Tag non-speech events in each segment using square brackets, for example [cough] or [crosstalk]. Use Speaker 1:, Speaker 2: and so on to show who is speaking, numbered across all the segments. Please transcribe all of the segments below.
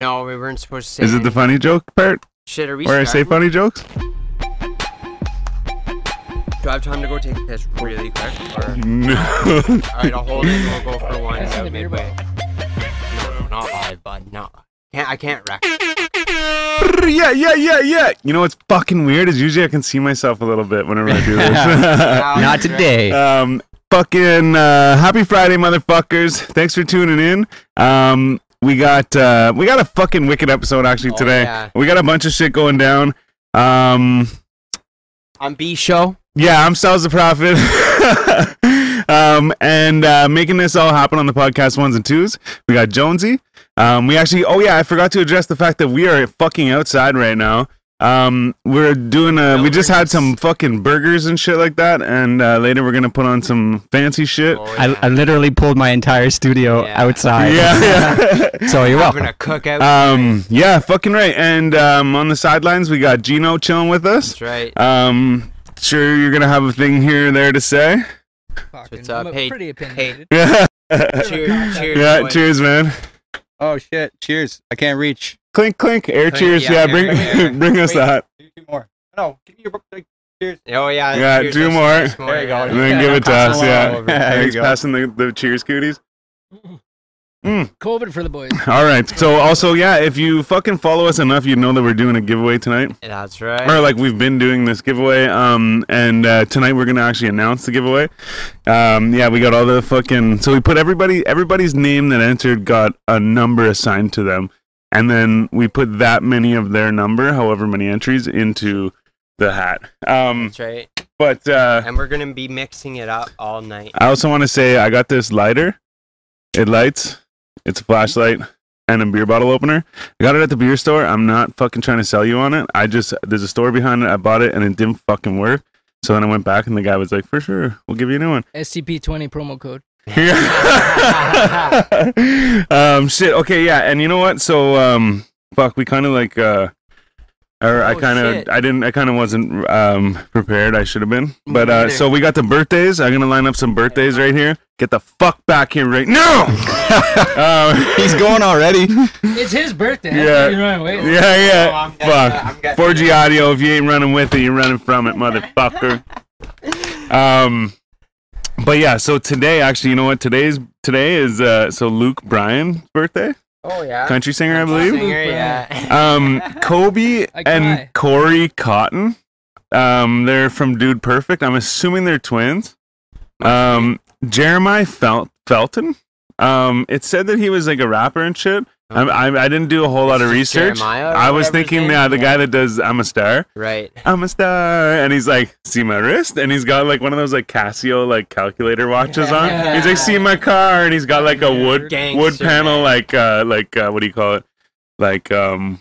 Speaker 1: No, we weren't supposed to say.
Speaker 2: Is it the
Speaker 1: anything.
Speaker 2: funny joke part
Speaker 1: shit? Are we?
Speaker 2: where I say
Speaker 1: starting?
Speaker 2: funny jokes?
Speaker 1: Do I have time to go take a piss really quick? Or...
Speaker 2: No.
Speaker 1: All right, I'll hold it. We'll go for one.
Speaker 3: That's in the beer way.
Speaker 1: No, not live, bud. No, can't. I can't wreck.
Speaker 2: [laughs] yeah, yeah, yeah, yeah. You know what's fucking weird is usually I can see myself a little bit whenever I do this.
Speaker 1: [laughs]
Speaker 3: Not today.
Speaker 2: [laughs] um, fucking uh, happy Friday, motherfuckers! Thanks for tuning in. Um, we got uh, we got a fucking wicked episode actually
Speaker 1: Oh,
Speaker 2: today.
Speaker 1: yeah.
Speaker 2: We got a bunch of shit going down. Um,
Speaker 1: On B show.
Speaker 2: Yeah, I'm Sal's the Prophet. [laughs] um, and uh, making this all happen on the podcast ones and twos, we got Jonesy. Um, we actually, oh yeah, I forgot to address the fact that we are fucking outside right now. Um, we're doing a, we just had some fucking burgers and shit like that, and uh, later we're gonna put on some fancy shit.
Speaker 1: Oh,
Speaker 3: I, I literally pulled my entire studio [laughs]
Speaker 1: Yeah.
Speaker 4: Oh,
Speaker 3: outside.
Speaker 2: Yeah, yeah.
Speaker 3: So you're welcome.
Speaker 1: having a cookout.
Speaker 2: um, yeah, [laughs] fucking right. And um, on the sidelines, we got Gino chilling with us.
Speaker 1: That's right.
Speaker 2: Um, sure, you're gonna have a thing here or there to say. [laughs]
Speaker 5: Fucking,
Speaker 1: What's up?
Speaker 5: I'm
Speaker 1: Hey,
Speaker 5: pretty opinionated.
Speaker 2: Yeah.
Speaker 1: Cheers. Cheers.
Speaker 2: Yeah,
Speaker 1: boys.
Speaker 2: cheers, man.
Speaker 4: Oh shit! Cheers. I can't reach.
Speaker 2: Clink, clink. Air
Speaker 1: Clink,
Speaker 2: cheers.
Speaker 1: yeah,
Speaker 2: Yeah,
Speaker 1: air,
Speaker 2: bring [laughs]
Speaker 4: air.
Speaker 2: bring us
Speaker 4: Wait.
Speaker 2: that.
Speaker 4: Do two more. No, give me your. Like, cheers.
Speaker 1: Oh yeah.
Speaker 2: Yeah,
Speaker 1: cheers,
Speaker 2: do
Speaker 1: let's
Speaker 2: more.
Speaker 1: do some
Speaker 4: There you go.
Speaker 2: And then
Speaker 5: Yeah,
Speaker 2: give it to
Speaker 1: pass
Speaker 2: us.
Speaker 1: it
Speaker 2: Yeah. [laughs]
Speaker 1: along.
Speaker 4: There you
Speaker 2: Thanks,
Speaker 4: go.
Speaker 2: passing the, the cheers cooties. Mm.
Speaker 5: COVID for the boys.
Speaker 2: All right. So, also, yeah, if you fucking follow us enough, you know that we're doing a giveaway tonight.
Speaker 1: That's right.
Speaker 2: Or like we've been doing this giveaway. Um, and uh, tonight we're gonna actually announce the giveaway. Um, yeah, we got all the fucking. So we put everybody, everybody's name that entered got a number assigned to them, and then we put that many of their number, however many entries, into the hat. Um,
Speaker 1: That's right.
Speaker 2: but uh,
Speaker 1: And we're gonna be mixing it up all night.
Speaker 2: I also want to say I got this lighter. It lights. It's a flashlight and a beer bottle opener. I got it at the beer store. I'm not fucking trying to sell you on it. I just there's a store behind it. I bought it and it didn't fucking work. So then I went back and the guy was like, "For sure, we'll give you a new one."
Speaker 5: SCP-20 promo code.
Speaker 2: [laughs] um, shit. Okay, yeah. And you know what? So, um, fuck, we kind of like, uh, or I
Speaker 1: Oh,
Speaker 2: kind
Speaker 1: shit.
Speaker 2: of, I didn't, I kind of wasn't um prepared. I should have been. But uh,
Speaker 1: neither.
Speaker 2: so we got the birthdays. I'm gonna line up some birthdays right here. Get the fuck back here right now. [laughs] um,
Speaker 4: He's going already.
Speaker 5: It's his birthday.
Speaker 2: Yeah.
Speaker 5: Yeah. You're running away.
Speaker 2: yeah,
Speaker 1: Oh,
Speaker 2: yeah.
Speaker 1: I'm getting-
Speaker 2: Fuck.
Speaker 1: I'm getting-
Speaker 2: 4G audio. If you ain't running with it, you're running from it,
Speaker 1: [laughs]
Speaker 2: motherfucker. um, but yeah. So today, actually, you know what? Today's today is uh, so Luke Bryan's birthday,
Speaker 1: Oh yeah.
Speaker 2: country singer, I believe.
Speaker 1: Singer, yeah.
Speaker 2: Um, Kobe
Speaker 5: I
Speaker 2: and
Speaker 5: cry.
Speaker 2: Corey Cotton. Um, they're from Dude Perfect. I'm assuming they're twins. Um, Jeremiah Fel- Felton. Um, it said that he was like a rapper and shit. I, I, I didn't do a whole lot of
Speaker 1: It's just
Speaker 2: research.
Speaker 1: Jeremiah or
Speaker 2: I was
Speaker 1: whatever his
Speaker 2: thinking,
Speaker 1: name
Speaker 2: yeah, the
Speaker 1: is.
Speaker 2: guy that does "I'm a Star,"
Speaker 1: [laughs] Right.
Speaker 2: I'm a star. And he's like, see my wrist? And he's got like one of those like Casio like calculator watches on. He's like, see my car. And he's got like a wood
Speaker 1: Gangster,
Speaker 2: wood panel
Speaker 1: man.
Speaker 2: like uh like uh what do you call it? Like um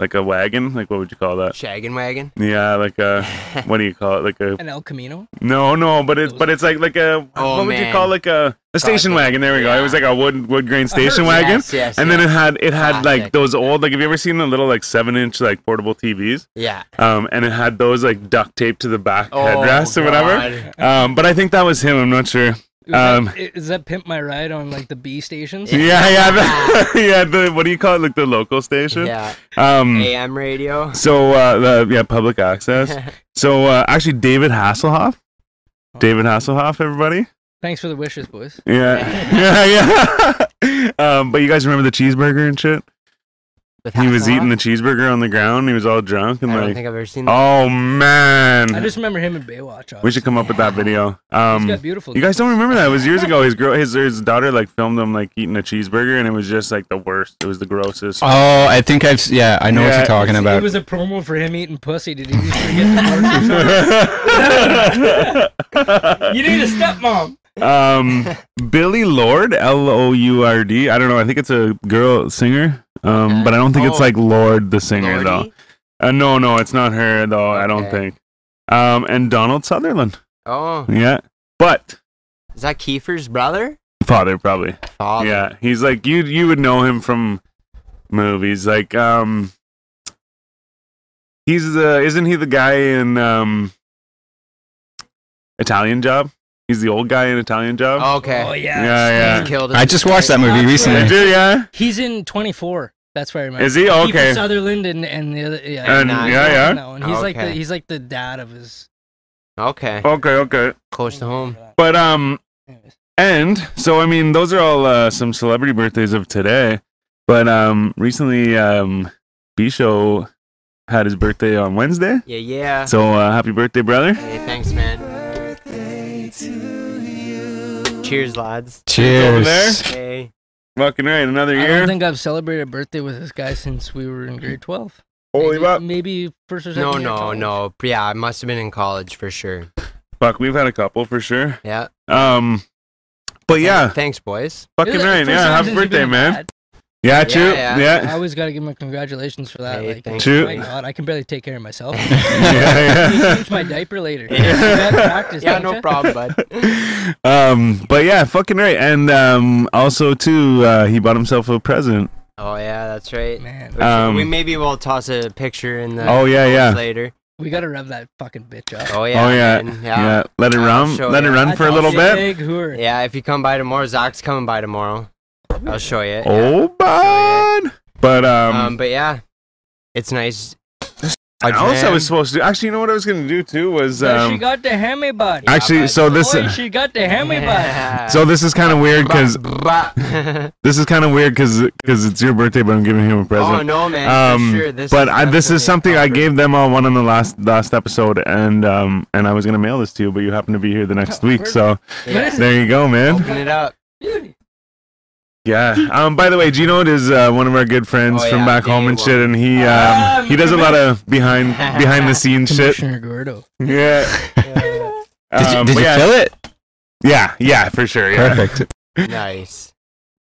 Speaker 2: like a wagon? Like what would you call that?
Speaker 1: Shaggin' wagon.
Speaker 2: Yeah, like
Speaker 1: [laughs]
Speaker 2: a what do you call it? Like a
Speaker 5: [laughs] And El Camino.
Speaker 2: no, no, but it's but it's like like a
Speaker 1: Oh,
Speaker 2: what would you
Speaker 1: man.
Speaker 2: call like a a station
Speaker 1: Project.
Speaker 2: wagon? There we go. It was
Speaker 1: Yeah.
Speaker 2: like a wood wood
Speaker 1: [laughs]
Speaker 2: grain station
Speaker 5: heard
Speaker 2: wagon.
Speaker 1: Yes, yes.
Speaker 2: And then it had it had like
Speaker 1: Classic.
Speaker 2: those old like have you ever seen the little like seven inch like portable TVs?
Speaker 1: yeah.
Speaker 2: um, and it had those like duct taped to the back
Speaker 1: Oh,
Speaker 2: headrest or whatever.
Speaker 1: God.
Speaker 2: Um, but I think that was him. I'm not
Speaker 1: [laughs]
Speaker 2: sure.
Speaker 5: Is, that-
Speaker 2: Um,
Speaker 5: i- is that Pimp My Ride on like the B stations?
Speaker 2: Yeah, yeah,
Speaker 1: [laughs]
Speaker 2: the, [laughs] yeah. The what do you call it? Like the local station.
Speaker 1: Yeah.
Speaker 2: Um.
Speaker 1: AM radio.
Speaker 2: So uh, the, yeah, public
Speaker 1: [laughs]
Speaker 2: access. So uh, actually, David Hasselhoff. David Hasselhoff, everybody.
Speaker 5: Thanks for the wishes, boys.
Speaker 2: Yeah, [laughs] yeah, yeah. [laughs] um, but you guys remember the cheeseburger and shit?
Speaker 1: With
Speaker 2: He was
Speaker 1: Hasselhoff?
Speaker 2: eating the cheeseburger on the ground. He was all drunk and
Speaker 1: I don't
Speaker 2: like,
Speaker 1: think I've ever seen that.
Speaker 2: oh man.
Speaker 5: I just remember him in Baywatch. Obviously.
Speaker 2: Mm-hmm. we should come up with that video.
Speaker 5: He's
Speaker 2: Um,
Speaker 5: got beautiful.
Speaker 2: You guys don't remember that? It was
Speaker 1: [laughs]
Speaker 2: years ago. His girl, his his daughter, like filmed him like eating a cheeseburger, and it was just like the worst. It was the
Speaker 4: [laughs]
Speaker 2: grossest.
Speaker 4: Oh, I think I've. s- Yeah, I know what
Speaker 2: Yeah,
Speaker 4: you're talking
Speaker 5: It's-
Speaker 4: about.
Speaker 5: It was a promo for him eating pussy. Did he just forget
Speaker 2: [laughs]
Speaker 5: [laughs] the words? You need a stepmom.
Speaker 2: um, Billy Lord, L O U R D. I don't know. I think it's a girl singer. Um, but I don't think it's
Speaker 1: Oh.
Speaker 2: like Lord the singer
Speaker 1: Lordy?
Speaker 2: though. Uh, no, no, it's not her though. I don't
Speaker 1: Okay.
Speaker 2: think. Um, and Donald Sutherland.
Speaker 1: Oh,
Speaker 2: Yeah, but
Speaker 1: is that Kiefer's brother?
Speaker 2: father probably.
Speaker 1: Father.
Speaker 2: Yeah, he's like you. You would know him from movies, like um, he's the isn't he the guy in um, Italian Job? He's the old guy in Italian Job.
Speaker 1: Okay.
Speaker 5: Oh
Speaker 2: yeah,
Speaker 5: yeah.
Speaker 2: yeah.
Speaker 1: Killed
Speaker 4: I just watched that movie
Speaker 5: That's
Speaker 2: I
Speaker 4: recently.
Speaker 2: do, yeah.
Speaker 5: He's in 24. That's where I remember.
Speaker 2: Is he
Speaker 5: Kiefer
Speaker 2: okay?
Speaker 5: Sutherland and and the other yeah.
Speaker 2: And-
Speaker 5: I
Speaker 2: yeah,
Speaker 5: know,
Speaker 2: yeah.
Speaker 5: I know, and he's like the
Speaker 1: Okay.
Speaker 5: he's like the dad of his.
Speaker 1: Okay.
Speaker 2: Okay, okay.
Speaker 1: Close to home.
Speaker 2: But um,
Speaker 5: Anyways.
Speaker 2: and so I mean, those are all uh, some celebrity birthdays of today. But um, recently um, Bisho had his birthday on Wednesday.
Speaker 1: Yeah, yeah.
Speaker 2: So uh, happy birthday, brother.
Speaker 1: hey, thanks, man. Cheers, lads.
Speaker 2: Over there.
Speaker 4: Cheers.
Speaker 1: Hey.
Speaker 2: Fucking right, another
Speaker 5: I don't
Speaker 2: year.
Speaker 5: think I've celebrated a birthday with this guy since we were in grade twelve.
Speaker 2: Holy
Speaker 5: maybe,
Speaker 2: fuck.
Speaker 5: maybe first or second
Speaker 1: No,
Speaker 5: year
Speaker 1: no,
Speaker 5: college.
Speaker 1: no. Yeah, I must have been in college for sure.
Speaker 2: Fuck, we've had a couple for sure.
Speaker 1: Yeah.
Speaker 2: Um, but yeah,
Speaker 1: Thanks, boys.
Speaker 5: It
Speaker 2: fucking
Speaker 5: was the
Speaker 2: right.
Speaker 5: first
Speaker 2: Yeah,
Speaker 5: time
Speaker 2: happy
Speaker 5: since you've been
Speaker 2: birthday,
Speaker 5: a
Speaker 2: man.
Speaker 5: dad.
Speaker 2: Yeah,
Speaker 1: Yeah,
Speaker 2: true.
Speaker 1: yeah.
Speaker 5: I
Speaker 2: Yeah. [laughs]
Speaker 5: always got to give him a congratulations for that.
Speaker 1: Hey,
Speaker 5: like,
Speaker 1: thanks,
Speaker 2: True.
Speaker 5: my God, I can barely take care of myself.
Speaker 2: [laughs] Yeah, [laughs]
Speaker 5: You
Speaker 2: yeah.
Speaker 1: [laughs]
Speaker 5: change my diaper later.
Speaker 1: Yeah.
Speaker 5: You got practice,
Speaker 1: Yeah,
Speaker 5: don't
Speaker 1: no
Speaker 5: ya?
Speaker 1: problem, bud.
Speaker 2: [laughs] um, but yeah, fucking right. And um, also too, uh, he bought himself a present.
Speaker 1: Oh yeah, that's right.
Speaker 5: Man,
Speaker 1: We should-
Speaker 2: Um,
Speaker 1: we maybe will toss a picture in the
Speaker 2: Oh yeah, yeah, yeah.
Speaker 1: later.
Speaker 5: we got to rev that fucking bitch up.
Speaker 1: Oh yeah.
Speaker 2: Oh, yeah.
Speaker 1: man, yeah.
Speaker 2: Let it
Speaker 1: I'll
Speaker 2: run.
Speaker 1: show
Speaker 2: Let it
Speaker 1: ya.
Speaker 2: run
Speaker 5: That's
Speaker 2: for a little
Speaker 5: a
Speaker 2: bit.
Speaker 5: big hooer.
Speaker 1: yeah, If you come by tomorrow, Zach's coming by tomorrow. I'll show you.
Speaker 2: Oh, bud. But um,
Speaker 1: Um, but yeah, it's nice. A
Speaker 2: else I
Speaker 1: jam.
Speaker 2: was supposed to. Actually, you know what I was gonna do too was
Speaker 5: So she
Speaker 2: um.
Speaker 5: got the hemi bud.
Speaker 1: Yeah,
Speaker 2: Actually,
Speaker 1: bud.
Speaker 2: so this
Speaker 5: Boy, she got the hemi bud.
Speaker 2: so this is kind of weird because
Speaker 1: [laughs] Oh,
Speaker 2: this is kind of weird because it's your birthday, but I'm giving him a present.
Speaker 1: oh no, man. for
Speaker 2: um
Speaker 1: sure, this
Speaker 2: but
Speaker 1: is
Speaker 2: I, this
Speaker 1: definitely
Speaker 2: is
Speaker 1: a
Speaker 2: something i
Speaker 1: proper-
Speaker 2: gave them all one on the last last episode and um and i was gonna mail this to you but you happen to be here the
Speaker 1: [laughs]
Speaker 2: next week so
Speaker 1: Yeah.
Speaker 2: there you go
Speaker 1: [laughs]
Speaker 2: man
Speaker 1: Open it up.
Speaker 5: Beauty.
Speaker 2: yeah um by the way gino is uh, one of our good friends
Speaker 1: Oh,
Speaker 2: from
Speaker 1: yeah,
Speaker 2: back
Speaker 1: yeah,
Speaker 2: home
Speaker 1: you
Speaker 2: and
Speaker 1: will.
Speaker 2: shit and he um
Speaker 5: Um,
Speaker 2: he does a lot of
Speaker 1: [laughs]
Speaker 2: behind behind the scenes
Speaker 4: [laughs]
Speaker 2: shit
Speaker 5: Commissioner Gordo.
Speaker 2: yeah
Speaker 4: Did you,
Speaker 2: Um,
Speaker 4: did
Speaker 2: but
Speaker 4: you
Speaker 2: yeah,
Speaker 4: feel it?
Speaker 2: yeah yeah for sure yeah
Speaker 4: Perfect.
Speaker 1: Nice.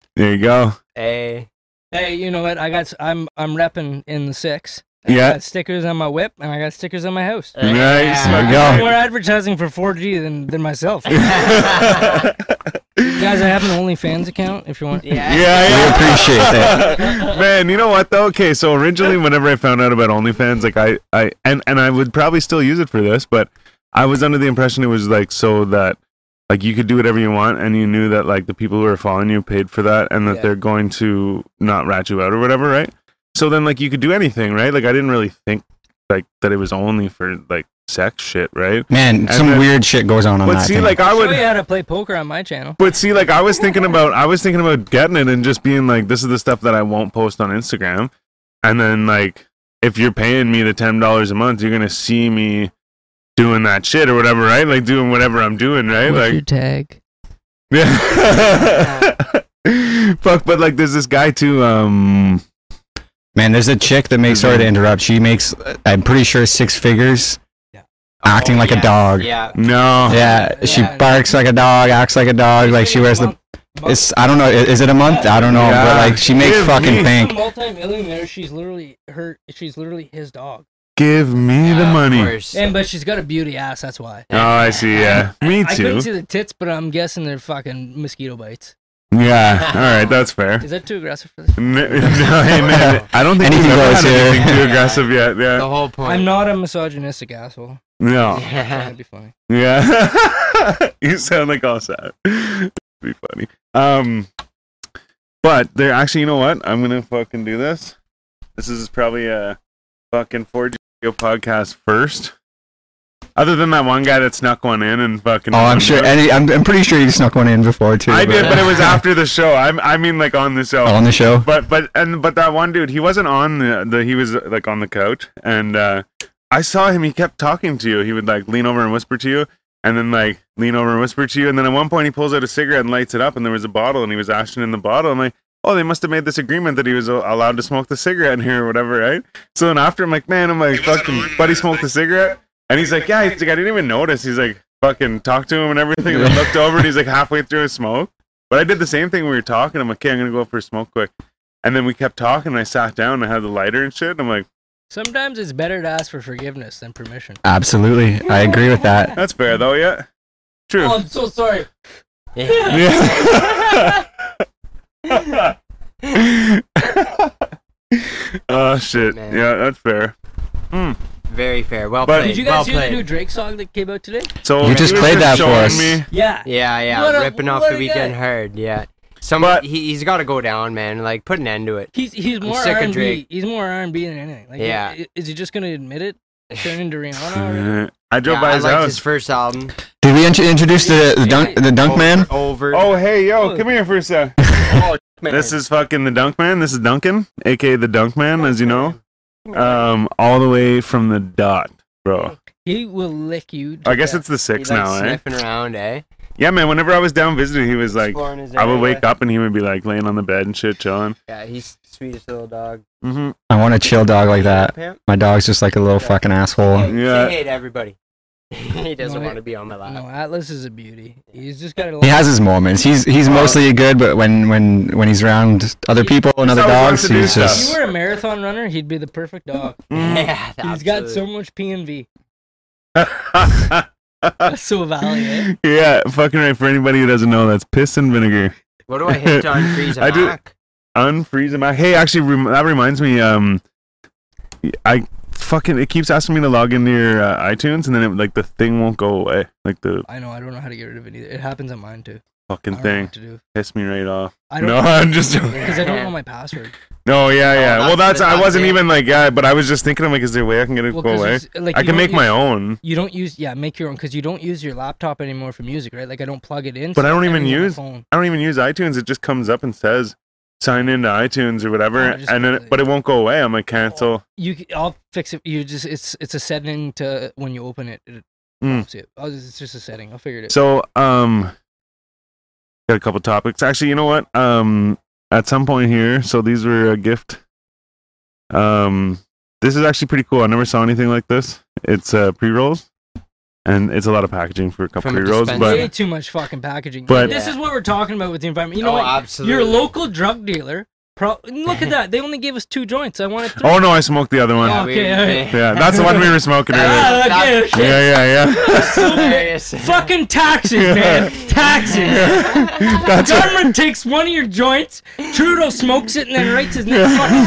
Speaker 1: Eh.
Speaker 2: there you go
Speaker 1: Hey.
Speaker 5: Hey, you know what? I got. s- I'm I'm repping in the six. I
Speaker 2: yeah
Speaker 5: got stickers on my whip, and I got stickers on my house.
Speaker 2: Nice,
Speaker 1: Yeah.
Speaker 2: my
Speaker 5: I'm
Speaker 2: God.
Speaker 5: More advertising for 4G than, than
Speaker 2: [laughs]
Speaker 5: myself. Guys,
Speaker 1: yeah. [laughs]
Speaker 5: I have an OnlyFans account if you want.
Speaker 2: yeah, yeah.
Speaker 4: We appreciate
Speaker 2: [laughs]
Speaker 4: that.
Speaker 2: Man, you know what though? Okay, so originally whenever I found out about OnlyFans, like I, I and, and I would probably still use it for this, but I was under the impression it was like so that like you could do whatever you want and you knew that like the people who are following you paid for that and that
Speaker 1: Yeah.
Speaker 2: they're going to not rat you out or whatever, right? So then like you could do anything, right? Like I didn't really think like that it was only for like sex shit, right?
Speaker 4: Man,
Speaker 2: And
Speaker 4: some
Speaker 2: then-
Speaker 4: weird shit goes on on
Speaker 2: But
Speaker 4: that.
Speaker 2: see
Speaker 4: thing.
Speaker 2: like I
Speaker 5: I'll
Speaker 2: would
Speaker 5: show you how to play poker on my channel.
Speaker 2: but see, like I was thinking about, I was thinking about getting it and just being like, this is the stuff that I won't post on Instagram. And then like, if you're paying me the ten dollars a month, you're gonna see me doing that shit or whatever, right? Like doing whatever I'm doing, right? [laughs] like,
Speaker 5: tag?
Speaker 2: yeah. Fuck, but like, there's this guy too. Um,
Speaker 4: Man, there's a chick that makes. Sorry to
Speaker 2: Mm-hmm.
Speaker 4: interrupt. She makes. uh, I'm pretty sure six figures.
Speaker 2: Oh,
Speaker 4: Acting like a
Speaker 1: yeah.
Speaker 4: dog.
Speaker 1: Yeah.
Speaker 2: no,
Speaker 4: Yeah, she
Speaker 5: Yeah.
Speaker 4: barks like a dog, acts like a dog. Like she wears the. It's. I don't know. i- Is it a month? I don't know.
Speaker 2: Yeah.
Speaker 4: But like she makes
Speaker 2: Give me-
Speaker 4: fucking
Speaker 5: She's
Speaker 4: bank.
Speaker 5: a multi-millionaire. She's literally her. She's literally his dog.
Speaker 2: give me the
Speaker 1: Of
Speaker 2: money.
Speaker 1: course.
Speaker 5: And but she's got a beauty ass. That's why.
Speaker 2: Oh, I see. Yeah, me
Speaker 5: I couldn't
Speaker 2: too.
Speaker 5: see the tits, but I'm guessing they're fucking mosquito bites.
Speaker 2: Yeah. All right, that's fair.
Speaker 5: [laughs] Is that too aggressive for this?
Speaker 2: N- [laughs] No, hey man, I don't think
Speaker 4: Anything
Speaker 2: we've ever
Speaker 4: goes
Speaker 2: had anything
Speaker 4: here.
Speaker 2: too aggressive yet. Yeah.
Speaker 1: The whole point. [laughs]
Speaker 5: I'm not a misogynistic [laughs] asshole.
Speaker 2: No.
Speaker 5: That'd
Speaker 1: Yeah.
Speaker 5: be funny.
Speaker 2: Yeah. [laughs] you sound like all sad. be funny. Um but they're actually you know what? I'm gonna fucking do this. This is probably a fucking 4G podcast first. Other than that one guy that snuck one in and fucking
Speaker 4: Oh, I'm sure. Any. I'm. I'm pretty sure you snuck one in before too.
Speaker 2: I did, but
Speaker 4: [laughs]
Speaker 2: it was after the show. I'm I mean like on the show.
Speaker 4: on the show.
Speaker 2: But but and but that one dude, he wasn't on the, the he was like on the couch, and uh, I saw him. He kept talking to you. He would like lean over and whisper to you, and then like lean over and whisper to you, and then at one point he pulls out a cigarette and lights it up, and there was a bottle, and he was ashing in the bottle. I'm like, oh, they must have made this agreement that he was a- allowed to smoke the cigarette in here or whatever, right? So then after, I'm like, man, I'm like, fucking, buddy smoked the cigarette, and he's like, yeah, he's like, I didn't even notice. He's like, fucking, talk to him and everything. And I looked over, and he's like halfway through his smoke. But I did the same thing. We were talking. I'm like, okay, I'm gonna go for a smoke quick. And then we kept talking. And I sat down and I had the lighter and shit. And I'm like,
Speaker 5: Sometimes it's better to ask for forgiveness than permission.
Speaker 4: Absolutely, I agree with that.
Speaker 2: that's fair though, yeah. True.
Speaker 5: Oh, I'm so [laughs] sorry.
Speaker 2: [laughs] Yeah. [laughs] oh shit.
Speaker 1: Man.
Speaker 2: Yeah, that's fair.
Speaker 1: Very fair. Well
Speaker 2: But-
Speaker 1: played.
Speaker 5: Did you
Speaker 1: well
Speaker 5: guys hear
Speaker 1: played.
Speaker 5: the new Drake song that came out today?
Speaker 2: So
Speaker 4: You
Speaker 2: he
Speaker 4: just
Speaker 2: was
Speaker 4: played that for
Speaker 2: showing
Speaker 4: us.
Speaker 2: me-
Speaker 5: Yeah.
Speaker 1: Yeah, yeah.
Speaker 5: What a-
Speaker 1: Ripping off
Speaker 5: what
Speaker 1: the
Speaker 5: a
Speaker 1: weekend
Speaker 5: guy.
Speaker 1: herd. Yeah. Some
Speaker 2: But-
Speaker 1: he, he's got to go down, man. Like put an end to it.
Speaker 5: He's he's more
Speaker 1: sick of
Speaker 5: R and B.
Speaker 1: Drake.
Speaker 5: He's more R and B than anything. Like,
Speaker 1: Yeah.
Speaker 5: i- Is he just gonna admit it? Turn [laughs] into
Speaker 2: [laughs]
Speaker 5: Rihanna? already?
Speaker 2: I drove
Speaker 1: Yeah,
Speaker 2: by
Speaker 1: I
Speaker 2: his
Speaker 1: liked
Speaker 2: house.
Speaker 1: his first album.
Speaker 4: Did we int- introduce the, the dunk the dunk
Speaker 1: over,
Speaker 4: man?
Speaker 1: Over. [laughs]
Speaker 2: Oh hey yo,
Speaker 5: Oh.
Speaker 2: come here for a sec.
Speaker 1: Oh, man.
Speaker 2: This is fucking the Dunk Man. This is Duncan, aka the Dunk Man, as you know. Um, all the way from the dot, bro.
Speaker 5: He will lick you. to
Speaker 2: I guess
Speaker 5: death.
Speaker 2: it's the six
Speaker 1: He likes
Speaker 2: now, eh?
Speaker 1: sniffing around, eh?
Speaker 2: Yeah, man. Whenever I was down visiting, he was like,
Speaker 1: Exploring his
Speaker 2: I would
Speaker 1: area.
Speaker 2: wake up and he would be like laying on the bed and shit, chilling.
Speaker 1: Yeah, he's the sweetest little dog.
Speaker 2: hmm
Speaker 4: I want a chill dog like that.
Speaker 1: Pimp.
Speaker 4: My dog's just like a little fucking asshole.
Speaker 1: Hey,
Speaker 2: Yeah.
Speaker 1: Say hey to everybody. [laughs] he doesn't
Speaker 5: No,
Speaker 1: want to be on my lap.
Speaker 5: No, Atlas is a beauty. He's just got a.
Speaker 4: He has his moments. He's he's mostly good, but when when when he's around other people and other
Speaker 2: He's always
Speaker 4: dogs,
Speaker 2: wanted to do
Speaker 4: he's
Speaker 2: stuff.
Speaker 5: If
Speaker 1: [laughs]
Speaker 4: just
Speaker 5: you were a marathon runner, he'd be the perfect dog.
Speaker 2: mm-hmm.
Speaker 1: yeah,
Speaker 5: He's got so
Speaker 1: absolutely.
Speaker 5: much PNV. That's so valiant.
Speaker 2: [laughs] yeah, fucking right. For anybody who doesn't know, that's piss and vinegar.
Speaker 1: What do I hit to
Speaker 2: [laughs]
Speaker 1: unfreeze a
Speaker 2: I do-
Speaker 1: Mac?
Speaker 2: Unfreeze him out. Hey, actually, rem- that reminds me. Um, I fucking it keeps asking me to log into your uh, iTunes, and then it, like the thing won't go away. Like the
Speaker 5: I know. I don't know how to get rid of it either. It happens on mine too. I
Speaker 2: fucking
Speaker 5: don't know
Speaker 2: thing
Speaker 5: what to do.
Speaker 2: piss me right off.
Speaker 5: I
Speaker 2: No,
Speaker 5: don't
Speaker 2: I'm just.
Speaker 5: because I don't
Speaker 1: Yeah.
Speaker 5: know my password. Oh,
Speaker 2: No, yeah,
Speaker 1: No,
Speaker 2: yeah. well, that's.
Speaker 1: that's-
Speaker 2: I
Speaker 1: that's
Speaker 2: wasn't
Speaker 1: it.
Speaker 2: even like, yeah, but I was just thinking, I'm like, is there a way I can get it to
Speaker 5: Well,
Speaker 2: go
Speaker 5: 'cause
Speaker 2: away?
Speaker 5: it's, like,
Speaker 2: I
Speaker 5: you
Speaker 2: can
Speaker 5: don't
Speaker 2: make my
Speaker 5: use-
Speaker 2: own,
Speaker 5: You don't use yeah, make your own because you don't use your laptop anymore for music, right? Like I don't plug it in.
Speaker 2: but
Speaker 5: so
Speaker 2: I don't even
Speaker 5: everything's on my
Speaker 2: use.
Speaker 5: phone.
Speaker 2: I don't even use iTunes. It just comes up and says sign into iTunes or whatever,
Speaker 5: Oh, I just Oh,
Speaker 2: and then
Speaker 5: completely-
Speaker 2: but it won't go away. I'm like cancel.
Speaker 5: You c- I'll fix it. You just it's it's a setting to when you open it. it
Speaker 2: Mm.
Speaker 5: pops it. I'll just- It's just a setting. I figured it.
Speaker 2: So um, got a couple topics. Actually, you know what? Um, at some point here, so these were a gift. Um, this is actually pretty cool. I never saw anything like this. It's uh pre rolls, and it's a lot of packaging for a couple
Speaker 1: From a
Speaker 2: pre rolls,
Speaker 1: dispenser.
Speaker 5: Way
Speaker 2: but.
Speaker 5: too much fucking packaging.
Speaker 2: But-
Speaker 5: this is what we're talking about with the environment. You know
Speaker 1: oh,
Speaker 5: what?
Speaker 1: absolutely.
Speaker 5: Your local drug dealer. Pro- look at that. They only gave us two joints. I wanted three.
Speaker 2: Oh no, I smoked the other one.
Speaker 5: Oh, okay, alright.
Speaker 1: [laughs]
Speaker 2: Yeah, that's the one we were smoking
Speaker 5: [laughs]
Speaker 2: earlier.
Speaker 5: Ah,
Speaker 1: That-
Speaker 5: okay, shit.
Speaker 2: Yeah, yeah, yeah.
Speaker 5: So many- Fucking taxes, man. Taxes.
Speaker 2: [laughs] That's what-
Speaker 5: Government takes one of your joints, Trudeau smokes it, and then writes his next fucking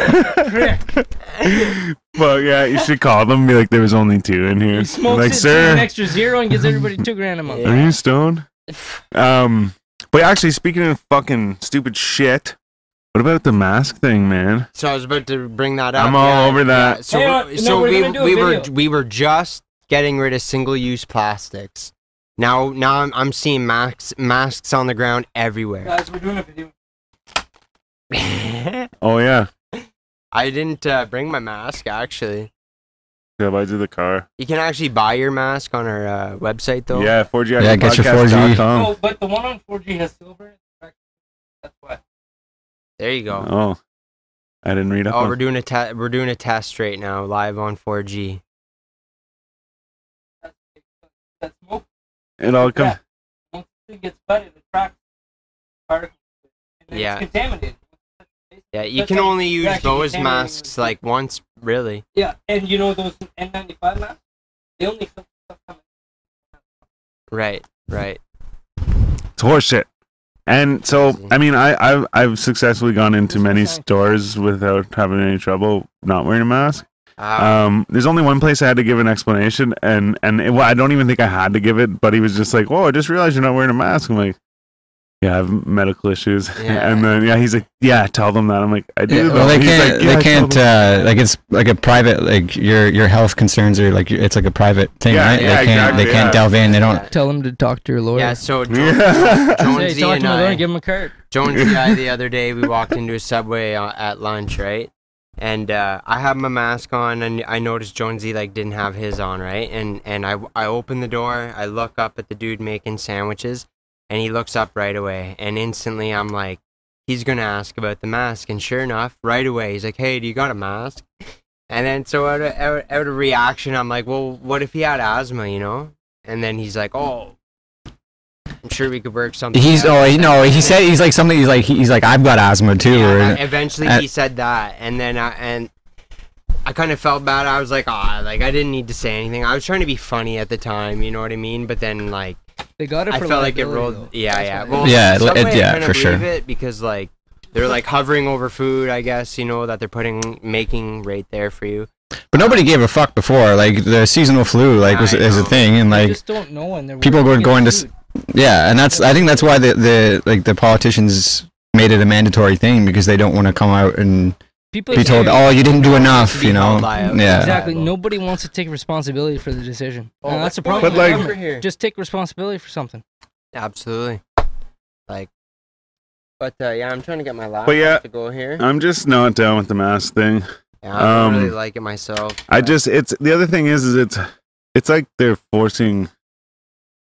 Speaker 5: fiscal bill.
Speaker 2: [laughs]
Speaker 5: Eh? Prick.
Speaker 2: But yeah, you should call them and be like, there was only two in here.
Speaker 5: He smokes
Speaker 2: like,
Speaker 5: it,
Speaker 2: sir,
Speaker 5: an extra zero, and gives everybody two grand a month.
Speaker 1: Yeah.
Speaker 2: are you
Speaker 5: [sighs]
Speaker 2: stoned? Um, but actually, speaking of fucking stupid shit, what about the mask thing, man?
Speaker 1: So I was about to bring that up.
Speaker 2: I'm all over that.
Speaker 1: So,
Speaker 5: Hey, uh, no,
Speaker 1: so
Speaker 5: we're
Speaker 1: we,
Speaker 5: gonna do a
Speaker 1: we were
Speaker 5: video.
Speaker 1: we were just getting rid of single-use plastics. Now now I'm, I'm seeing masks masks on the ground everywhere.
Speaker 5: Guys, we're doing a video. Uh,
Speaker 1: [laughs] I
Speaker 2: Oh yeah,
Speaker 1: didn't uh, bring my mask actually.
Speaker 2: grab eyes of the car.
Speaker 1: You can actually buy your mask on our uh, website though.
Speaker 2: Yeah, 4G.
Speaker 4: Yeah, get your 4G.
Speaker 2: podcast.com.
Speaker 5: Oh, but the one on 4G has silver. That's why.
Speaker 1: There you go.
Speaker 2: Oh, I didn't read up.
Speaker 1: Oh,
Speaker 2: on-
Speaker 1: we're doing a te- we're doing a test right now, live on 4G.
Speaker 5: That smoke
Speaker 2: it all comes.
Speaker 5: once it gets flooded, it tracks particles,
Speaker 1: then it's Yeah.
Speaker 5: contaminated.
Speaker 1: Yeah, you
Speaker 5: That's
Speaker 1: can
Speaker 5: how
Speaker 1: only
Speaker 5: you
Speaker 1: use
Speaker 5: actually
Speaker 1: those
Speaker 5: contaminate with
Speaker 1: masks
Speaker 5: people.
Speaker 1: like once, really.
Speaker 5: Yeah, and you know those N95 masks? They only come
Speaker 1: Right, right.
Speaker 2: It's horseshit. And so,
Speaker 1: Crazy.
Speaker 2: I mean, I, I've, I've successfully gone into
Speaker 5: That's
Speaker 2: many
Speaker 5: okay.
Speaker 2: stores without having any trouble not wearing a mask.
Speaker 1: Uh,
Speaker 2: Um, there's only one place I had to give an explanation, and and it, well, I don't even think I had to give it, but he was just like, "Whoa, I just realized you're not wearing a mask." I'm like, "Yeah, I have medical issues," [laughs]
Speaker 1: Yeah.
Speaker 2: and then yeah, he's like, "Yeah, tell them that." I'm like, "I do."
Speaker 4: [laughs] Yeah,
Speaker 2: though."
Speaker 4: well, they
Speaker 2: He's
Speaker 4: can't.
Speaker 2: like, "Yeah,
Speaker 4: they
Speaker 2: I told
Speaker 4: can't.
Speaker 2: them."
Speaker 4: Uh, like it's like a private. Like your your health concerns are like it's like a private thing,
Speaker 2: Yeah,
Speaker 4: right?
Speaker 2: yeah,
Speaker 4: they can't.
Speaker 2: exactly,
Speaker 4: they can't
Speaker 2: yeah.
Speaker 4: delve in. They don't.
Speaker 5: Tell them to talk to your lawyer.
Speaker 1: yeah, so
Speaker 2: [laughs]
Speaker 1: Jo-
Speaker 4: uh,
Speaker 2: Yeah.
Speaker 1: Jonesy and I,
Speaker 5: him a card.
Speaker 4: [laughs]
Speaker 1: Jonesy and I, the other day, we walked into a subway uh, at lunch, right? And uh, I had my mask on, and I noticed Jonesy like didn't have his on, right? And and I I open the door, I look up at the dude making sandwiches, and he looks up right away, and instantly I'm like, he's gonna ask about the mask, and sure enough, right away he's like, hey, do you got a mask? [laughs] And then so out of, out, out of reaction, I'm like, well, what if he had asthma, you know? And then he's like, oh, I'm sure we could work something.
Speaker 4: He's
Speaker 1: out."
Speaker 4: oh he- no. He said he's like something. He's like he's like I've got asthma too.
Speaker 1: Yeah,
Speaker 4: or,
Speaker 1: I- eventually
Speaker 4: uh,
Speaker 1: he said that, and then I, and I kind of felt bad. I was like, ah, like I didn't need to say anything. I was trying to be funny at the time, you know what I mean? But then like
Speaker 5: They got it
Speaker 1: I
Speaker 5: for
Speaker 1: felt like it rolled.
Speaker 5: liability, though.
Speaker 1: Yeah,
Speaker 5: That's
Speaker 1: yeah.
Speaker 5: what it
Speaker 1: Well,
Speaker 5: is.
Speaker 4: Yeah, it-
Speaker 1: Subway,
Speaker 4: it-
Speaker 1: I
Speaker 4: yeah,
Speaker 1: kinda
Speaker 4: for sure.
Speaker 1: believe It because like they're like hovering over food. I guess you know that they're putting making right there for you.
Speaker 4: but nobody gave a fuck before. Like the seasonal flu, like was
Speaker 1: I
Speaker 4: is a
Speaker 1: know.
Speaker 4: thing, and
Speaker 5: They
Speaker 4: like
Speaker 5: just don't know, and they're
Speaker 4: people
Speaker 5: working
Speaker 4: were
Speaker 5: in
Speaker 4: going to s-
Speaker 5: food.
Speaker 4: Yeah, and that's I think that's why the, the like the politicians made it a mandatory thing because they don't want to come out and
Speaker 5: People
Speaker 4: be told,
Speaker 5: here-
Speaker 4: "Oh, you didn't do enough,"
Speaker 1: Be
Speaker 4: you know.
Speaker 1: held liable.
Speaker 4: Yeah.
Speaker 5: Exactly. Nobody wants to take responsibility for the decision.
Speaker 1: Oh,
Speaker 5: And Oh, that's the problem.
Speaker 2: But
Speaker 5: with
Speaker 2: like-
Speaker 5: government.
Speaker 1: Over here.
Speaker 5: just take responsibility for something.
Speaker 1: absolutely, like. But uh, yeah, I'm trying to get my laptop
Speaker 2: But yeah,
Speaker 1: to go here.
Speaker 2: I'm just not down with the mask thing.
Speaker 1: Yeah, I don't
Speaker 2: um,
Speaker 1: really like it myself.
Speaker 2: I
Speaker 1: but-
Speaker 2: just it's the other thing is is it's it's like they're forcing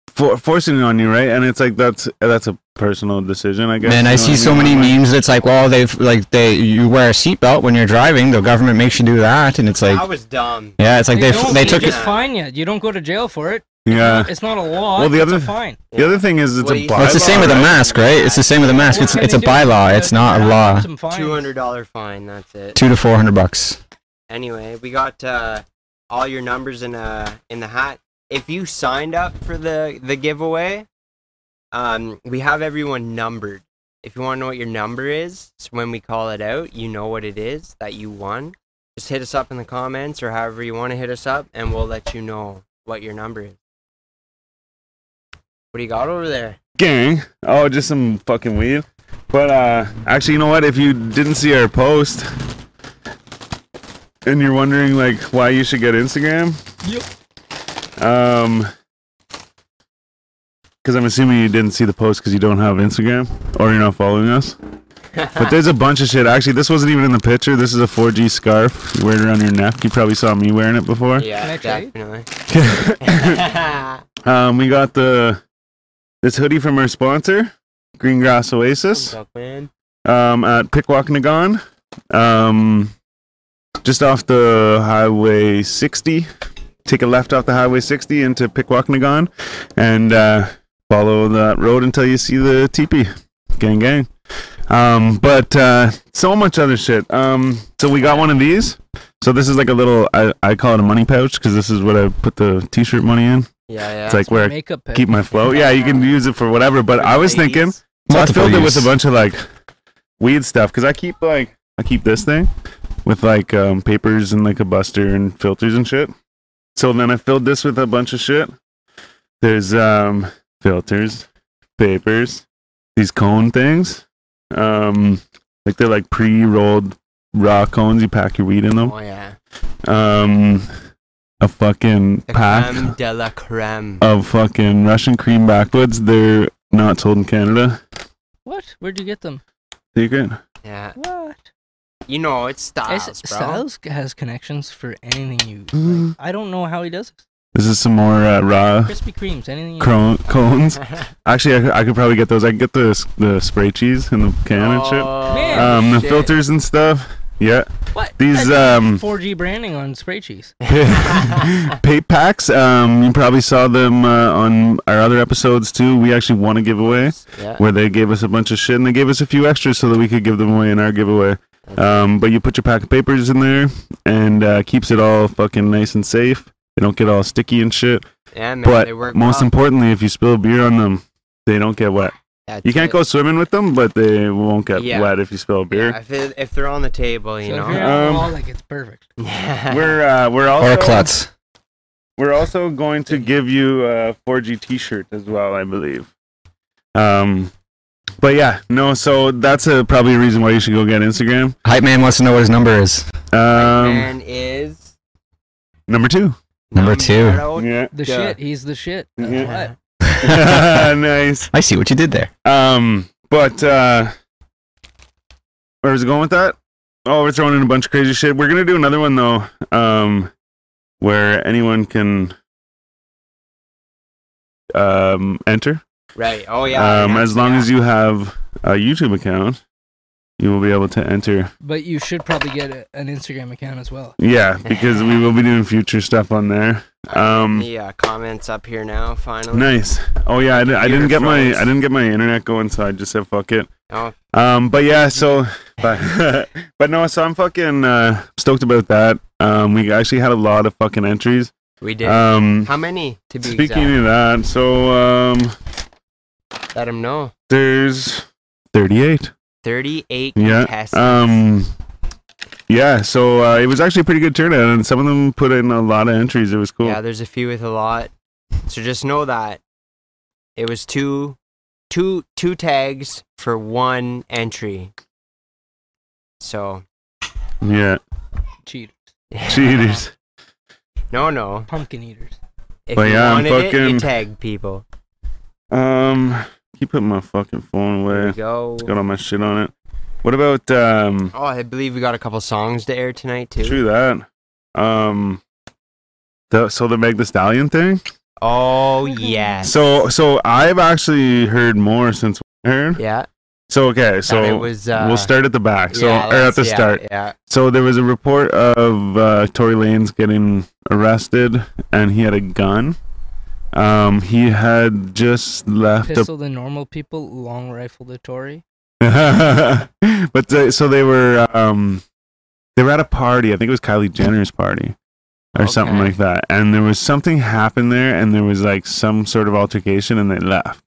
Speaker 2: for, forcing it on you, right? And it's like that's that's a personal decision, I guess.
Speaker 4: Man,
Speaker 2: you
Speaker 4: I
Speaker 2: know
Speaker 4: see
Speaker 2: what
Speaker 4: so
Speaker 2: mean?
Speaker 4: many
Speaker 2: Like,
Speaker 4: memes that's like, "Well, they've like they you wear a seatbelt when you're driving. The government makes you do that," and it's
Speaker 1: that
Speaker 4: like,
Speaker 1: was dumb.
Speaker 4: yeah, it's like they f-
Speaker 5: don't-
Speaker 4: they
Speaker 5: you
Speaker 4: took it. Uh,
Speaker 5: just fine yet. You don't go to jail for it.
Speaker 2: Yeah.
Speaker 5: It's not a law.
Speaker 2: Well, the
Speaker 5: it's
Speaker 2: other-
Speaker 5: a fine.
Speaker 2: The other thing is it's
Speaker 1: What do
Speaker 2: a
Speaker 1: you-
Speaker 2: bylaw.
Speaker 4: Well, it's the same with a
Speaker 2: right?
Speaker 4: mask, right? It's the same with a mask.
Speaker 5: What
Speaker 4: It's
Speaker 5: can
Speaker 4: it's
Speaker 5: they
Speaker 4: a
Speaker 5: do?
Speaker 4: bylaw.
Speaker 5: They're
Speaker 4: It's not a
Speaker 5: gonna
Speaker 4: law.
Speaker 5: have some fines.
Speaker 1: Two hundred dollar fine. That's it.
Speaker 4: Two to four hundred bucks.
Speaker 1: anyway, we got uh, all your numbers in uh in the hat. If you signed up for the the giveaway, um, we have everyone numbered. If you want to know what your number is, so when we call it out, you know what it is that you won. Just hit us up in the comments or however you want to hit us up, and we'll let you know what your number is. What do you got over there?
Speaker 2: gang. Oh, just some fucking weed. But uh actually, you know what? If you didn't see our post and you're wondering like why you should get Instagram, yep. Um cuz I'm assuming you didn't see the post cuz you don't have Instagram or you're not following us. but there's a bunch of shit. Actually, this wasn't even in the picture. This is a 4G scarf. You wear it around your neck. You probably saw me wearing it before.
Speaker 1: Yeah,
Speaker 5: I trade?
Speaker 1: definitely. [laughs]
Speaker 2: Um, we got the this hoodie from our sponsor, Greengrass Oasis.
Speaker 1: Duckman.
Speaker 2: um, at Pickwacknagon, um, just off the Highway 60. Take a left off the Highway 60 into Pickwacknagon and uh, follow that road until you see the teepee. Gang, gang. Um, but uh, so much other shit. Um, so we got one of these. So this is like a little, I, I call it a money pouch because this is what I put the t-shirt money in.
Speaker 1: Yeah, yeah.
Speaker 2: It's like where I
Speaker 5: Makeup.
Speaker 2: keep my flow. Yeah, you can use it for whatever. But I was thinking, so I
Speaker 4: Multiple
Speaker 2: filled it with
Speaker 4: use.
Speaker 2: a bunch of like weed stuff because I keep like I keep this thing with like um, papers and like a buster and filters and shit. So then I filled this with a bunch of shit. There's um filters, papers, these cone things. Um, like they're like pre-rolled raw cones. You pack your weed in them.
Speaker 1: Oh yeah.
Speaker 2: Um, a fucking
Speaker 1: The
Speaker 2: pack
Speaker 1: creme de la creme.
Speaker 2: of fucking Russian cream backwoods. They're not sold in Canada.
Speaker 5: What? Where'd you get them?
Speaker 2: Secret.
Speaker 1: Yeah.
Speaker 5: What?
Speaker 1: You know, it's
Speaker 5: Styles,
Speaker 1: Styles, bro. [laughs]
Speaker 5: Styles has connections for anything you.
Speaker 2: Mhm.
Speaker 5: Like, I don't know how he does it.
Speaker 2: This is some more uh, raw
Speaker 5: Krispy Kremes, anything. You
Speaker 2: cron-
Speaker 1: [laughs]
Speaker 2: cones. Actually, I, could- I could probably get those. I could get the s- the spray cheese and the can and shit.
Speaker 5: Man.
Speaker 2: Um, the
Speaker 1: Oh, shit.
Speaker 2: filters and stuff. Yeah, [laughs]
Speaker 5: What?
Speaker 2: these
Speaker 5: That's
Speaker 2: um
Speaker 5: 4G branding on spray cheese.
Speaker 2: pay packs. Um, you probably saw them uh, on our other episodes too. We actually won a giveaway
Speaker 1: Yeah.
Speaker 2: where they gave us a bunch of shit and they gave us a few extras so that we could give them away in our giveaway. Um, but you put your pack of papers in there and uh, keeps it all fucking nice and safe. They don't get all sticky and shit.
Speaker 1: yeah, man.
Speaker 2: but
Speaker 1: they work
Speaker 2: most
Speaker 1: well.
Speaker 2: importantly, if you spill beer on them, they don't get wet.
Speaker 1: That's
Speaker 2: You can't
Speaker 1: it.
Speaker 2: go swimming with them, but they won't get
Speaker 1: Yeah.
Speaker 2: wet if you spill beer.
Speaker 1: Yeah, if, it, if they're on the table, you
Speaker 5: so if you're
Speaker 1: [laughs]
Speaker 5: on
Speaker 1: know.
Speaker 5: the
Speaker 2: Um,
Speaker 5: wall, like it's perfect.
Speaker 1: [laughs]
Speaker 2: We're uh, we're
Speaker 4: Or
Speaker 2: also
Speaker 4: a klutz.
Speaker 2: we're also going to give you a 4G T-shirt as well, I believe. Um, but yeah, no. So that's a probably a reason why you should go get Instagram.
Speaker 4: Hype man wants to know what his number is.
Speaker 2: Um,
Speaker 1: man is
Speaker 2: number two.
Speaker 4: Number two.
Speaker 1: numero
Speaker 2: Yeah,
Speaker 5: The
Speaker 1: Yeah.
Speaker 5: shit. He's the shit. That's
Speaker 2: Yeah.
Speaker 5: what.
Speaker 2: [laughs] nice.
Speaker 4: [laughs] I see what you did there.
Speaker 2: Um, but uh, where was it going with that? Oh, we're throwing in a bunch of crazy shit. We're gonna do another one though, um, where anyone can um enter.
Speaker 1: Right. Oh yeah.
Speaker 2: um,
Speaker 1: yeah,
Speaker 2: as long
Speaker 1: yeah.
Speaker 2: as you have a YouTube account, you will be able to enter.
Speaker 5: But you should probably get a, an Instagram account as well.
Speaker 2: Yeah, because we will be doing future stuff on there. Um,
Speaker 1: the uh, comments up here now. Finally.
Speaker 2: nice. Oh yeah, I, di- I
Speaker 1: Computer
Speaker 2: didn't get my
Speaker 1: froze.
Speaker 2: I didn't get my internet going, so I just said fuck it.
Speaker 1: Oh,
Speaker 2: Um, but yeah, so [laughs] but, but no, so I'm fucking uh, stoked about that. Um, we actually had a lot of fucking entries.
Speaker 1: we did.
Speaker 2: Um,
Speaker 1: How many to be
Speaker 2: speaking
Speaker 1: exact?
Speaker 2: of that, so um,
Speaker 1: Let them know.
Speaker 2: there's 38.
Speaker 1: Thirty-eight
Speaker 2: Yeah,
Speaker 1: contestants.
Speaker 2: Um, yeah, so uh, it was actually a pretty good turnout, and some of them put in a lot of entries. It was cool.
Speaker 1: Yeah, there's a few with a lot. So just know that It was two, two, two tags for one entry. So
Speaker 2: Yeah, [laughs]
Speaker 5: Cheaters.
Speaker 2: cheaters.
Speaker 1: no, no.
Speaker 5: Pumpkin eaters.
Speaker 1: If
Speaker 2: But
Speaker 1: you
Speaker 2: yeah, I'm
Speaker 1: wanted it,
Speaker 2: fucking-
Speaker 1: you tagged people.
Speaker 2: Um, keep putting my fucking phone
Speaker 1: There you
Speaker 2: away.
Speaker 1: go.
Speaker 2: Got all my shit on it. What about um?
Speaker 1: Oh, I believe we got a couple songs to air tonight too.
Speaker 2: True that. Um, the so the Meg the Stallion thing.
Speaker 1: Oh yes.
Speaker 2: So so I've actually heard more since we heard.
Speaker 1: Yeah.
Speaker 2: So okay,
Speaker 1: So it
Speaker 2: so
Speaker 1: was. Uh,
Speaker 2: we'll start at the back. So
Speaker 1: yeah,
Speaker 2: or at
Speaker 1: let's-
Speaker 2: the
Speaker 1: yeah,
Speaker 2: start.
Speaker 1: Yeah.
Speaker 2: So there was a report of uh, Tory Lanez getting arrested, and he had a gun. Um, he had just left a
Speaker 5: Pistol the normal people, long rifle the Tory.
Speaker 2: [laughs] but uh, so they were um they were at a party i think it was kylie jenner's party or something
Speaker 1: Okay.
Speaker 2: like that and there was something happened there and there was like some sort of altercation and they left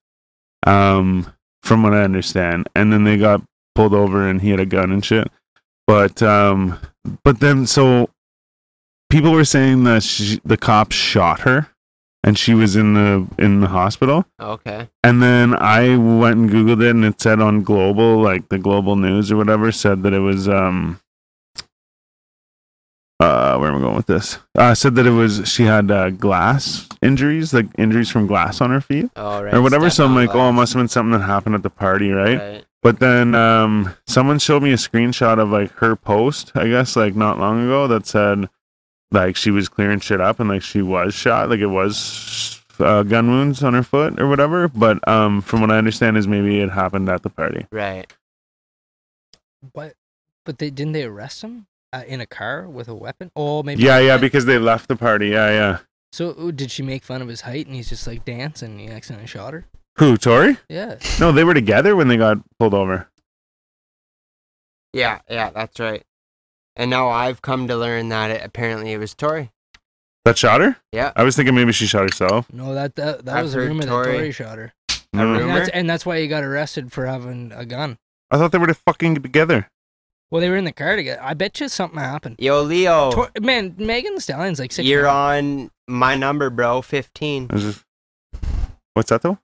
Speaker 2: um from what i understand and then they got pulled over and he had a gun and shit but um but then so people were saying that she, the cops shot her and she was in the in the hospital
Speaker 1: Okay.
Speaker 2: and then I went and Googled it, and it said on Global, like the Global News or whatever, said that it was um. Uh, where am I going with this? Uh, said that it was she had uh, glass injuries, like injuries from glass on her feet
Speaker 1: All right.
Speaker 2: or whatever. So I'm
Speaker 1: Stefan
Speaker 2: like, oh, it
Speaker 1: Lux.
Speaker 2: must have been something that happened at the party, right?
Speaker 1: Right.
Speaker 2: But then um, someone showed me a screenshot of like her post, I guess, like not long ago that said like she was clearing shit up and like she was shot, like it was uh, gun wounds on her foot or whatever. But um, from what I understand, is maybe it happened at the party.
Speaker 1: Right.
Speaker 5: What? But they didn't they arrest him uh, in a car with a weapon? Oh, maybe.
Speaker 2: Yeah, yeah,
Speaker 5: that-
Speaker 2: because they left the party. Yeah, yeah.
Speaker 5: so ooh, did she make fun of his height and he's just like dancing? And he accidentally shot her.
Speaker 2: Who, Tori?
Speaker 5: Yeah.
Speaker 2: No, they were together when they got pulled over.
Speaker 1: Yeah. Yeah. That's right. And now I've come to learn that it, apparently it was Tori.
Speaker 2: That shot her?
Speaker 1: Yeah.
Speaker 2: I was thinking maybe she shot herself.
Speaker 5: No, that that, that
Speaker 1: I've
Speaker 5: was a
Speaker 1: heard
Speaker 5: rumor that
Speaker 1: Tory-
Speaker 5: Tory shot her.
Speaker 1: A
Speaker 2: No.
Speaker 5: And
Speaker 1: rumor?
Speaker 5: that's, and that's why he got arrested for having a gun.
Speaker 2: I thought they were fucking together.
Speaker 5: Well, they were in the car together. I bet you something happened.
Speaker 1: Yo, Leo,
Speaker 5: Tor- man, Megan Thee Stallion's like six.
Speaker 1: Oh. you're
Speaker 5: nine.
Speaker 1: on my number, bro. Fifteen.
Speaker 2: I was just- What's that though?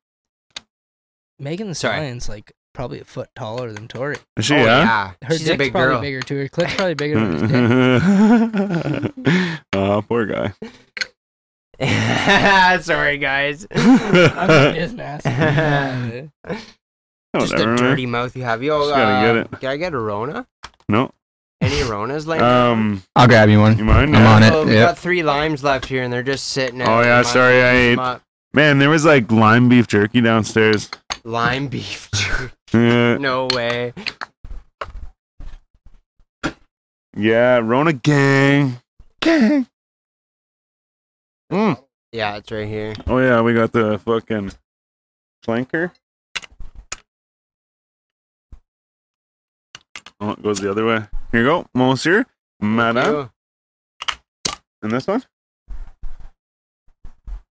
Speaker 5: Megan Thee
Speaker 1: Sorry.
Speaker 5: Stallion's like probably a foot taller than Tori.
Speaker 2: Is she
Speaker 1: Oh,
Speaker 2: yeah?
Speaker 5: Her
Speaker 1: She's
Speaker 5: dick's
Speaker 1: a big
Speaker 5: probably
Speaker 1: girl.
Speaker 5: bigger too. Her clip's
Speaker 1: [laughs]
Speaker 5: probably bigger than his dick.
Speaker 2: [laughs] oh, poor guy.
Speaker 1: [laughs] Sorry, guys.
Speaker 2: [laughs]
Speaker 5: I'm just being nasty. Yeah.
Speaker 1: [laughs] Just
Speaker 2: Whatever,
Speaker 1: the
Speaker 2: man.
Speaker 1: dirty mouth you have. Yo,
Speaker 2: Just gotta
Speaker 1: uh,
Speaker 2: get it.
Speaker 1: can I get a Rona?
Speaker 2: No.
Speaker 1: Any
Speaker 2: [laughs]
Speaker 1: Ronas laying? around?
Speaker 2: Um,
Speaker 4: I'll grab you one.
Speaker 2: you mind? Uh,
Speaker 4: I'm
Speaker 2: Yeah.
Speaker 4: on it.
Speaker 1: Oh, we
Speaker 4: yeah.
Speaker 1: got three limes left here, and they're just sitting. out
Speaker 2: Oh,
Speaker 1: in
Speaker 2: yeah,
Speaker 1: my-
Speaker 2: sorry, I ate.
Speaker 1: my-
Speaker 2: Man, there was like lime beef jerky downstairs. Uh,
Speaker 1: lime beef. [laughs]
Speaker 2: [laughs]
Speaker 1: jerky.
Speaker 2: Yeah,
Speaker 1: no way.
Speaker 2: yeah Rona gang. Gang. Mm.
Speaker 1: Yeah, it's right here.
Speaker 2: Oh, yeah, we got the fucking flanker. Oh, it goes the other way. Here you go, Monsieur, Madame.
Speaker 1: Yo,
Speaker 2: And this one?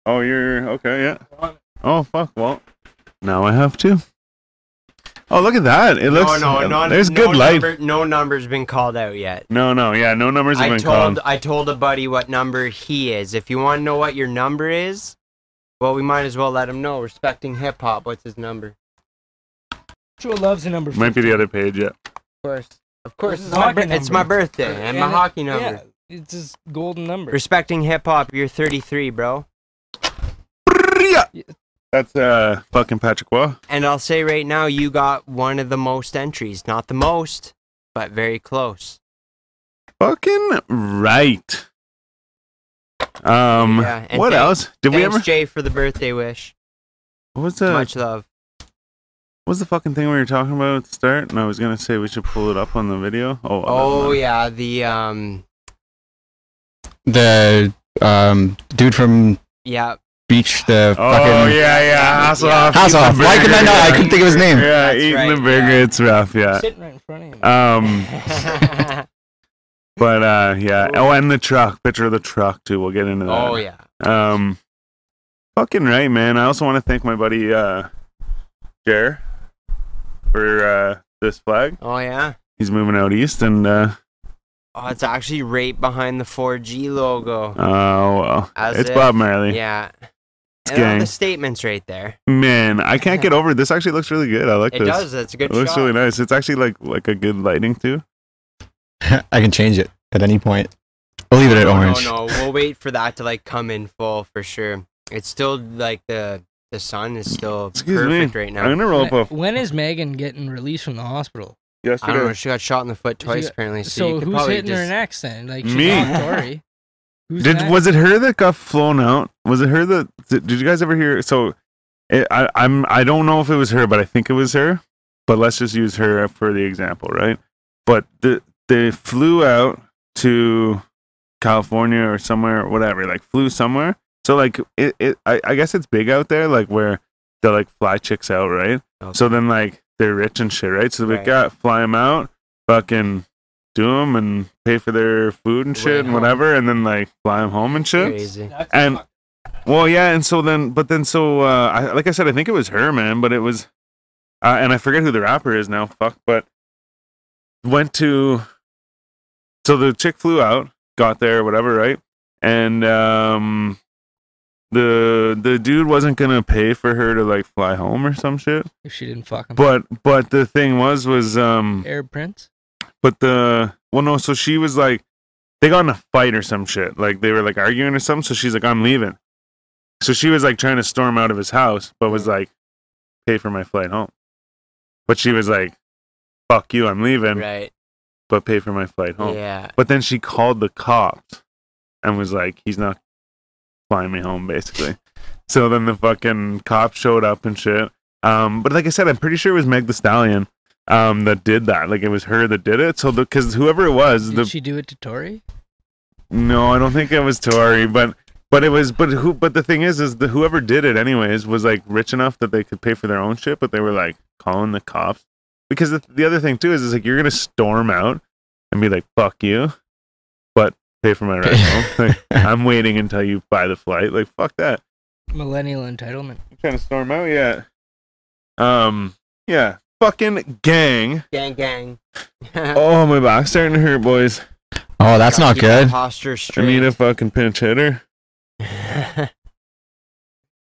Speaker 2: Oh, you're okay, yeah. Oh, fuck, well, now I have two. Oh, look at that. It looks.
Speaker 1: no, no, no.
Speaker 2: There's
Speaker 1: no
Speaker 2: good light.
Speaker 1: Number, no number's been called out yet.
Speaker 2: No, no, yeah, no numbers have
Speaker 1: I
Speaker 2: been
Speaker 1: told
Speaker 2: called.
Speaker 1: I told a buddy what number he is. If you want to know what your number is, well, we might as well let him know. Respecting hip hop, what's his number?
Speaker 5: Joe loves the number.
Speaker 2: Might be the other page, yeah.
Speaker 1: Of course, of course,
Speaker 5: This
Speaker 1: it's
Speaker 5: is
Speaker 1: my,
Speaker 5: hockey
Speaker 1: bir- it's
Speaker 5: number.
Speaker 1: my birthday and my
Speaker 5: And it-
Speaker 1: hockey number.
Speaker 5: Yeah, it's his golden number.
Speaker 1: Respecting hip hop, you're 33, bro.
Speaker 2: That's uh fucking Patrick Waugh.
Speaker 1: And I'll say right now, you got one of the most entries. Not the most, but very close.
Speaker 2: Fucking right. Um,
Speaker 1: Yeah, and
Speaker 2: what
Speaker 1: thank-
Speaker 2: else? Did we
Speaker 1: Thanks,
Speaker 2: ever? Uh,
Speaker 1: Jay, for the birthday wish.
Speaker 2: What was the
Speaker 1: Much love.
Speaker 2: what was the fucking thing we were talking about at the start? And I was gonna say we should pull it up on the video. Oh,
Speaker 1: Oh yeah, the um,
Speaker 4: The um, dude from
Speaker 2: [laughs]
Speaker 1: yeah,
Speaker 4: Beach, the
Speaker 2: Oh
Speaker 4: fucking
Speaker 2: yeah, yeah. House off.
Speaker 4: house
Speaker 2: eat the
Speaker 4: off. Why
Speaker 2: burger,
Speaker 4: could I not? I
Speaker 2: yeah.
Speaker 4: couldn't think of his name.
Speaker 2: Yeah,
Speaker 1: That's
Speaker 2: eating the
Speaker 1: right,
Speaker 2: burger.
Speaker 1: yeah.
Speaker 2: It's rough. Yeah.
Speaker 5: Sitting right in front of him.
Speaker 2: Um, but uh, yeah. Oh, and the truck. Picture of the truck too. We'll get into that.
Speaker 1: [laughs] oh yeah.
Speaker 2: Um, fucking right, man. I also want to thank my buddy uh, Jer for uh, this flag.
Speaker 1: Oh yeah.
Speaker 2: He's moving out east, and uh,
Speaker 1: Oh, it's actually right behind the 4G logo.
Speaker 2: oh well,
Speaker 1: As
Speaker 2: it's
Speaker 1: if-
Speaker 2: Bob Marley.
Speaker 1: Yeah. And all
Speaker 2: gang.
Speaker 1: the statements right there.
Speaker 2: Man, I can't
Speaker 1: [laughs]
Speaker 2: get over it. this. Actually, looks really good. I like
Speaker 1: It
Speaker 2: this.
Speaker 1: does. That's a good
Speaker 2: it looks
Speaker 1: shot.
Speaker 2: really nice. It's actually like like a good lighting too.
Speaker 4: [laughs] I can change it at any point. I'll leave it at
Speaker 1: Oh, No,
Speaker 4: orange.
Speaker 1: No, no, we'll wait for that to like come in full for sure. It's still like the the sun is still
Speaker 2: Excuse me.
Speaker 1: perfect right now.
Speaker 2: I'm gonna roll
Speaker 1: [laughs]
Speaker 2: up a
Speaker 5: When is Megan getting released from the hospital?
Speaker 1: I don't know.
Speaker 2: yesterday.
Speaker 1: She got shot in the foot twice
Speaker 5: got-
Speaker 1: apparently. So,
Speaker 5: So,
Speaker 1: you could
Speaker 5: who's
Speaker 1: probably
Speaker 5: hitting
Speaker 1: just,
Speaker 5: her next then? Like she
Speaker 2: Me.
Speaker 1: [laughs]
Speaker 5: got Dory. Who's
Speaker 2: Did
Speaker 5: next?
Speaker 2: was it her that got flown out? Was it her that did, did you guys ever hear? So, it, I, I'm I don't know if it was her, but I think it was her. But let's just use her for the example, right? But the they flew out to California or somewhere, or whatever. Like flew somewhere. So like it, it I, I guess it's big out there, like where they like fly chicks out, right? So then like they're rich and shit, right? So we
Speaker 1: Right.
Speaker 2: got fly them out, fucking do them and pay for their food and
Speaker 1: Way
Speaker 2: shit and
Speaker 1: home.
Speaker 2: whatever, and then like fly them home and shit.
Speaker 1: crazy.
Speaker 2: And well, yeah, and so then, but then, so uh, I, like I said, I think it was her, man, but it was, uh, and I forget who the rapper is now. Fuck, but went to, so the chick flew out, got there, whatever, right, and um, the the dude wasn't gonna pay for her to like fly home or some shit,
Speaker 5: If she didn't fuck him.
Speaker 2: but but the thing was was um
Speaker 5: Arab Prince.
Speaker 2: but the well no so she was like they got in a fight or some shit like they were like arguing or something so she's like i'm leaving so she was like trying to storm out of his house but was like pay for my flight home but she was like fuck you i'm leaving
Speaker 1: Right.
Speaker 2: but pay for my flight home
Speaker 1: Yeah.
Speaker 2: but then she called the cops and was like he's not flying me home basically so then the fucking cops showed up and shit um, but like I said, I'm pretty sure it was Meg the Stallion um, that did that. Like it was her that did it. So because whoever it was,
Speaker 5: Did
Speaker 2: the
Speaker 5: she do it to Tori?
Speaker 2: no, I don't think it was Tori, but but it was but who but the thing is is the whoever did it anyways was like rich enough that they could pay for their own shit, but they were like calling the cops because the, the other thing too is is like you're gonna storm out and be like fuck you, but pay for my ride home. Like, I'm waiting until you buy the flight. Like fuck that.
Speaker 5: Millennial entitlement.
Speaker 2: I'm trying to storm out. Yeah. Um. Yeah. Fucking gang.
Speaker 1: Gang [laughs] gang.
Speaker 2: Oh, my back's starting to hurt, boys.
Speaker 4: Oh, that's not
Speaker 1: Keep your
Speaker 4: good.
Speaker 1: Posture
Speaker 2: I need a
Speaker 1: straight.
Speaker 2: fucking pinch hitter. I'm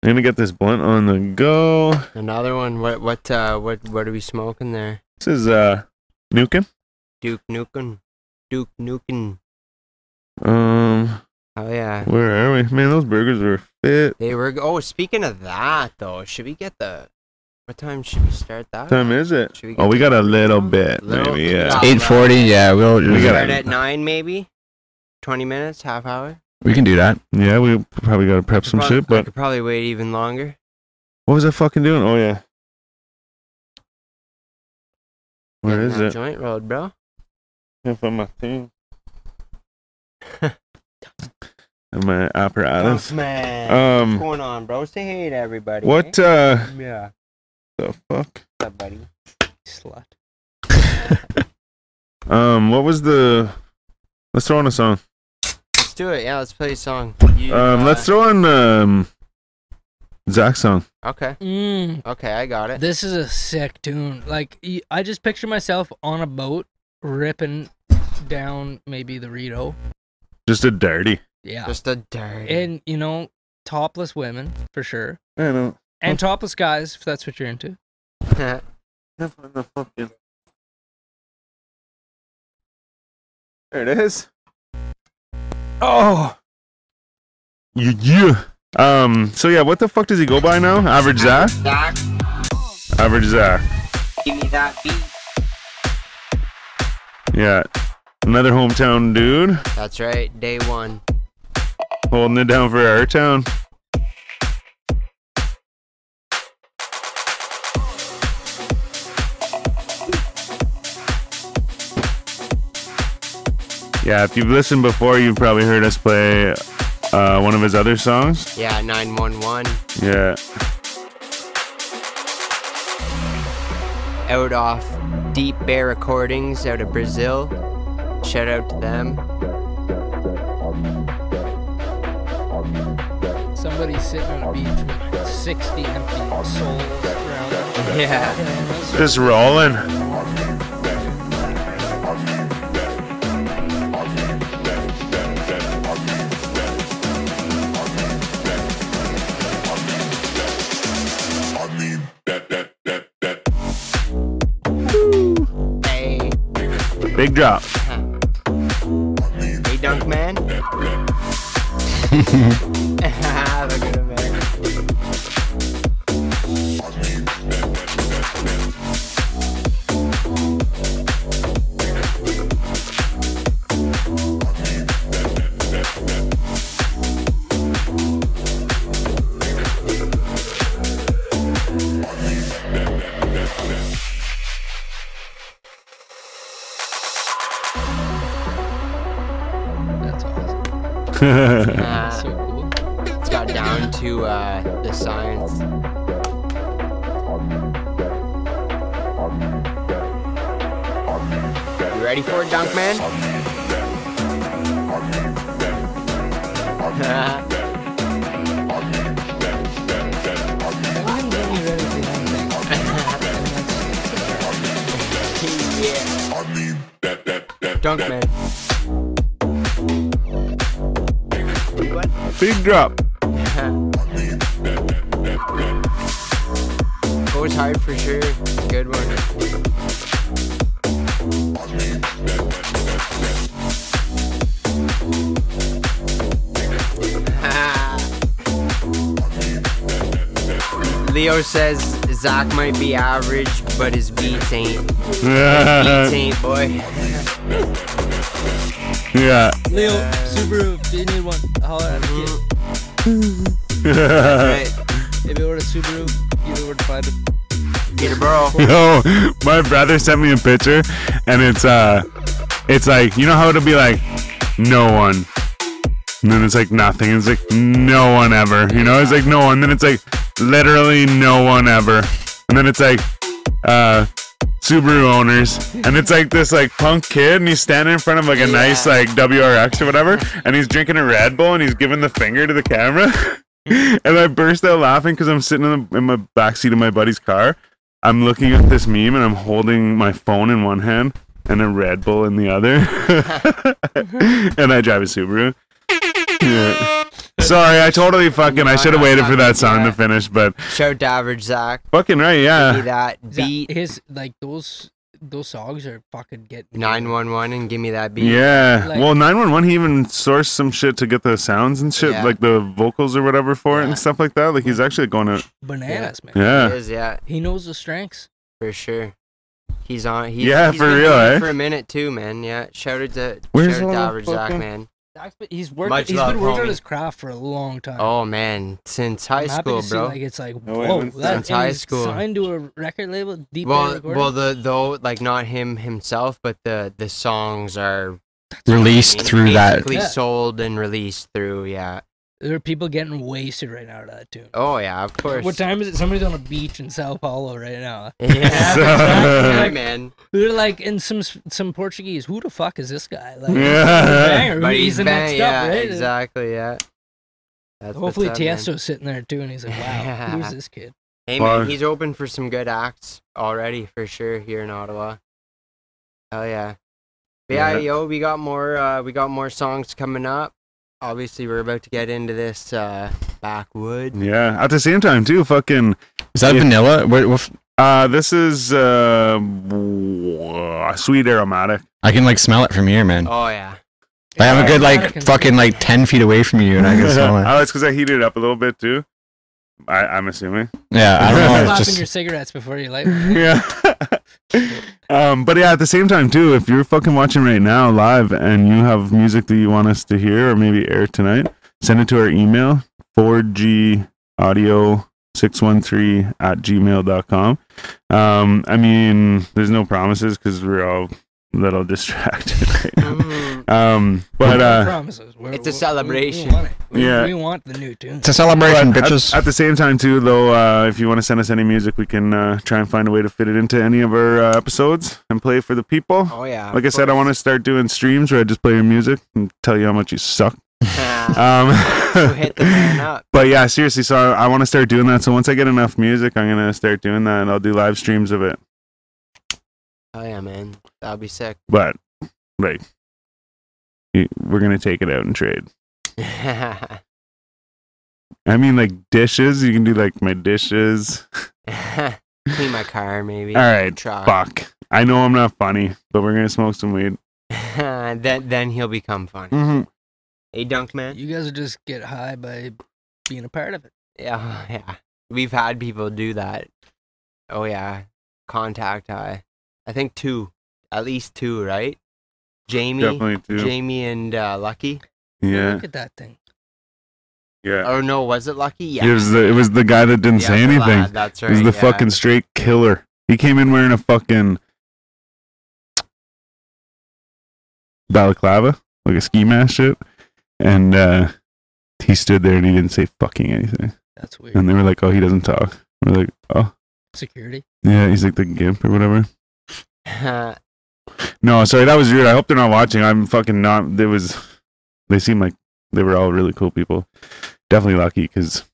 Speaker 2: gonna get this blunt on the go.
Speaker 1: [laughs] Another one. What what uh what what are we smoking there?
Speaker 2: This is uh Nukem.
Speaker 1: Duke Nukem. Duke Nukem.
Speaker 2: Um,
Speaker 1: Oh yeah.
Speaker 2: where are we? Man, those burgers were fit.
Speaker 1: They were. Oh, speaking of that though, should we get the? What time should we start that?
Speaker 2: What time is it?
Speaker 1: Should we
Speaker 2: Oh, we got a little bit,
Speaker 1: Little-
Speaker 2: maybe. Yeah.
Speaker 1: Yeah.
Speaker 4: Eight forty. Yeah, we'll
Speaker 2: We
Speaker 4: we,
Speaker 2: got
Speaker 1: start
Speaker 2: it.
Speaker 1: at nine maybe. Twenty minutes, half hour.
Speaker 4: can do that.
Speaker 2: Yeah, we probably gotta prep some
Speaker 1: Prob-
Speaker 2: shit.
Speaker 1: I
Speaker 2: But
Speaker 1: could probably wait even longer.
Speaker 2: what was I fucking doing? Oh yeah. Where
Speaker 1: Getting
Speaker 2: is
Speaker 1: that
Speaker 2: it?
Speaker 1: Joint road,
Speaker 2: [laughs]
Speaker 1: bro.
Speaker 2: Can't find my thing. And my apparatus.
Speaker 1: [laughs] man.
Speaker 2: Um,
Speaker 1: going on, bro? Say hey to everybody.
Speaker 2: What? uh
Speaker 1: Yeah.
Speaker 2: The fuck?
Speaker 1: What's up, buddy?
Speaker 5: Slut.
Speaker 2: Um, what was the? Let's throw on a song.
Speaker 1: Let's do it. Yeah, let's play a song. You,
Speaker 2: Um,
Speaker 1: uh,
Speaker 2: let's throw on um Zach's song.
Speaker 1: uh, Okay.
Speaker 5: Mm,
Speaker 1: Okay, I got it.
Speaker 5: this is a sick tune. Like y- I just picture myself on a boat ripping down maybe the Rito.
Speaker 2: Just a dirty.
Speaker 5: Yeah.
Speaker 1: Just a dirty. [laughs]
Speaker 5: and you know, topless women for sure.
Speaker 2: I don't.
Speaker 5: And topless guys, if that's what you're into.
Speaker 2: can't find the fucking. There it is. Oh. Yeah, yeah. Um. So yeah, what the fuck does he go by now? Average Zach.
Speaker 1: Zach,
Speaker 2: Average Zach.
Speaker 1: give me that beat.
Speaker 2: Yeah. Another hometown dude
Speaker 1: That's right. Day one.
Speaker 2: holding it down for our town. Yeah, if you've listened before, you've probably heard us play uh, one of his other songs.
Speaker 1: Yeah, nine one one.
Speaker 2: Yeah,
Speaker 1: Out off Deep Bear Recordings out of Brazil. Shout out to them.
Speaker 5: Somebody sitting on a beach with 60 empty souls around them.
Speaker 1: Yeah.
Speaker 2: just rolling. Big drop.
Speaker 1: Hey, Dunk Man. [laughs] Look at him, man.
Speaker 5: That's awesome.
Speaker 1: Uh,
Speaker 5: So cool.
Speaker 1: it's got down to uh, the science. You ready for it, Dunk Man? [laughs] yeah. Dunk Man. What?
Speaker 2: Big drop.
Speaker 1: Goes hard for sure. Good one. [laughs] Leo says Zach might be average, but his beats ain't.
Speaker 2: [laughs]
Speaker 1: Beats
Speaker 2: yeah.
Speaker 1: ain't, boy.
Speaker 5: Leo, Subaru, if you need one, holler at me.
Speaker 2: uh,
Speaker 1: Right.
Speaker 5: If you order a Subaru, you know where to find it.
Speaker 1: Peterborough.
Speaker 2: [laughs] Yo, my brother sent me a picture, and it's uh, it's like you know how it'll be like, no one, and then it's like nothing. It's like no one ever. You know, it's like no one. Then it's like literally no one ever, and then it's like, uh. Subaru owners, and it's like this like punk kid, and he's standing in front of like a nice like WRX or whatever, and he's drinking a Red Bull, and he's giving the finger to the camera, [laughs] and I burst out laughing because I'm sitting in, the, in my backseat of my buddy's car, I'm looking at this meme and I'm holding my phone in one hand and a Red Bull in the other. [laughs] and I drive a Subaru. Yeah. Sorry, I totally fucking I should have waited for that song to finish, but
Speaker 1: Shout to average Zach.
Speaker 2: fucking right,
Speaker 1: Be
Speaker 2: yeah.
Speaker 1: that
Speaker 5: Zach,
Speaker 1: beat.
Speaker 5: his like those those songs are fucking getting me.
Speaker 1: 911 and give me that beat.
Speaker 2: Yeah. Well, 911 he even sourced some shit to get the sounds and shit,
Speaker 1: Yeah.
Speaker 2: like the vocals or whatever for it and stuff like that. Like he's actually going to
Speaker 5: bananas, man.
Speaker 1: He
Speaker 2: Yeah.
Speaker 1: is, yeah,
Speaker 5: He knows the strengths.
Speaker 1: for sure. He's on. He's,
Speaker 2: Yeah,
Speaker 1: he's
Speaker 2: for
Speaker 1: been
Speaker 2: real,
Speaker 1: doing it
Speaker 2: eh?
Speaker 1: For a minute too, man. Yeah, shout out to
Speaker 2: Where's
Speaker 1: shout out
Speaker 2: the
Speaker 1: to average Zach,
Speaker 2: motherfucker?
Speaker 1: man.
Speaker 5: Zach's been- He's working.
Speaker 1: Much
Speaker 5: He's
Speaker 1: love,
Speaker 5: been working
Speaker 1: homie.
Speaker 5: on his craft for a long time.
Speaker 1: Oh man, since high
Speaker 5: I'm happy
Speaker 1: school,
Speaker 5: to see,
Speaker 1: bro.
Speaker 5: like it's like
Speaker 2: No, wait,
Speaker 5: whoa,
Speaker 2: when-
Speaker 5: that-
Speaker 1: Since high
Speaker 5: and he's
Speaker 1: school.
Speaker 5: signed to a record label. Deep Bay
Speaker 1: well,
Speaker 5: Recording.
Speaker 1: well, the though, like not him himself, but the the songs are
Speaker 4: Released through that.
Speaker 1: basically
Speaker 5: Yeah.
Speaker 1: sold and released through. Yeah.
Speaker 5: there are people getting wasted right now to that tune.
Speaker 1: Oh yeah, of course. [laughs]
Speaker 5: What time is it? Somebody's on a beach in Sao Paulo right now.
Speaker 1: Yeah,
Speaker 2: So-
Speaker 1: yeah, man.
Speaker 5: They're like in some some Portuguese. Who the fuck is this guy? Like,
Speaker 2: Yeah.
Speaker 5: banger.
Speaker 1: [laughs] But
Speaker 5: he's,
Speaker 1: he's
Speaker 5: the
Speaker 1: bang,
Speaker 5: next
Speaker 1: yeah,
Speaker 5: up, right?
Speaker 1: exactly, yeah. That's what's
Speaker 5: Hopefully
Speaker 1: up, man.
Speaker 5: Tiesto's sitting there too, and he's like, "Wow,
Speaker 1: [laughs]
Speaker 5: who's this kid?"
Speaker 1: Hey
Speaker 2: Or-
Speaker 1: man, he's open for some good acts already for sure here in Ottawa. Hell yeah. But yeah,
Speaker 2: Yeah.
Speaker 1: yo, we got more uh we got more songs coming up. Obviously we're about to get into this uh backwood.
Speaker 2: Yeah. At the same time, too, fucking
Speaker 4: Is that
Speaker 2: Yeah.
Speaker 4: vanilla? What, what,
Speaker 2: uh this is uh w- uh, sweet aromatic.
Speaker 4: I can like smell it from here, man.
Speaker 1: Oh yeah.
Speaker 4: I have a good
Speaker 5: I
Speaker 4: like
Speaker 5: can-
Speaker 4: fucking like ten feet away from you, and I can
Speaker 2: [laughs]
Speaker 4: smell it.
Speaker 2: oh, it's because I heated it up a little bit too. I, I'm assuming.
Speaker 4: Yeah, I don't know.
Speaker 5: Slapping
Speaker 4: It's just
Speaker 5: your cigarettes before
Speaker 2: [laughs]
Speaker 5: you light. one.
Speaker 2: yeah. um, but yeah, at the same time too, if you're fucking watching right now live and you have music that you want us to hear or maybe air tonight, send it to our email 4G audio 613 at gmail.com. Um, I mean, there's no promises because we're all a little [laughs] distracted right now.
Speaker 1: Mm,
Speaker 2: Um, but
Speaker 5: No
Speaker 2: uh,
Speaker 5: promises. We're-
Speaker 1: it's a
Speaker 5: we- we-
Speaker 1: celebration.
Speaker 5: We, want it. We,
Speaker 2: Yeah.
Speaker 5: we want the new tune.
Speaker 4: it's a celebration,
Speaker 2: But at-
Speaker 4: bitches.
Speaker 2: At, the same time, too, though, uh, if you want to send us any music, we can uh, try and find a way to fit it into any of our uh, episodes and play for the people.
Speaker 1: oh yeah.
Speaker 2: like I said, I want to start doing streams where I just play your music and tell you how much you suck. [laughs]
Speaker 1: to [laughs]
Speaker 2: Um,
Speaker 1: hit the man up.
Speaker 2: but yeah, seriously, so I, I want to start doing that. So once I get enough music, I'm gonna start doing that, and I'll do live streams of it.
Speaker 1: Oh yeah, man. That'd be sick. [laughs]
Speaker 2: But like, y- we're gonna take it out and trade. I mean, like dishes. You can do like my dishes.
Speaker 1: Clean my car maybe.
Speaker 2: All right,
Speaker 1: Truck.
Speaker 2: fuck. I know I'm not funny, but we're gonna smoke some weed.
Speaker 1: [laughs] then then he'll become funny.
Speaker 2: Mm-hmm.
Speaker 1: Hey, Dunk Man.
Speaker 5: You guys will just get high by being a part of it.
Speaker 1: Yeah, [laughs] yeah. We've had people do that. Oh yeah, contact high. I think two, at least two, right? Jamie,
Speaker 2: Definitely too.
Speaker 1: Jamie and uh, Lucky.
Speaker 2: Yeah,
Speaker 5: Look at that thing.
Speaker 2: yeah.
Speaker 1: Oh no, was it Lucky? Yeah.
Speaker 2: It was the it was the guy that didn't
Speaker 1: Yeah,
Speaker 2: say
Speaker 1: the
Speaker 2: anything.
Speaker 1: lad, that's
Speaker 2: it
Speaker 1: right.
Speaker 2: was the
Speaker 1: yeah. [laughs]
Speaker 2: fucking straight killer. He came in wearing a fucking balaclava, like a ski mask shit, and uh, he stood there and he didn't say fucking anything.
Speaker 5: That's weird.
Speaker 2: And they were like, "Oh, he doesn't talk." We're like, "Oh,
Speaker 5: Security.
Speaker 2: yeah, he's like the gimp or whatever."
Speaker 1: Uh,
Speaker 2: No, sorry, that was rude. I hope they're not watching. I'm fucking not. There was, they seem like they were all really cool people. Definitely lucky because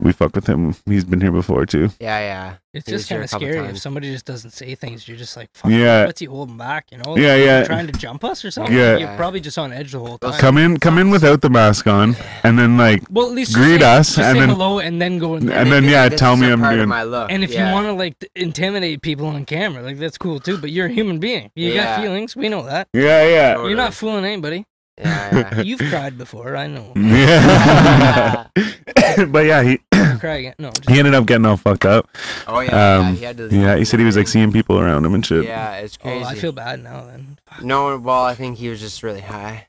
Speaker 2: we fuck with him. He's been here before too.
Speaker 1: yeah, yeah.
Speaker 5: It's
Speaker 1: He was
Speaker 5: just
Speaker 1: here
Speaker 5: kind
Speaker 1: a
Speaker 5: of
Speaker 1: couple
Speaker 5: scary if
Speaker 1: times.
Speaker 5: somebody just doesn't say things. You're just like, fuck,
Speaker 2: Yeah.
Speaker 5: what's he holding back? You know,
Speaker 2: Yeah,
Speaker 5: Like,
Speaker 2: yeah.
Speaker 5: trying to jump us or something.
Speaker 2: Yeah.
Speaker 5: you're probably just on edge the whole
Speaker 1: Those
Speaker 5: time.
Speaker 2: Come in, come in without the mask on, and then like,
Speaker 5: well, at least just
Speaker 2: greet
Speaker 5: say-
Speaker 2: us
Speaker 5: just
Speaker 2: and
Speaker 5: say
Speaker 2: then-
Speaker 5: hello and then go. In there.
Speaker 2: And then,
Speaker 1: Maybe
Speaker 2: yeah,
Speaker 1: this
Speaker 2: tell
Speaker 1: is
Speaker 2: me
Speaker 1: a
Speaker 2: I'm
Speaker 1: part of
Speaker 2: doing-
Speaker 1: my look.
Speaker 5: And if
Speaker 1: yeah.
Speaker 5: you want to like t- intimidate people on camera, like that's cool too. But you're a human being. You
Speaker 1: Yeah.
Speaker 5: got feelings. We know that.
Speaker 2: yeah,
Speaker 1: Totally.
Speaker 5: You're not fooling anybody.
Speaker 1: [laughs] Yeah, yeah.
Speaker 5: You've cried before.
Speaker 2: [laughs]
Speaker 5: I know.
Speaker 2: yeah, yeah. [laughs] but yeah, he
Speaker 5: Cry again. No. Just,
Speaker 2: he ended up getting all fucked up.
Speaker 1: Oh yeah. yeah,
Speaker 2: Um,
Speaker 1: he had to leave
Speaker 2: Yeah, he said he was like
Speaker 1: everything.
Speaker 2: seeing people around him and shit.
Speaker 1: Yeah, it's crazy.
Speaker 5: oh, I feel bad now. Then. [laughs]
Speaker 1: No, well, I think he was just really high.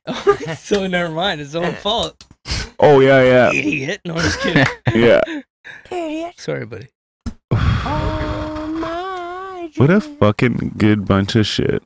Speaker 5: so never mind. It's his own fault.
Speaker 2: Oh yeah, yeah,
Speaker 5: Idiot. No, I'm just kidding.
Speaker 2: [laughs] yeah.
Speaker 5: [laughs] Sorry, buddy.
Speaker 2: What a fucking good bunch of shit.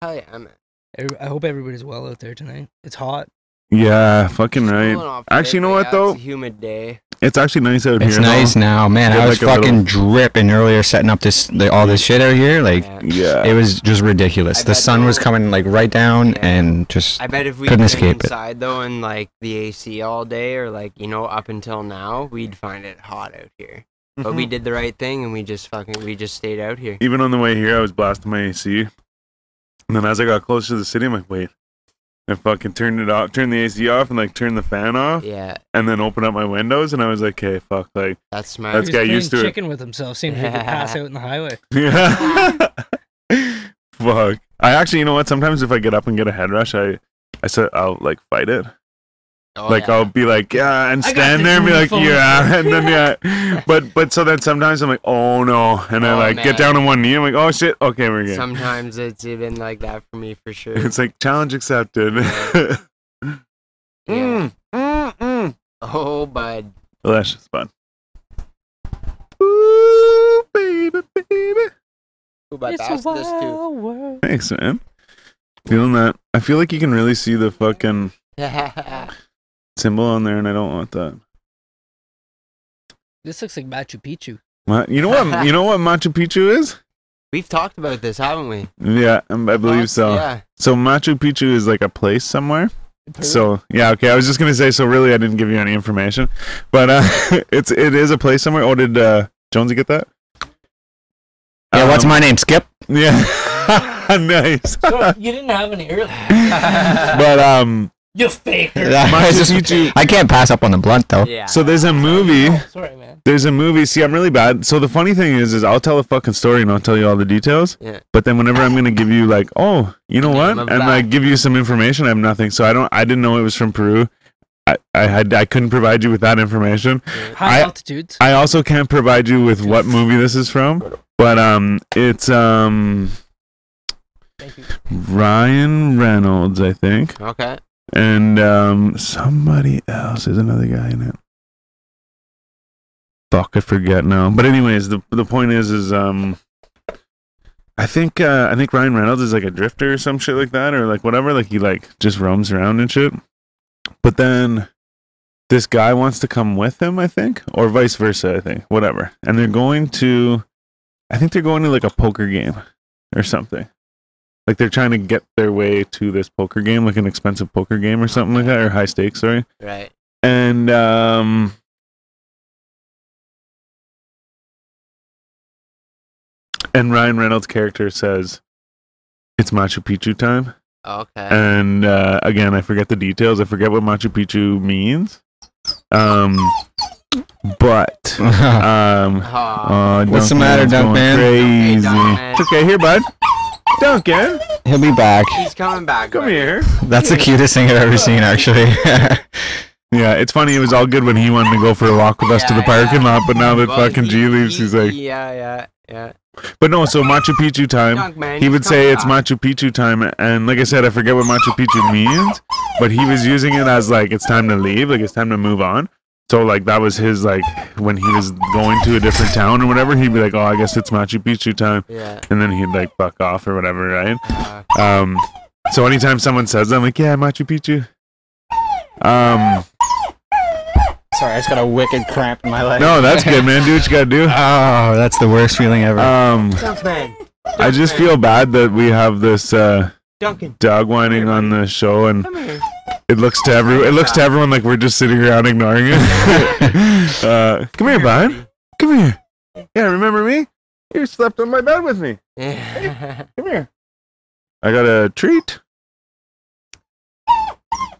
Speaker 1: Hell yeah, I'm
Speaker 5: Every- I hope everybody's well out there tonight. It's hot.
Speaker 2: Yeah, fucking
Speaker 1: cooling
Speaker 2: right.
Speaker 1: off
Speaker 2: Actually, you know
Speaker 1: lately.
Speaker 2: what,
Speaker 1: Yeah,
Speaker 2: though?
Speaker 1: It's a humid day.
Speaker 2: It's actually nice out
Speaker 4: It's
Speaker 2: here. though.
Speaker 4: nice now, man.
Speaker 2: Get
Speaker 4: I was
Speaker 2: like a
Speaker 4: fucking dripping earlier, setting up this the, all this shit out here. Like
Speaker 1: Yeah.
Speaker 2: Yeah.
Speaker 4: it was just
Speaker 1: I
Speaker 4: ridiculous. The
Speaker 1: bet
Speaker 4: sun
Speaker 1: they
Speaker 4: was
Speaker 1: were-
Speaker 4: coming like right down,
Speaker 1: Yeah.
Speaker 4: and just
Speaker 1: I bet if we
Speaker 4: Couldn't
Speaker 1: been
Speaker 4: escape it.
Speaker 1: inside though, and like the AC all day, or like you know up until now, we'd find it hot out here. But
Speaker 2: Mm-hmm.
Speaker 1: we did the right thing, and we just fucking we just stayed out here.
Speaker 2: even on the way here, I was blasting my AC. And then as I got closer to the city, I'm like, wait. I fucking turned it off, turned the AC off, and like turned the fan off,
Speaker 1: Yeah,
Speaker 2: and then opened up my windows, and I was like, "Okay, fuck, like,
Speaker 1: that's smart.
Speaker 2: Let's
Speaker 5: He was
Speaker 2: get
Speaker 5: playing
Speaker 2: used to it.
Speaker 5: chicken with himself, seeing if he could [laughs] pass out in the highway.
Speaker 2: [laughs] yeah, fuck." I actually, you know what? Sometimes if I get up and get a head rush, I, I said I'll like fight it,
Speaker 1: Oh,
Speaker 2: like
Speaker 1: yeah.
Speaker 2: I'll be like, yeah, and
Speaker 5: I got
Speaker 2: stand
Speaker 5: this,
Speaker 2: there and be
Speaker 5: you
Speaker 2: like,
Speaker 5: fool.
Speaker 2: yeah, and
Speaker 1: [laughs]
Speaker 2: then yeah, but but so then sometimes I'm like, oh no, and I
Speaker 1: Oh,
Speaker 2: like
Speaker 1: man.
Speaker 2: get down on one knee, I'm like, oh shit, okay, we're good.
Speaker 1: Sometimes it's even like that for me for sure.
Speaker 2: [laughs] It's like challenge accepted.
Speaker 1: Yeah.
Speaker 2: [laughs] Mm, mm, mm.
Speaker 1: Oh, bud.
Speaker 2: Well, that's just fun. Ooh, baby, baby.
Speaker 1: Ooh, Oh, bud, that's this too.
Speaker 5: world.
Speaker 2: Thanks, man. Feeling that. I feel like you can really see the fucking symbol on there, and I don't want that.
Speaker 5: This looks like Machu Picchu.
Speaker 2: Ma- You know what? you know what Machu Picchu is?
Speaker 1: [laughs] We've talked about this, haven't we?
Speaker 2: Yeah, um, I believe so.
Speaker 1: Yeah.
Speaker 2: So Machu Picchu is like a place somewhere. So yeah, okay. I was just gonna say. So really, I didn't give you any information, but uh, [laughs] it's it is a place somewhere. Oh, did uh, Jonesy get that?
Speaker 4: yeah. what's
Speaker 2: Um,
Speaker 4: my name? Skip.
Speaker 2: [laughs] Yeah, [laughs] nice.
Speaker 5: So, you didn't have any earlier.
Speaker 2: [laughs] but um,
Speaker 5: You faker.
Speaker 4: [laughs] I,
Speaker 2: Machu
Speaker 4: just-
Speaker 2: Picchu.
Speaker 4: I can't pass up on the blunt though.
Speaker 1: Yeah.
Speaker 2: So there's a movie.
Speaker 5: Oh, Sorry, man.
Speaker 2: There's a movie. See, I'm really bad. So the funny thing is, is I'll tell a fucking story and I'll tell you all the details.
Speaker 1: Yeah.
Speaker 2: But then whenever I'm gonna give you like, oh, you know what,
Speaker 1: Name of
Speaker 2: and
Speaker 1: that.
Speaker 2: like give you some information, I have nothing. So I don't. I didn't know it was from Peru. I I had I couldn't provide you with that information.
Speaker 5: High
Speaker 2: I-
Speaker 5: altitudes.
Speaker 2: I also can't provide you with what movie this is from. But um, it's um
Speaker 5: Thank you.
Speaker 2: Ryan Reynolds, I think.
Speaker 1: Okay.
Speaker 2: And um, somebody else. There's another guy in it. Fuck, I forget now. But anyways, the the point is, is um, I think uh, I think Ryan Reynolds is like a drifter or some shit like that, or like whatever. Like he like just roams around and shit. But then this guy wants to come with him, I think, or vice versa. I think whatever. And they're going to, I think they're going to like a poker game or something like they're trying to get their way to this poker game, like an expensive poker game or something like that, or high stakes, sorry.
Speaker 1: Right.
Speaker 2: And um And Ryan Reynolds' character says it's Machu Picchu time.
Speaker 1: Okay.
Speaker 2: And uh, again, I forget the details. I forget what Machu Picchu means. Um, but um,
Speaker 1: Aw.
Speaker 2: uh,
Speaker 4: What's the
Speaker 2: Duncan
Speaker 4: matter,
Speaker 2: is
Speaker 4: Dunk
Speaker 2: going
Speaker 4: Man?
Speaker 1: Hey,
Speaker 2: Crazy.
Speaker 1: Dunk Man.
Speaker 2: It's okay. Here, bud. Don't get
Speaker 4: [laughs] He'll be back.
Speaker 1: He's coming back.
Speaker 2: Come
Speaker 1: buddy.
Speaker 2: here.
Speaker 4: That's the cutest thing I've ever seen, actually. [laughs]
Speaker 2: Yeah, it's funny. It was all good when he wanted to go for a walk with us to
Speaker 1: Yeah,
Speaker 2: the parking lot, but now that
Speaker 1: Well,
Speaker 2: fucking
Speaker 1: he-
Speaker 2: G leaves,
Speaker 1: he-
Speaker 2: he's like.
Speaker 1: yeah, yeah, yeah.
Speaker 2: But no, so Machu Picchu time.
Speaker 1: Dunk, man,
Speaker 2: um, He
Speaker 1: he's
Speaker 2: would say
Speaker 1: coming
Speaker 2: it's
Speaker 1: back.
Speaker 2: Machu Picchu time, and like I said, I forget what Machu Picchu means, but he was using it as like it's time to leave, like it's time to move on. So like that was his like when he was going to a different town or whatever, he'd be like, "Oh, I guess it's Machu Picchu time,"
Speaker 1: Yeah.
Speaker 2: and then he'd like fuck off or whatever, right?
Speaker 1: Uh,
Speaker 2: Um, so anytime someone says that, I'm like, "Yeah, Machu Picchu." Um,
Speaker 4: Sorry, I just got a wicked cramp in my leg.
Speaker 2: no, that's [laughs] good, man. Do what you gotta do.
Speaker 4: Oh, that's the worst feeling ever.
Speaker 2: Um,
Speaker 1: dunk, man.
Speaker 2: I just feel bad that we have this uh,
Speaker 1: Duncan,
Speaker 2: dog whining on the show, and
Speaker 1: come here.
Speaker 2: it looks to every it looks to everyone like we're just sitting around ignoring it. [laughs] uh, come here, Brian. Come here. Yeah, remember me? You slept on my bed with me.
Speaker 1: Yeah. [laughs]
Speaker 2: Come here. I got a treat.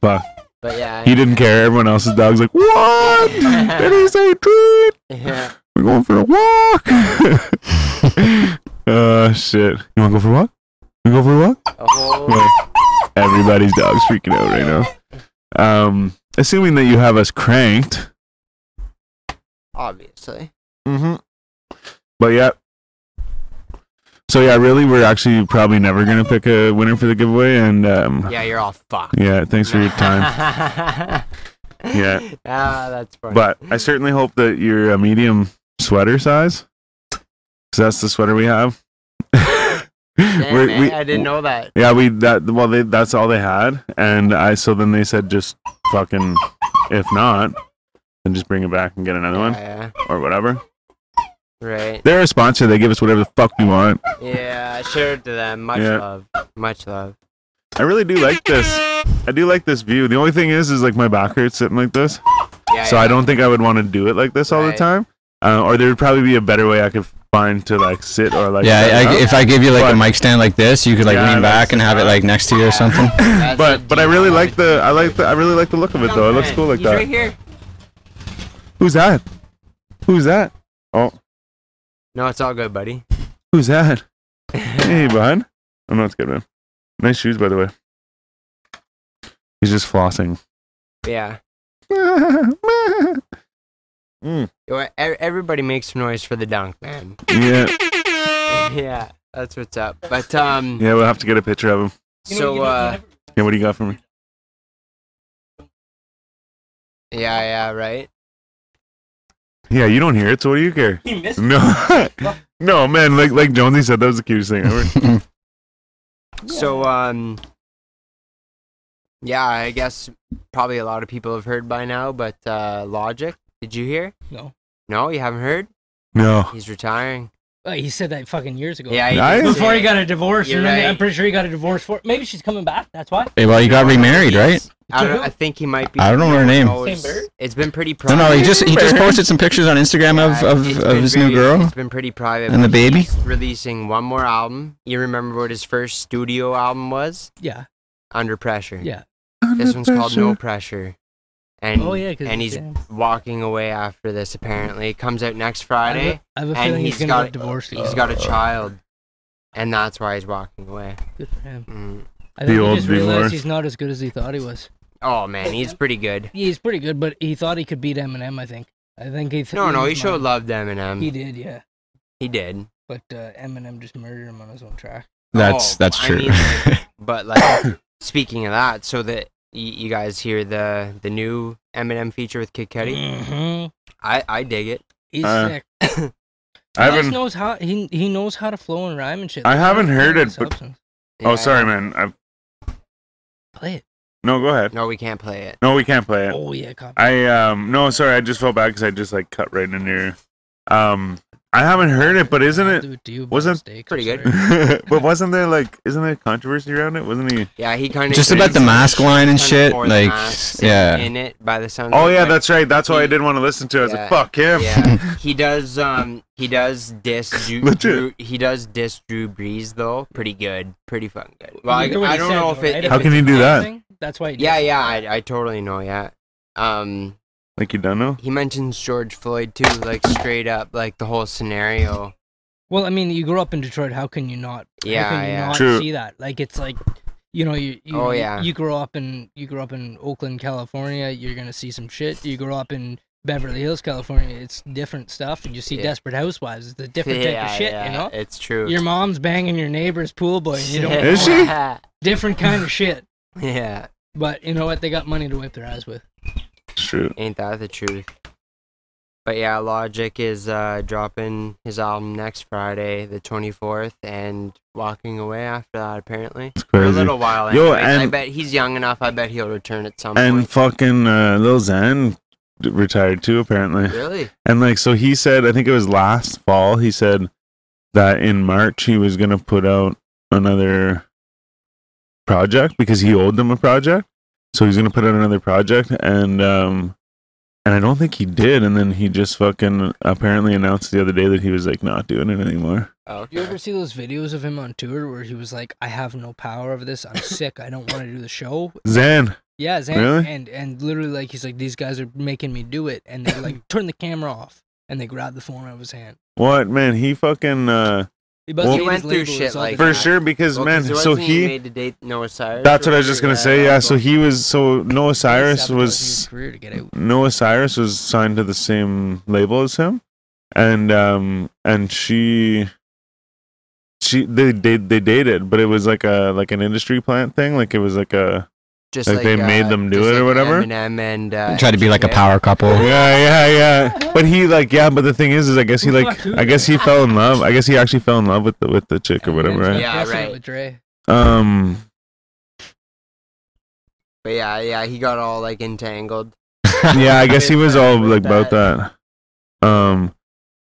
Speaker 2: Fuck.
Speaker 1: But yeah.
Speaker 2: He didn't care. Everyone else's dog's like, what? Did he say treat?
Speaker 1: Yeah.
Speaker 2: We're going for a walk. [laughs] Oh shit. You wanna go for a walk? You go for a walk?
Speaker 1: A whole,
Speaker 2: Well, everybody's dog's freaking out right now. Um, assuming that you have us cranked.
Speaker 1: obviously.
Speaker 2: Mm-hmm. But yeah. So yeah, really, we're actually probably never gonna pick a winner for the giveaway, and um, yeah,
Speaker 1: Yeah, you're all fucked.
Speaker 2: thanks
Speaker 1: [laughs]
Speaker 2: for your time.
Speaker 1: time.
Speaker 2: Yeah.
Speaker 1: Ah, that's funny.
Speaker 2: But I certainly hope that you're a medium sweater size, because that's the sweater we have. [laughs]
Speaker 1: Damn,
Speaker 2: We're-
Speaker 1: man, I didn't know that.
Speaker 2: Yeah, we that well they that's all they had, and I so then they said just fucking if not, then just bring it back and get another one
Speaker 1: Yeah,
Speaker 2: or whatever.
Speaker 1: yeah. Right.
Speaker 2: They're a sponsor; they give us whatever the fuck we want.
Speaker 1: Yeah. Shout out to them. Much
Speaker 2: Yeah.
Speaker 1: love. Much love.
Speaker 2: I really do like this. I do like this view. The only thing is, is like my back hurts sitting like this,
Speaker 1: Yeah.
Speaker 2: so
Speaker 1: yeah.
Speaker 2: I don't think I would want to do it like this all the
Speaker 1: Right.
Speaker 2: time. Uh, or there would probably be a better way I could find to like sit or like.
Speaker 4: yeah,
Speaker 2: set
Speaker 4: I, I,
Speaker 2: [coughs] up.
Speaker 4: if I give you like
Speaker 2: But-
Speaker 4: a mic stand like this, you could like
Speaker 2: Yeah,
Speaker 4: lean
Speaker 2: that's-
Speaker 4: back and have it like next to you or something. [laughs]
Speaker 1: That's a
Speaker 2: but but I really
Speaker 1: deep
Speaker 2: like the I like the I really like the look of it though. It looks
Speaker 1: Duncan,
Speaker 2: cool like
Speaker 1: he's
Speaker 2: that.
Speaker 1: right here.
Speaker 2: Who's that? Who's that? Oh.
Speaker 1: No, it's all good, buddy. [laughs]
Speaker 2: Who's that? hey, Oh, bud. I'm not scared, man. Nice shoes, by the way. He's just flossing.
Speaker 1: Yeah.
Speaker 2: yeah.
Speaker 1: Yo, e- Everybody makes noise for the dunk, man. [laughs] yeah, that's what's up. But um,
Speaker 2: Yeah, we'll have to get a picture of him.
Speaker 1: so uh,
Speaker 2: Yeah, what do you got for me?
Speaker 1: yeah, yeah, right.
Speaker 2: Yeah, you don't hear it, so what do you care?
Speaker 5: He missed.
Speaker 2: No. [laughs] no, man, like like Jonesy said, that was the cutest thing ever.
Speaker 1: So um, yeah, I guess probably a lot of people have heard by now. But uh, Logic, did you hear?
Speaker 5: No.
Speaker 1: No, you haven't heard.
Speaker 2: No.
Speaker 1: He's retiring.
Speaker 5: Well, Oh, he said that fucking years ago.
Speaker 1: Yeah, he
Speaker 2: Nice.
Speaker 1: did say
Speaker 5: Before he
Speaker 1: it.
Speaker 5: got a divorce,
Speaker 1: You're
Speaker 5: and then
Speaker 1: right.
Speaker 5: I'm pretty sure he got a divorce for. Maybe she's coming back. That's why.
Speaker 4: Hey, well, you got remarried, right?
Speaker 1: I,
Speaker 5: To
Speaker 1: don't,
Speaker 5: who?
Speaker 1: I think he might be.
Speaker 4: I don't know her name.
Speaker 1: No, it's-
Speaker 5: Same bird?
Speaker 1: it's been pretty private.
Speaker 4: No, no, he just he just posted some pictures on Instagram of
Speaker 1: Uh, It's
Speaker 4: of, of
Speaker 1: been
Speaker 4: his new
Speaker 1: very-
Speaker 4: girl.
Speaker 1: It's been pretty private.
Speaker 4: And the
Speaker 1: but
Speaker 4: baby?
Speaker 1: he's releasing one more album. You remember what his first studio album was?
Speaker 5: Yeah.
Speaker 1: Under Pressure.
Speaker 5: Yeah.
Speaker 1: This one's called No Pressure. And
Speaker 5: Oh yeah. 'cause
Speaker 1: and he's
Speaker 5: yeah.
Speaker 1: walking away after this. Apparently, it comes out next Friday.
Speaker 5: I have a
Speaker 1: and
Speaker 5: feeling he's,
Speaker 1: he's
Speaker 5: gonna
Speaker 1: got-
Speaker 5: get divorced.
Speaker 1: He's got a child, and that's why he's walking away.
Speaker 5: Good for him.
Speaker 1: Mm.
Speaker 5: I
Speaker 2: The
Speaker 5: think he
Speaker 2: old
Speaker 5: just realized
Speaker 2: divorce.
Speaker 5: he's not as good as he thought he was.
Speaker 1: Oh man, he's
Speaker 5: [laughs]
Speaker 1: pretty good.
Speaker 5: He's pretty good, but he thought he could beat Eminem. I think. I think he. Th-
Speaker 1: No, no, he
Speaker 5: was
Speaker 1: showed
Speaker 5: mine.
Speaker 1: love to Eminem.
Speaker 5: He did, yeah.
Speaker 1: He did.
Speaker 5: But uh, Eminem just murdered him on his own track.
Speaker 4: That's
Speaker 1: Oh,
Speaker 4: that's
Speaker 1: I
Speaker 4: true.
Speaker 1: mean, like,
Speaker 4: [laughs]
Speaker 1: but like, speaking of that, so that y- you guys hear the the new Eminem feature with Kid Cudi,
Speaker 5: Mm-hmm.
Speaker 1: I I dig it.
Speaker 5: He's
Speaker 2: Uh,
Speaker 5: sick.
Speaker 2: I
Speaker 5: he just
Speaker 2: haven't
Speaker 5: knows how he he knows how to flow and rhyme and shit.
Speaker 2: I
Speaker 5: Like,
Speaker 2: haven't
Speaker 5: he's
Speaker 2: heard
Speaker 5: got
Speaker 2: it, but-
Speaker 5: substance.
Speaker 2: Oh
Speaker 1: Yeah,
Speaker 2: sorry man. I've
Speaker 5: play it.
Speaker 2: no go ahead.
Speaker 1: No, we can't play it.
Speaker 2: No, we can't play it.
Speaker 5: Oh yeah, copy.
Speaker 2: I um no sorry, I just felt bad because I just like cut right into your um I haven't heard it, but isn't it
Speaker 5: Do it to you by
Speaker 2: wasn't-
Speaker 5: mistake, I'm
Speaker 1: Pretty [laughs] good.
Speaker 5: [laughs] sorry.
Speaker 2: [laughs] but wasn't there like isn't there controversy around it? Wasn't he?
Speaker 1: Yeah, he kind of
Speaker 4: Just about the mask line and shit. Like, yeah.
Speaker 1: in it by the sound.
Speaker 2: Oh yeah, that's right. That's why I
Speaker 1: He-
Speaker 2: didn't want to listen to it. I was
Speaker 1: Yeah.
Speaker 2: like, fuck him.
Speaker 4: [laughs]
Speaker 1: yeah. He does um he does diss Drew,
Speaker 2: Legit.
Speaker 1: Drew he does diss Drew Brees though pretty good pretty fucking good. Well, I,
Speaker 5: You know what
Speaker 1: I
Speaker 5: he
Speaker 1: don't
Speaker 5: said,
Speaker 1: know
Speaker 5: though,
Speaker 1: if it
Speaker 5: right?
Speaker 1: if
Speaker 2: How
Speaker 1: it-
Speaker 2: can he do that?
Speaker 5: Thing, That's why. He did
Speaker 1: yeah
Speaker 5: it.
Speaker 1: yeah I I totally know yeah um
Speaker 2: [laughs] Like you don't know?
Speaker 1: he mentions George Floyd too, like straight up, like the whole scenario
Speaker 5: Well, I mean, you grew up in Detroit. How can you not? how
Speaker 1: Yeah,
Speaker 5: can you
Speaker 1: yeah.
Speaker 5: not
Speaker 2: True.
Speaker 5: see that? Like it's like, you know, you you,
Speaker 1: Oh, yeah.
Speaker 5: you grow up in you grow up in Oakland, California. You're gonna see some shit. You grow up in Beverly Hills, California. It's different stuff, and you see
Speaker 1: Yeah.
Speaker 5: Desperate Housewives. It's a different type
Speaker 1: Yeah,
Speaker 5: of shit,
Speaker 1: yeah,
Speaker 5: you know.
Speaker 1: It's true.
Speaker 5: Your mom's banging your neighbor's pool boy. And you
Speaker 1: [laughs]
Speaker 5: don't
Speaker 2: Is she?
Speaker 1: Yeah.
Speaker 5: different kind of shit.
Speaker 1: yeah.
Speaker 5: But you know what? They got money to wipe their ass with.
Speaker 2: True.
Speaker 1: Ain't that the truth? But yeah, Logic is uh, dropping his album next Friday, the 24th, and walking away after that, apparently. For a
Speaker 2: crazy.
Speaker 1: little while.
Speaker 2: Yo,
Speaker 1: anyways. I
Speaker 2: and-
Speaker 1: bet he's young enough. I bet he'll return at some
Speaker 2: And
Speaker 1: point.
Speaker 2: fucking uh, Lil Xan d- retired too, apparently.
Speaker 1: Really?
Speaker 2: And like, so he said, I think it was last fall, he said that in March he was going to put out another project because he owed them a project. So he's going to put out another project. And, um, and I don't think he did. And then he just fucking apparently announced the other day that he was like not doing it anymore.
Speaker 1: Oh, okay.
Speaker 5: You ever see those videos of him on tour where he was like, "I have no power over
Speaker 1: [laughs]
Speaker 5: this. I'm sick. I don't want to do the show."
Speaker 2: Xan.
Speaker 5: Yeah, Zan,
Speaker 2: Really?
Speaker 5: and and literally like he's like these guys are making me do it, and they
Speaker 2: [laughs]
Speaker 5: like turn the camera off, and they grab the phone out of his hand.
Speaker 2: What, man? He fucking, uh,
Speaker 5: He,
Speaker 2: Well,
Speaker 5: busted
Speaker 2: he
Speaker 1: went
Speaker 5: his label,
Speaker 1: through
Speaker 5: it's
Speaker 1: shit
Speaker 5: all
Speaker 1: like
Speaker 5: the-
Speaker 2: for sure, because,
Speaker 1: Well, 'cause
Speaker 2: man,
Speaker 1: there
Speaker 2: so
Speaker 1: wasn't
Speaker 2: he.
Speaker 1: made to date Noah Cyrus.
Speaker 2: That's
Speaker 1: or
Speaker 2: what I was just gonna
Speaker 1: whatever,
Speaker 2: say. Yeah, so
Speaker 1: so-
Speaker 2: he was so Noah Cyrus
Speaker 5: sabotaged his
Speaker 2: was
Speaker 5: career to get
Speaker 2: [laughs]
Speaker 5: out.
Speaker 2: Noah Cyrus was signed to the same label as him, and um and she she they they, they dated, but it was like a like an industry plant thing. Like it was like a
Speaker 1: just uh,
Speaker 2: like they made them do it
Speaker 1: just
Speaker 2: or whatever?
Speaker 1: Eminem and uh,
Speaker 4: Try to be like a
Speaker 1: MGK.
Speaker 4: power couple.
Speaker 2: yeah yeah yeah. But he like yeah. But the thing is, is I guess he like I guess he fell in love. I guess he actually fell in love with the with the chick or whatever. Right?
Speaker 1: Yeah,
Speaker 5: Messing
Speaker 1: right.
Speaker 5: With Dre.
Speaker 2: Um.
Speaker 1: But yeah, yeah, he got all like entangled.
Speaker 2: Yeah, I guess he was all like about that. Um.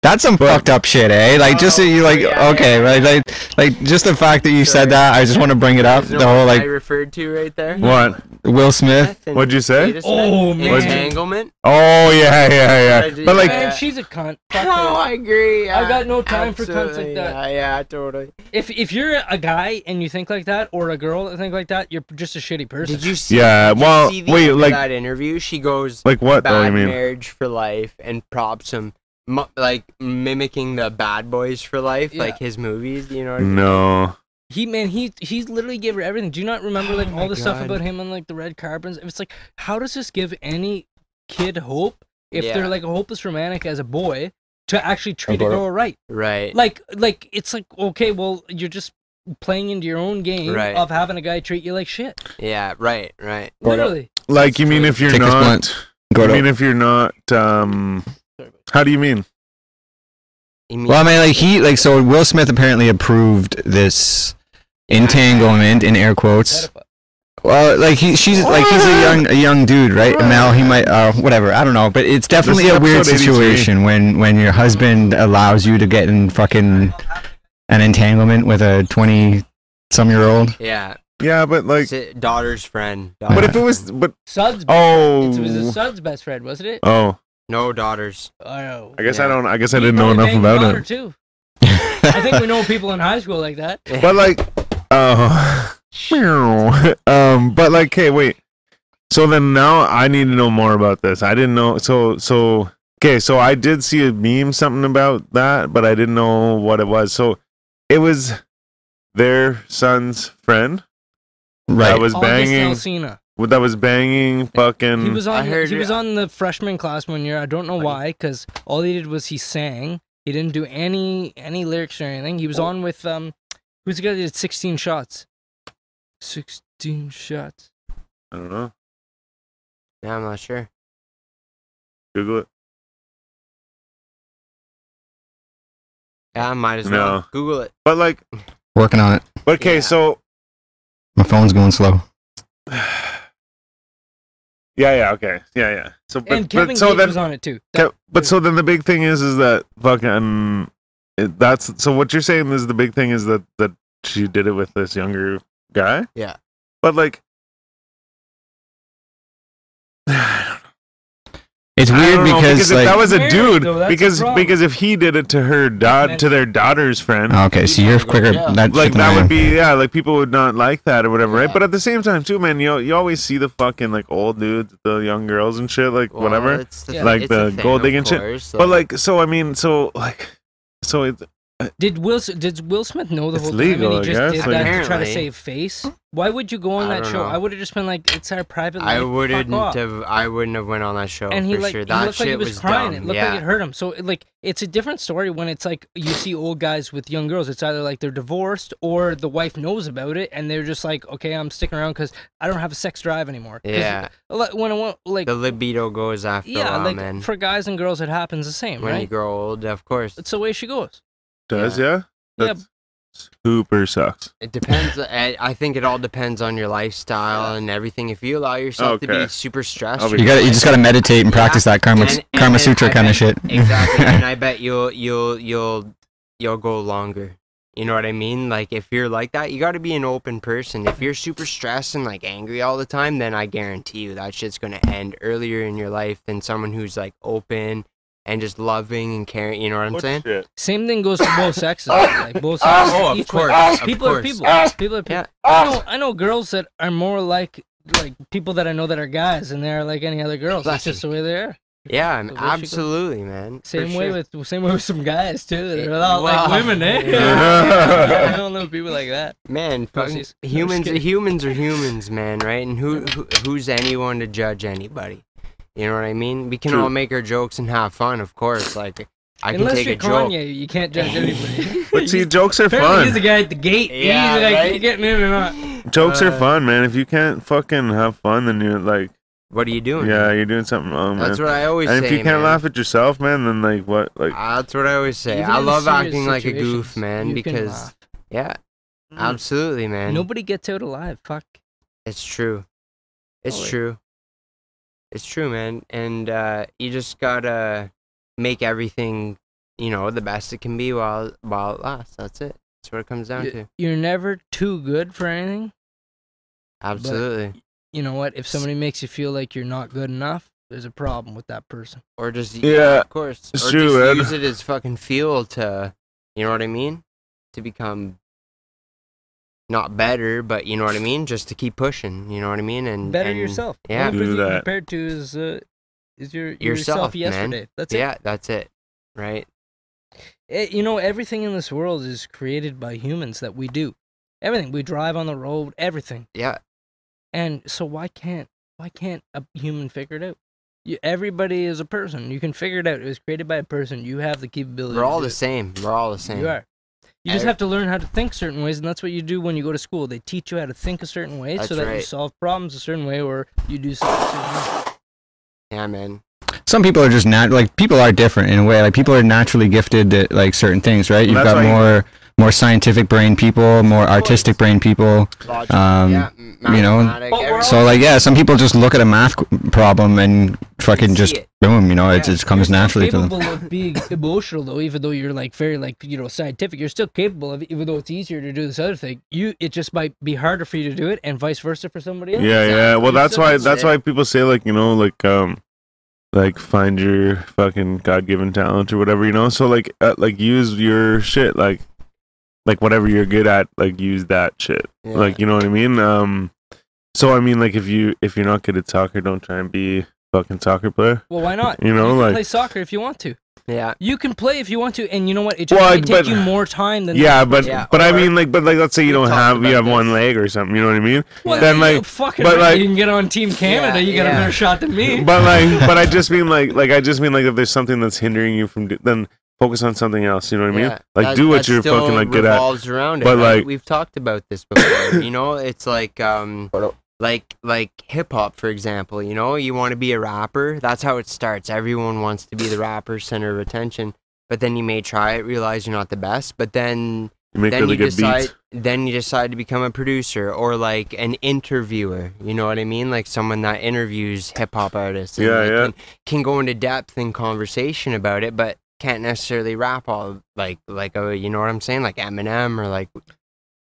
Speaker 4: That's some fucked up shit, eh? Like just that you like
Speaker 1: Oh, yeah,
Speaker 4: okay,
Speaker 1: yeah.
Speaker 4: right? Like like just the fact that you
Speaker 1: Sorry.
Speaker 4: said that, I just want to bring it up.
Speaker 1: Is there
Speaker 4: The
Speaker 1: one
Speaker 4: whole
Speaker 1: I
Speaker 4: like
Speaker 1: referred to right there.
Speaker 2: What?
Speaker 4: Will Smith.
Speaker 1: Smith and
Speaker 2: What'd you say?
Speaker 1: Jada Smith.
Speaker 5: Oh, man. [laughs]
Speaker 1: entanglement.
Speaker 2: Oh yeah, yeah,
Speaker 1: Did I
Speaker 2: yeah. But
Speaker 1: do
Speaker 2: like,
Speaker 1: that?
Speaker 5: Man, she's a
Speaker 1: [laughs]
Speaker 5: cunt. Fuck
Speaker 1: No,
Speaker 5: her.
Speaker 1: I agree.
Speaker 5: I got no time for cunts
Speaker 1: absolutely,
Speaker 5: like that.
Speaker 1: Yeah, yeah, totally.
Speaker 5: If if you're a guy and you think like that, or a girl that think like that, you're just a shitty person.
Speaker 1: Did you see?
Speaker 2: yeah.
Speaker 1: did you
Speaker 2: Well,
Speaker 1: see the
Speaker 2: wait,
Speaker 1: end of
Speaker 2: like,
Speaker 1: that interview, she goes
Speaker 2: like what though?
Speaker 1: bad
Speaker 2: I mean,
Speaker 1: marriage for life and props him, mu- like mimicking the Bad Boys for Life,
Speaker 5: Yeah.
Speaker 1: like his movies. You know. What I mean?
Speaker 2: no.
Speaker 5: He man, he he's literally gave her everything. Do you not remember like
Speaker 1: Oh my
Speaker 5: all the stuff
Speaker 1: God.
Speaker 5: about him on like the red carpets? It's like how does this give any kid hope if
Speaker 1: Yeah.
Speaker 5: they're like a hopeless romantic as a boy to actually treat a
Speaker 4: Abort.
Speaker 5: girl right?
Speaker 2: Mm.
Speaker 1: Right.
Speaker 5: Like like it's like okay, well you're just playing into your own game
Speaker 1: Right.
Speaker 5: of having a guy treat you like shit.
Speaker 1: yeah. Right. Right.
Speaker 2: uh,
Speaker 4: Abort.
Speaker 5: Literally,
Speaker 2: Like you mean if you're
Speaker 4: Take this
Speaker 2: not?
Speaker 4: blunt.
Speaker 2: I
Speaker 4: Go
Speaker 2: mean
Speaker 4: to.
Speaker 2: if you're not. Um. How do you mean?
Speaker 1: He means-
Speaker 4: Well, I mean, like he like so Will Smith apparently approved this entanglement in air quotes.
Speaker 5: Pedophile.
Speaker 4: Well, like he she's like he's a young a young dude, right? Mel, he might uh, whatever, I don't know, but it's definitely
Speaker 2: This
Speaker 4: a
Speaker 2: is
Speaker 4: weird
Speaker 2: episode 83.
Speaker 4: situation when when your husband allows you to get in fucking an entanglement with a 20 some year old.
Speaker 1: yeah.
Speaker 2: Yeah, but like,
Speaker 1: si- daughter's friend. Daughter's
Speaker 2: but if it
Speaker 1: friend.
Speaker 2: was, but
Speaker 5: Sud's. It was a
Speaker 2: oh,
Speaker 5: Sud's best friend, wasn't it?
Speaker 2: oh.
Speaker 1: no daughters.
Speaker 5: I know.
Speaker 2: I guess
Speaker 1: Yeah.
Speaker 2: I don't. I guess I didn't know enough about it.
Speaker 5: Too. I think we know people in high school
Speaker 2: [laughs]
Speaker 5: like that.
Speaker 2: But like, oh, [laughs] meow. um. But like, hey, wait. So then now I need to know more about this. I didn't know. So so okay. So I did see a meme something about that, but I didn't know what it was. So it was their son's friend that
Speaker 4: Right.
Speaker 2: was
Speaker 5: August
Speaker 2: banging.
Speaker 5: Alsina.
Speaker 2: That was banging. Fucking.
Speaker 5: He was on.
Speaker 1: Um, I heard
Speaker 5: he
Speaker 1: it- uh,
Speaker 5: was on the freshman class one year. I don't know why, because all he did was he sang. He didn't do any any lyrics or anything. He was
Speaker 1: Oh.
Speaker 5: on with um, who's the guy that did sixteen shots? Sixteen shots.
Speaker 2: I don't know.
Speaker 1: Yeah, I'm not sure.
Speaker 2: Google it.
Speaker 1: Yeah, I might as
Speaker 2: No.
Speaker 1: well Google it.
Speaker 2: But like,
Speaker 4: Working on it.
Speaker 2: but okay.
Speaker 1: Yeah.
Speaker 2: So
Speaker 4: My phone's going slow.
Speaker 2: yeah, yeah. Okay. Yeah, yeah. So but,
Speaker 5: and Kevin
Speaker 2: but so
Speaker 5: Gates
Speaker 2: then
Speaker 5: was on it too.
Speaker 2: Okay, but so then the big thing is is that fucking it- that's so what you're saying is the big thing is that that she did it with this younger guy.
Speaker 1: Yeah.
Speaker 2: But like
Speaker 4: It's
Speaker 2: I
Speaker 4: weird
Speaker 2: don't know,
Speaker 4: because,
Speaker 2: if
Speaker 4: like
Speaker 2: that was a
Speaker 5: Married,
Speaker 2: dude
Speaker 5: though, that's the
Speaker 2: because
Speaker 5: problem.
Speaker 2: because if he did it to her dad
Speaker 5: Then-
Speaker 2: to their daughter's friend
Speaker 4: okay, so you're quicker
Speaker 1: Yeah.
Speaker 4: that
Speaker 2: like
Speaker 4: shit than I
Speaker 2: that
Speaker 4: am.
Speaker 2: would be yeah like people would not like that or whatever right
Speaker 5: Yeah.
Speaker 2: but at the same time too man you you always see the fucking like old dudes the young girls and shit like
Speaker 1: Well,
Speaker 2: whatever
Speaker 1: it's the-
Speaker 5: Yeah.
Speaker 2: Like
Speaker 1: it's a
Speaker 2: the
Speaker 1: thing,
Speaker 2: gold
Speaker 1: of
Speaker 2: digging shit.
Speaker 1: course,
Speaker 2: But like, so I mean, so like, so it,
Speaker 5: Did Will S- did Will Smith know the
Speaker 2: It's
Speaker 5: whole
Speaker 2: legal,
Speaker 5: time
Speaker 2: I
Speaker 5: and he just
Speaker 2: guess,
Speaker 5: did
Speaker 2: like-
Speaker 5: that to try to
Speaker 1: Apparently.
Speaker 5: save face? Why would you go on
Speaker 1: I
Speaker 5: that
Speaker 1: don't
Speaker 5: show?
Speaker 1: know.
Speaker 5: I would have just been like, it's our private life.
Speaker 1: I
Speaker 5: fuck
Speaker 1: wouldn't
Speaker 5: off."
Speaker 1: have. I wouldn't have went on that show
Speaker 5: And he
Speaker 1: Oh, for
Speaker 5: like
Speaker 1: sure.
Speaker 5: he
Speaker 1: That
Speaker 5: looked
Speaker 1: shit
Speaker 5: like he was,
Speaker 1: was
Speaker 5: crying.
Speaker 1: dumb.
Speaker 5: It looked
Speaker 1: yeah.
Speaker 5: like it hurt him. So it, like it's a different story when it's like you see old guys with young girls. It's either like they're divorced or the wife knows about it and they're just like, okay, I'm sticking around because I don't have a sex drive anymore. 'Cause
Speaker 1: Yeah.
Speaker 5: a lot- When I want like
Speaker 1: the libido goes after a
Speaker 5: yeah,
Speaker 1: while,
Speaker 5: like
Speaker 1: man.
Speaker 5: for guys and girls, it happens the same,
Speaker 1: when you
Speaker 5: right?
Speaker 1: grow old, of course.
Speaker 5: It's the way she goes.
Speaker 2: Does yeah?
Speaker 5: Yeah.
Speaker 2: That's super sucks.
Speaker 1: It depends. I, I think it all depends on your lifestyle and everything. If you allow yourself to
Speaker 2: Okay.
Speaker 1: be super stressed,
Speaker 2: I'll be
Speaker 1: you're
Speaker 4: You got to You
Speaker 1: gonna-
Speaker 4: just gotta meditate and
Speaker 1: Yeah.
Speaker 4: practice that karma
Speaker 1: And- and-
Speaker 4: karma
Speaker 1: and
Speaker 4: sutra
Speaker 1: I
Speaker 4: kind of
Speaker 1: bet-
Speaker 4: shit. [laughs]
Speaker 1: exactly. and I bet you'll you'll you'll you'll go longer. You know what I mean? Like if you're like that, you got to be an open person. If you're super stressed and like angry all the time, then I guarantee you that shit's gonna end earlier in your life than someone who's like open and just loving and caring. You know what I'm saying?
Speaker 2: shit?
Speaker 5: Same thing goes for both
Speaker 1: [laughs]
Speaker 5: sexes. like both sexes.
Speaker 1: oh, of
Speaker 5: Each
Speaker 1: course,
Speaker 5: one-
Speaker 1: of
Speaker 5: people are
Speaker 1: course.
Speaker 5: people. People are people.
Speaker 1: Yeah.
Speaker 5: I know, I know girls that are more like like people that I know that are guys, and they're like any other girls. That's
Speaker 1: Bless
Speaker 5: just
Speaker 1: you.
Speaker 5: the way they are.
Speaker 1: Yeah, I'm
Speaker 5: The way she goes.
Speaker 1: absolutely, man. for
Speaker 5: Same way
Speaker 1: sure.
Speaker 5: with same way with some guys
Speaker 1: [laughs]
Speaker 5: too. They're
Speaker 1: Eh,
Speaker 5: not like
Speaker 1: wow.
Speaker 5: [laughs] women, eh?
Speaker 1: [laughs]
Speaker 2: Yeah.
Speaker 5: I don't know people like that.
Speaker 1: Man, fucking
Speaker 5: Pussies. No, just
Speaker 1: humans.
Speaker 5: kidding.
Speaker 1: Humans are humans, man. Right? And who, who who's anyone to judge anybody? You know what I mean? We can
Speaker 2: True.
Speaker 1: all make our jokes and have fun, of course. Like I
Speaker 5: Unless
Speaker 1: can take
Speaker 5: you're
Speaker 1: a
Speaker 5: Kanye,
Speaker 1: joke.
Speaker 5: you can't
Speaker 1: [laughs]
Speaker 5: judge anybody.
Speaker 2: [laughs] But see, jokes are
Speaker 5: Apparently he's the
Speaker 2: fun.
Speaker 5: guy at the gate.
Speaker 1: Yeah,
Speaker 5: he's like,
Speaker 1: right?
Speaker 5: "You getting in or not?
Speaker 2: Jokes are
Speaker 1: Uh,
Speaker 2: fun, man. If you can't fucking have fun, then you're like,
Speaker 1: What are you doing?
Speaker 2: yeah, you're doing something wrong, man.
Speaker 1: that's what I always
Speaker 2: And
Speaker 1: say.
Speaker 2: if you can't
Speaker 1: man.
Speaker 2: laugh at yourself, man, then like what? Like
Speaker 1: that's what I always say.
Speaker 5: Even
Speaker 1: I
Speaker 5: in
Speaker 1: love
Speaker 5: serious
Speaker 1: acting like a goof,
Speaker 5: situations,
Speaker 1: man,
Speaker 5: you can
Speaker 1: because
Speaker 5: laugh. Mm.
Speaker 1: yeah, absolutely, man.
Speaker 5: nobody gets out alive. Fuck.
Speaker 1: It's true. It's
Speaker 5: Totally.
Speaker 1: true. It's true, man. And uh, you just gotta make everything, you know, the best it can be while while it lasts. That's it. That's what it comes down
Speaker 5: Y-
Speaker 1: to.
Speaker 5: You're never too good for anything.
Speaker 1: Absolutely.
Speaker 5: you know what? If somebody makes you feel like you're not good enough, there's a problem with that person.
Speaker 1: Or just
Speaker 2: Yeah,
Speaker 1: of course.
Speaker 2: it's
Speaker 1: or
Speaker 2: true,
Speaker 1: just
Speaker 2: man.
Speaker 1: use it as fucking fuel to, you know what I mean, to become not better, but you know what I mean, just to keep pushing. You know what I mean, and
Speaker 5: Better
Speaker 1: and-
Speaker 5: yourself.
Speaker 1: yeah.
Speaker 5: Only person
Speaker 2: Do
Speaker 5: you
Speaker 2: that.
Speaker 5: compared to is uh, is your yourself,
Speaker 1: Yourself, man.
Speaker 5: yesterday. That's
Speaker 1: Yeah, that's it. Right.
Speaker 5: it. it. Eh, You know, everything in this world is created by humans that we do. Everything we drive on the road, everything.
Speaker 1: Yeah.
Speaker 5: And so why can't why can't a human figure it out? You, everybody is a person. You can figure it out. It was created by a person. You have the capability.
Speaker 1: We're
Speaker 5: to
Speaker 1: all
Speaker 5: do
Speaker 1: the
Speaker 5: it.
Speaker 1: same. We're all the same.
Speaker 5: You are. You just
Speaker 1: I-
Speaker 5: have to learn how to think certain ways, and that's what you do when you go to school. They teach you how to think a certain way
Speaker 1: That's
Speaker 5: so that you
Speaker 1: right.
Speaker 5: solve problems a certain way or you do something. a certain way.
Speaker 1: Yeah, man.
Speaker 4: Some people are just not like people are different in a way. Like people are naturally gifted at like certain things, right? You've
Speaker 2: Well, that's
Speaker 4: got
Speaker 2: why you-
Speaker 4: more more scientific brain people, more artistic brain people.
Speaker 1: Logic,
Speaker 4: Um,
Speaker 1: yeah,
Speaker 4: you know,
Speaker 1: mathematic,
Speaker 5: But we're
Speaker 1: everything.
Speaker 4: So like yeah, some people just look at a math qu- problem and fucking
Speaker 1: see
Speaker 4: just
Speaker 1: it.
Speaker 4: boom, you know, it
Speaker 1: Yeah.
Speaker 4: just comes
Speaker 5: You're
Speaker 4: naturally to
Speaker 5: still
Speaker 4: them.
Speaker 5: capable of being [laughs] emotional, though, even though you're like very like you know scientific. You're still capable of, it, even though it's easier to do this other thing. You it just might be harder for you to do it, and vice versa for somebody
Speaker 2: yeah,
Speaker 5: else.
Speaker 2: yeah. Well,
Speaker 5: You're
Speaker 2: that's
Speaker 5: still
Speaker 2: why
Speaker 5: capable.
Speaker 2: that's why people say like you know like um like find your fucking god given talent or whatever you know. So like uh, like use your shit like like whatever you're good at like use that shit.
Speaker 1: Yeah.
Speaker 2: Like you know what I mean. Um. So I mean like if you if you're not good at soccer, don't try and be a fucking soccer player.
Speaker 5: Well, why not?
Speaker 2: You know,
Speaker 5: can
Speaker 2: like-
Speaker 5: play soccer if you want to.
Speaker 1: yeah,
Speaker 5: You can play if you want to, and you know what? It just
Speaker 2: Well,
Speaker 5: might
Speaker 2: but-
Speaker 5: take you more time than
Speaker 2: Yeah, but
Speaker 1: Yeah,
Speaker 2: but I
Speaker 1: or-
Speaker 2: mean like but like let's say you
Speaker 1: We've
Speaker 2: don't
Speaker 1: talked
Speaker 2: have you
Speaker 1: about
Speaker 2: have one
Speaker 1: this.
Speaker 2: leg or something. You know what I mean?
Speaker 5: Well,
Speaker 2: then,
Speaker 5: you
Speaker 2: like-
Speaker 5: know, fucking
Speaker 2: but,
Speaker 5: right,
Speaker 2: like-
Speaker 5: you can get on Team Canada.
Speaker 1: Yeah,
Speaker 5: you got
Speaker 1: yeah.
Speaker 5: a better shot than me.
Speaker 2: [laughs] but like but i just mean like like i just mean like if there's something that's hindering you from do, then focus on something else you know what i mean
Speaker 1: yeah.
Speaker 2: like
Speaker 1: That-
Speaker 2: do
Speaker 1: that
Speaker 2: what you're
Speaker 1: still
Speaker 2: fucking like good at
Speaker 1: revolves around it.
Speaker 2: But,
Speaker 1: right?
Speaker 2: like-
Speaker 1: we've talked about
Speaker 2: [coughs]
Speaker 1: this before. you know, it's like um, like like hip hop for example. You know, you want to be a rapper. That's how it starts. Everyone wants to be the rapper, center of attention. But then you may try it, realize you're not the best. But then
Speaker 2: you make
Speaker 1: then
Speaker 2: really
Speaker 1: you
Speaker 2: good
Speaker 1: decide
Speaker 2: beats
Speaker 1: then you decide to become a producer or like an interviewer you know what i mean like someone that interviews hip-hop artists and
Speaker 2: Yeah,
Speaker 1: like,
Speaker 2: yeah.
Speaker 1: Can, can go into depth in conversation about it but can't necessarily rap all like like a you know what i'm saying like eminem or like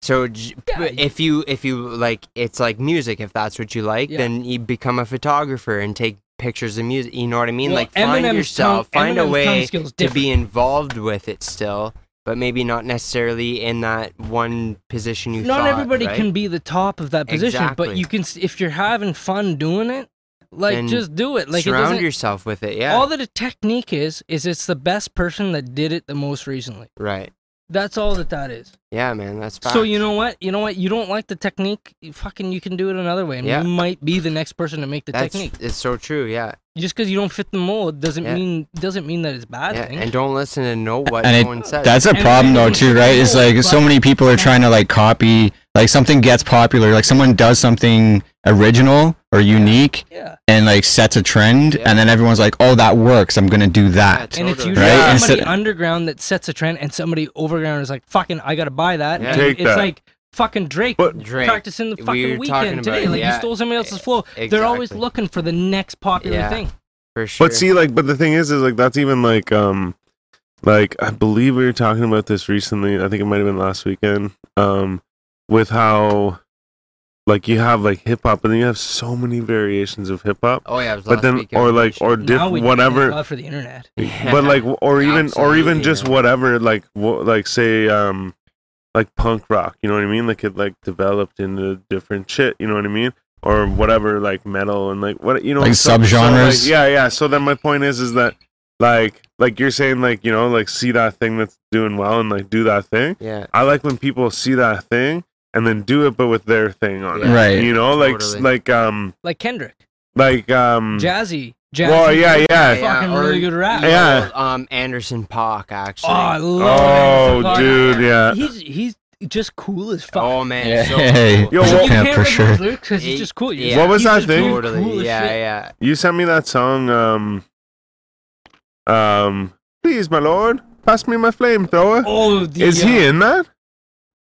Speaker 1: so j-
Speaker 5: Yeah,
Speaker 1: but
Speaker 5: you-
Speaker 1: if you if you like it's like music if that's what you like
Speaker 5: Yeah.
Speaker 1: then you become a photographer and take pictures of music you know what i mean
Speaker 5: Well,
Speaker 1: like find
Speaker 5: Eminem's
Speaker 1: yourself
Speaker 5: tongue- Eminem's
Speaker 1: find a
Speaker 5: tongue
Speaker 1: way
Speaker 5: skill's
Speaker 1: to
Speaker 5: different.
Speaker 1: be involved with it still but maybe not necessarily in that one position you
Speaker 5: Not
Speaker 1: thought,
Speaker 5: everybody
Speaker 1: right?
Speaker 5: can be the top of that position,
Speaker 1: Exactly.
Speaker 5: but you can. s- If you're having fun doing it, like
Speaker 1: Then
Speaker 5: just do it. Like it
Speaker 1: surround
Speaker 5: doesn't-
Speaker 1: yourself with it yeah
Speaker 5: All that a technique is is it's the best person that did it the most recently.
Speaker 1: right
Speaker 5: That's all that that is.
Speaker 1: Yeah, man, that's facts.
Speaker 5: So you know what? You know what? You don't like the technique? you Fucking, you can do it another way, and
Speaker 1: Yeah.
Speaker 5: you might be the next person to make the
Speaker 1: that's,
Speaker 5: technique.
Speaker 1: It's so true. Yeah,
Speaker 5: Just because you don't fit the mold doesn't
Speaker 1: Yeah.
Speaker 5: mean doesn't mean that it's a bad.
Speaker 1: yeah.
Speaker 5: thing.
Speaker 1: And don't listen and know what
Speaker 4: And it-
Speaker 1: someone says.
Speaker 4: That's a
Speaker 5: And-
Speaker 4: problem though too, right? It's like so
Speaker 5: But-
Speaker 4: many people are trying to like copy like something gets popular, like someone does something original or unique
Speaker 5: yeah.
Speaker 4: and like sets a trend
Speaker 1: Yeah.
Speaker 4: and then everyone's like, "Oh, that works. I'm going to do
Speaker 1: yeah,
Speaker 4: that."
Speaker 5: And it's
Speaker 1: totally.
Speaker 5: usually
Speaker 4: Right?
Speaker 5: somebody
Speaker 4: Instead-
Speaker 5: underground that sets a trend, and somebody overground is like, "Fucking, I gotta buy that."
Speaker 1: Yeah.
Speaker 5: And
Speaker 2: Take
Speaker 5: it's
Speaker 2: that.
Speaker 5: like fucking Drake,
Speaker 2: But-
Speaker 1: Drake.
Speaker 5: practicing the
Speaker 1: We
Speaker 5: fucking
Speaker 1: were talking
Speaker 5: weekend
Speaker 1: about
Speaker 5: today.
Speaker 1: it,
Speaker 5: Like
Speaker 1: yeah. E,
Speaker 5: you stole somebody else's flow. They're always
Speaker 1: Exactly.
Speaker 5: looking for the next popular
Speaker 1: Yeah.
Speaker 5: thing.
Speaker 1: for sure.
Speaker 2: But see, like, but the thing is, is like that's even like, um, like I believe we were talking about this recently. I think it might have been last weekend. Um, with how, like, you have like hip hop, and then you have so many variations of hip hop.
Speaker 1: oh yeah, it was
Speaker 2: But
Speaker 1: last
Speaker 2: then,
Speaker 1: weekend
Speaker 2: or
Speaker 1: when we
Speaker 2: like,
Speaker 1: [laughs] sh-
Speaker 2: or
Speaker 5: Now we
Speaker 2: diff-
Speaker 5: just thank
Speaker 2: whatever.
Speaker 5: God for the internet.
Speaker 2: But like, or even, or even
Speaker 1: Absolutely,
Speaker 2: just
Speaker 1: man.
Speaker 2: whatever, like, wha- like say, um, like punk rock. You know what I mean? Like it, like developed into different shit. You know what I mean? Or whatever, like metal and like what you know,
Speaker 4: Like
Speaker 2: so- so, like,
Speaker 4: subgenres.
Speaker 2: yeah, yeah. So then my point is, is that like, like you're saying, like you know, like see that thing that's doing well and like do that thing.
Speaker 1: yeah,
Speaker 2: I like when people see that thing and then do it, but with their thing on it.
Speaker 1: Yeah.
Speaker 4: Right.
Speaker 2: You know, like
Speaker 1: Totally.
Speaker 2: like um
Speaker 5: Like Kendrick,
Speaker 2: like um.
Speaker 5: Jazzy, Jazzy.
Speaker 2: well, yeah, yeah.
Speaker 1: Yeah,
Speaker 5: fucking
Speaker 1: or-
Speaker 5: really good rap.
Speaker 2: Yeah.
Speaker 1: yeah. Um, Anderson Park
Speaker 5: Oh,
Speaker 1: actually.
Speaker 5: I love
Speaker 2: Oh,
Speaker 5: Anderson
Speaker 2: dude, yeah.
Speaker 5: Paak. He's he's just cool as fuck.
Speaker 1: Oh, man,
Speaker 4: Yeah.
Speaker 1: so
Speaker 4: Hey.
Speaker 1: cool.
Speaker 2: Yo,
Speaker 4: Yo,
Speaker 2: what-
Speaker 5: you can't
Speaker 4: for
Speaker 5: remember
Speaker 4: sure.
Speaker 5: his lyrics 'cause he's
Speaker 1: He-
Speaker 5: just cool.
Speaker 1: yeah. What
Speaker 2: was that thing?
Speaker 1: Totally, yeah, yeah.
Speaker 2: You sent me that song, um, um, please, my lord, pass me my flamethrower.
Speaker 5: Oh, the,
Speaker 2: Is
Speaker 5: uh,
Speaker 2: he in that?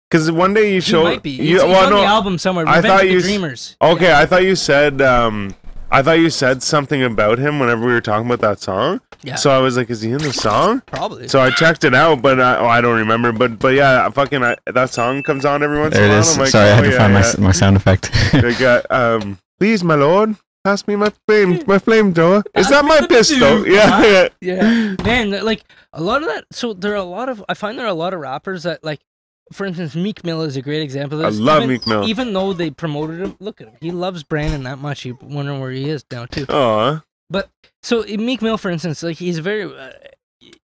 Speaker 2: Because one day you
Speaker 5: He
Speaker 2: showed,
Speaker 5: might be. He's,
Speaker 2: you,
Speaker 5: he's
Speaker 2: well,
Speaker 5: on
Speaker 2: no,
Speaker 5: the album somewhere.
Speaker 2: I
Speaker 5: Revenge
Speaker 2: thought
Speaker 5: of the
Speaker 2: you s-
Speaker 5: Dreamers.
Speaker 2: okay, I thought you said, um, I thought you said something about him whenever we were talking about that song.
Speaker 5: Yeah.
Speaker 2: So I was like, is he in the song?
Speaker 5: Probably.
Speaker 2: So I checked it out, but I, oh, I don't remember. But but yeah, fucking I, that song comes on every once
Speaker 4: There
Speaker 2: in a
Speaker 4: it
Speaker 2: while.
Speaker 4: is.
Speaker 2: I'm like,
Speaker 4: Sorry, I
Speaker 2: oh,
Speaker 4: had to
Speaker 2: yeah,
Speaker 4: find my
Speaker 2: yeah.
Speaker 4: s my
Speaker 2: [laughs]
Speaker 4: sound effect.
Speaker 2: They got um, please, my lord, pass me my flame, my flamethrower. Is that my pistol? Yeah, yeah.
Speaker 5: yeah, [laughs] man. that- Like a lot of that. So there are a lot of. I find there are a lot of rappers that like. For instance, Meek Mill is a great example
Speaker 2: I
Speaker 5: of this.
Speaker 2: love
Speaker 5: even,
Speaker 2: Meek Mill.
Speaker 5: Even though they promoted him, look at him. He loves Brandon that much. You wonder where he is now too.
Speaker 2: Aw.
Speaker 5: So uh, Meek Mill, for instance, like he's very. Uh,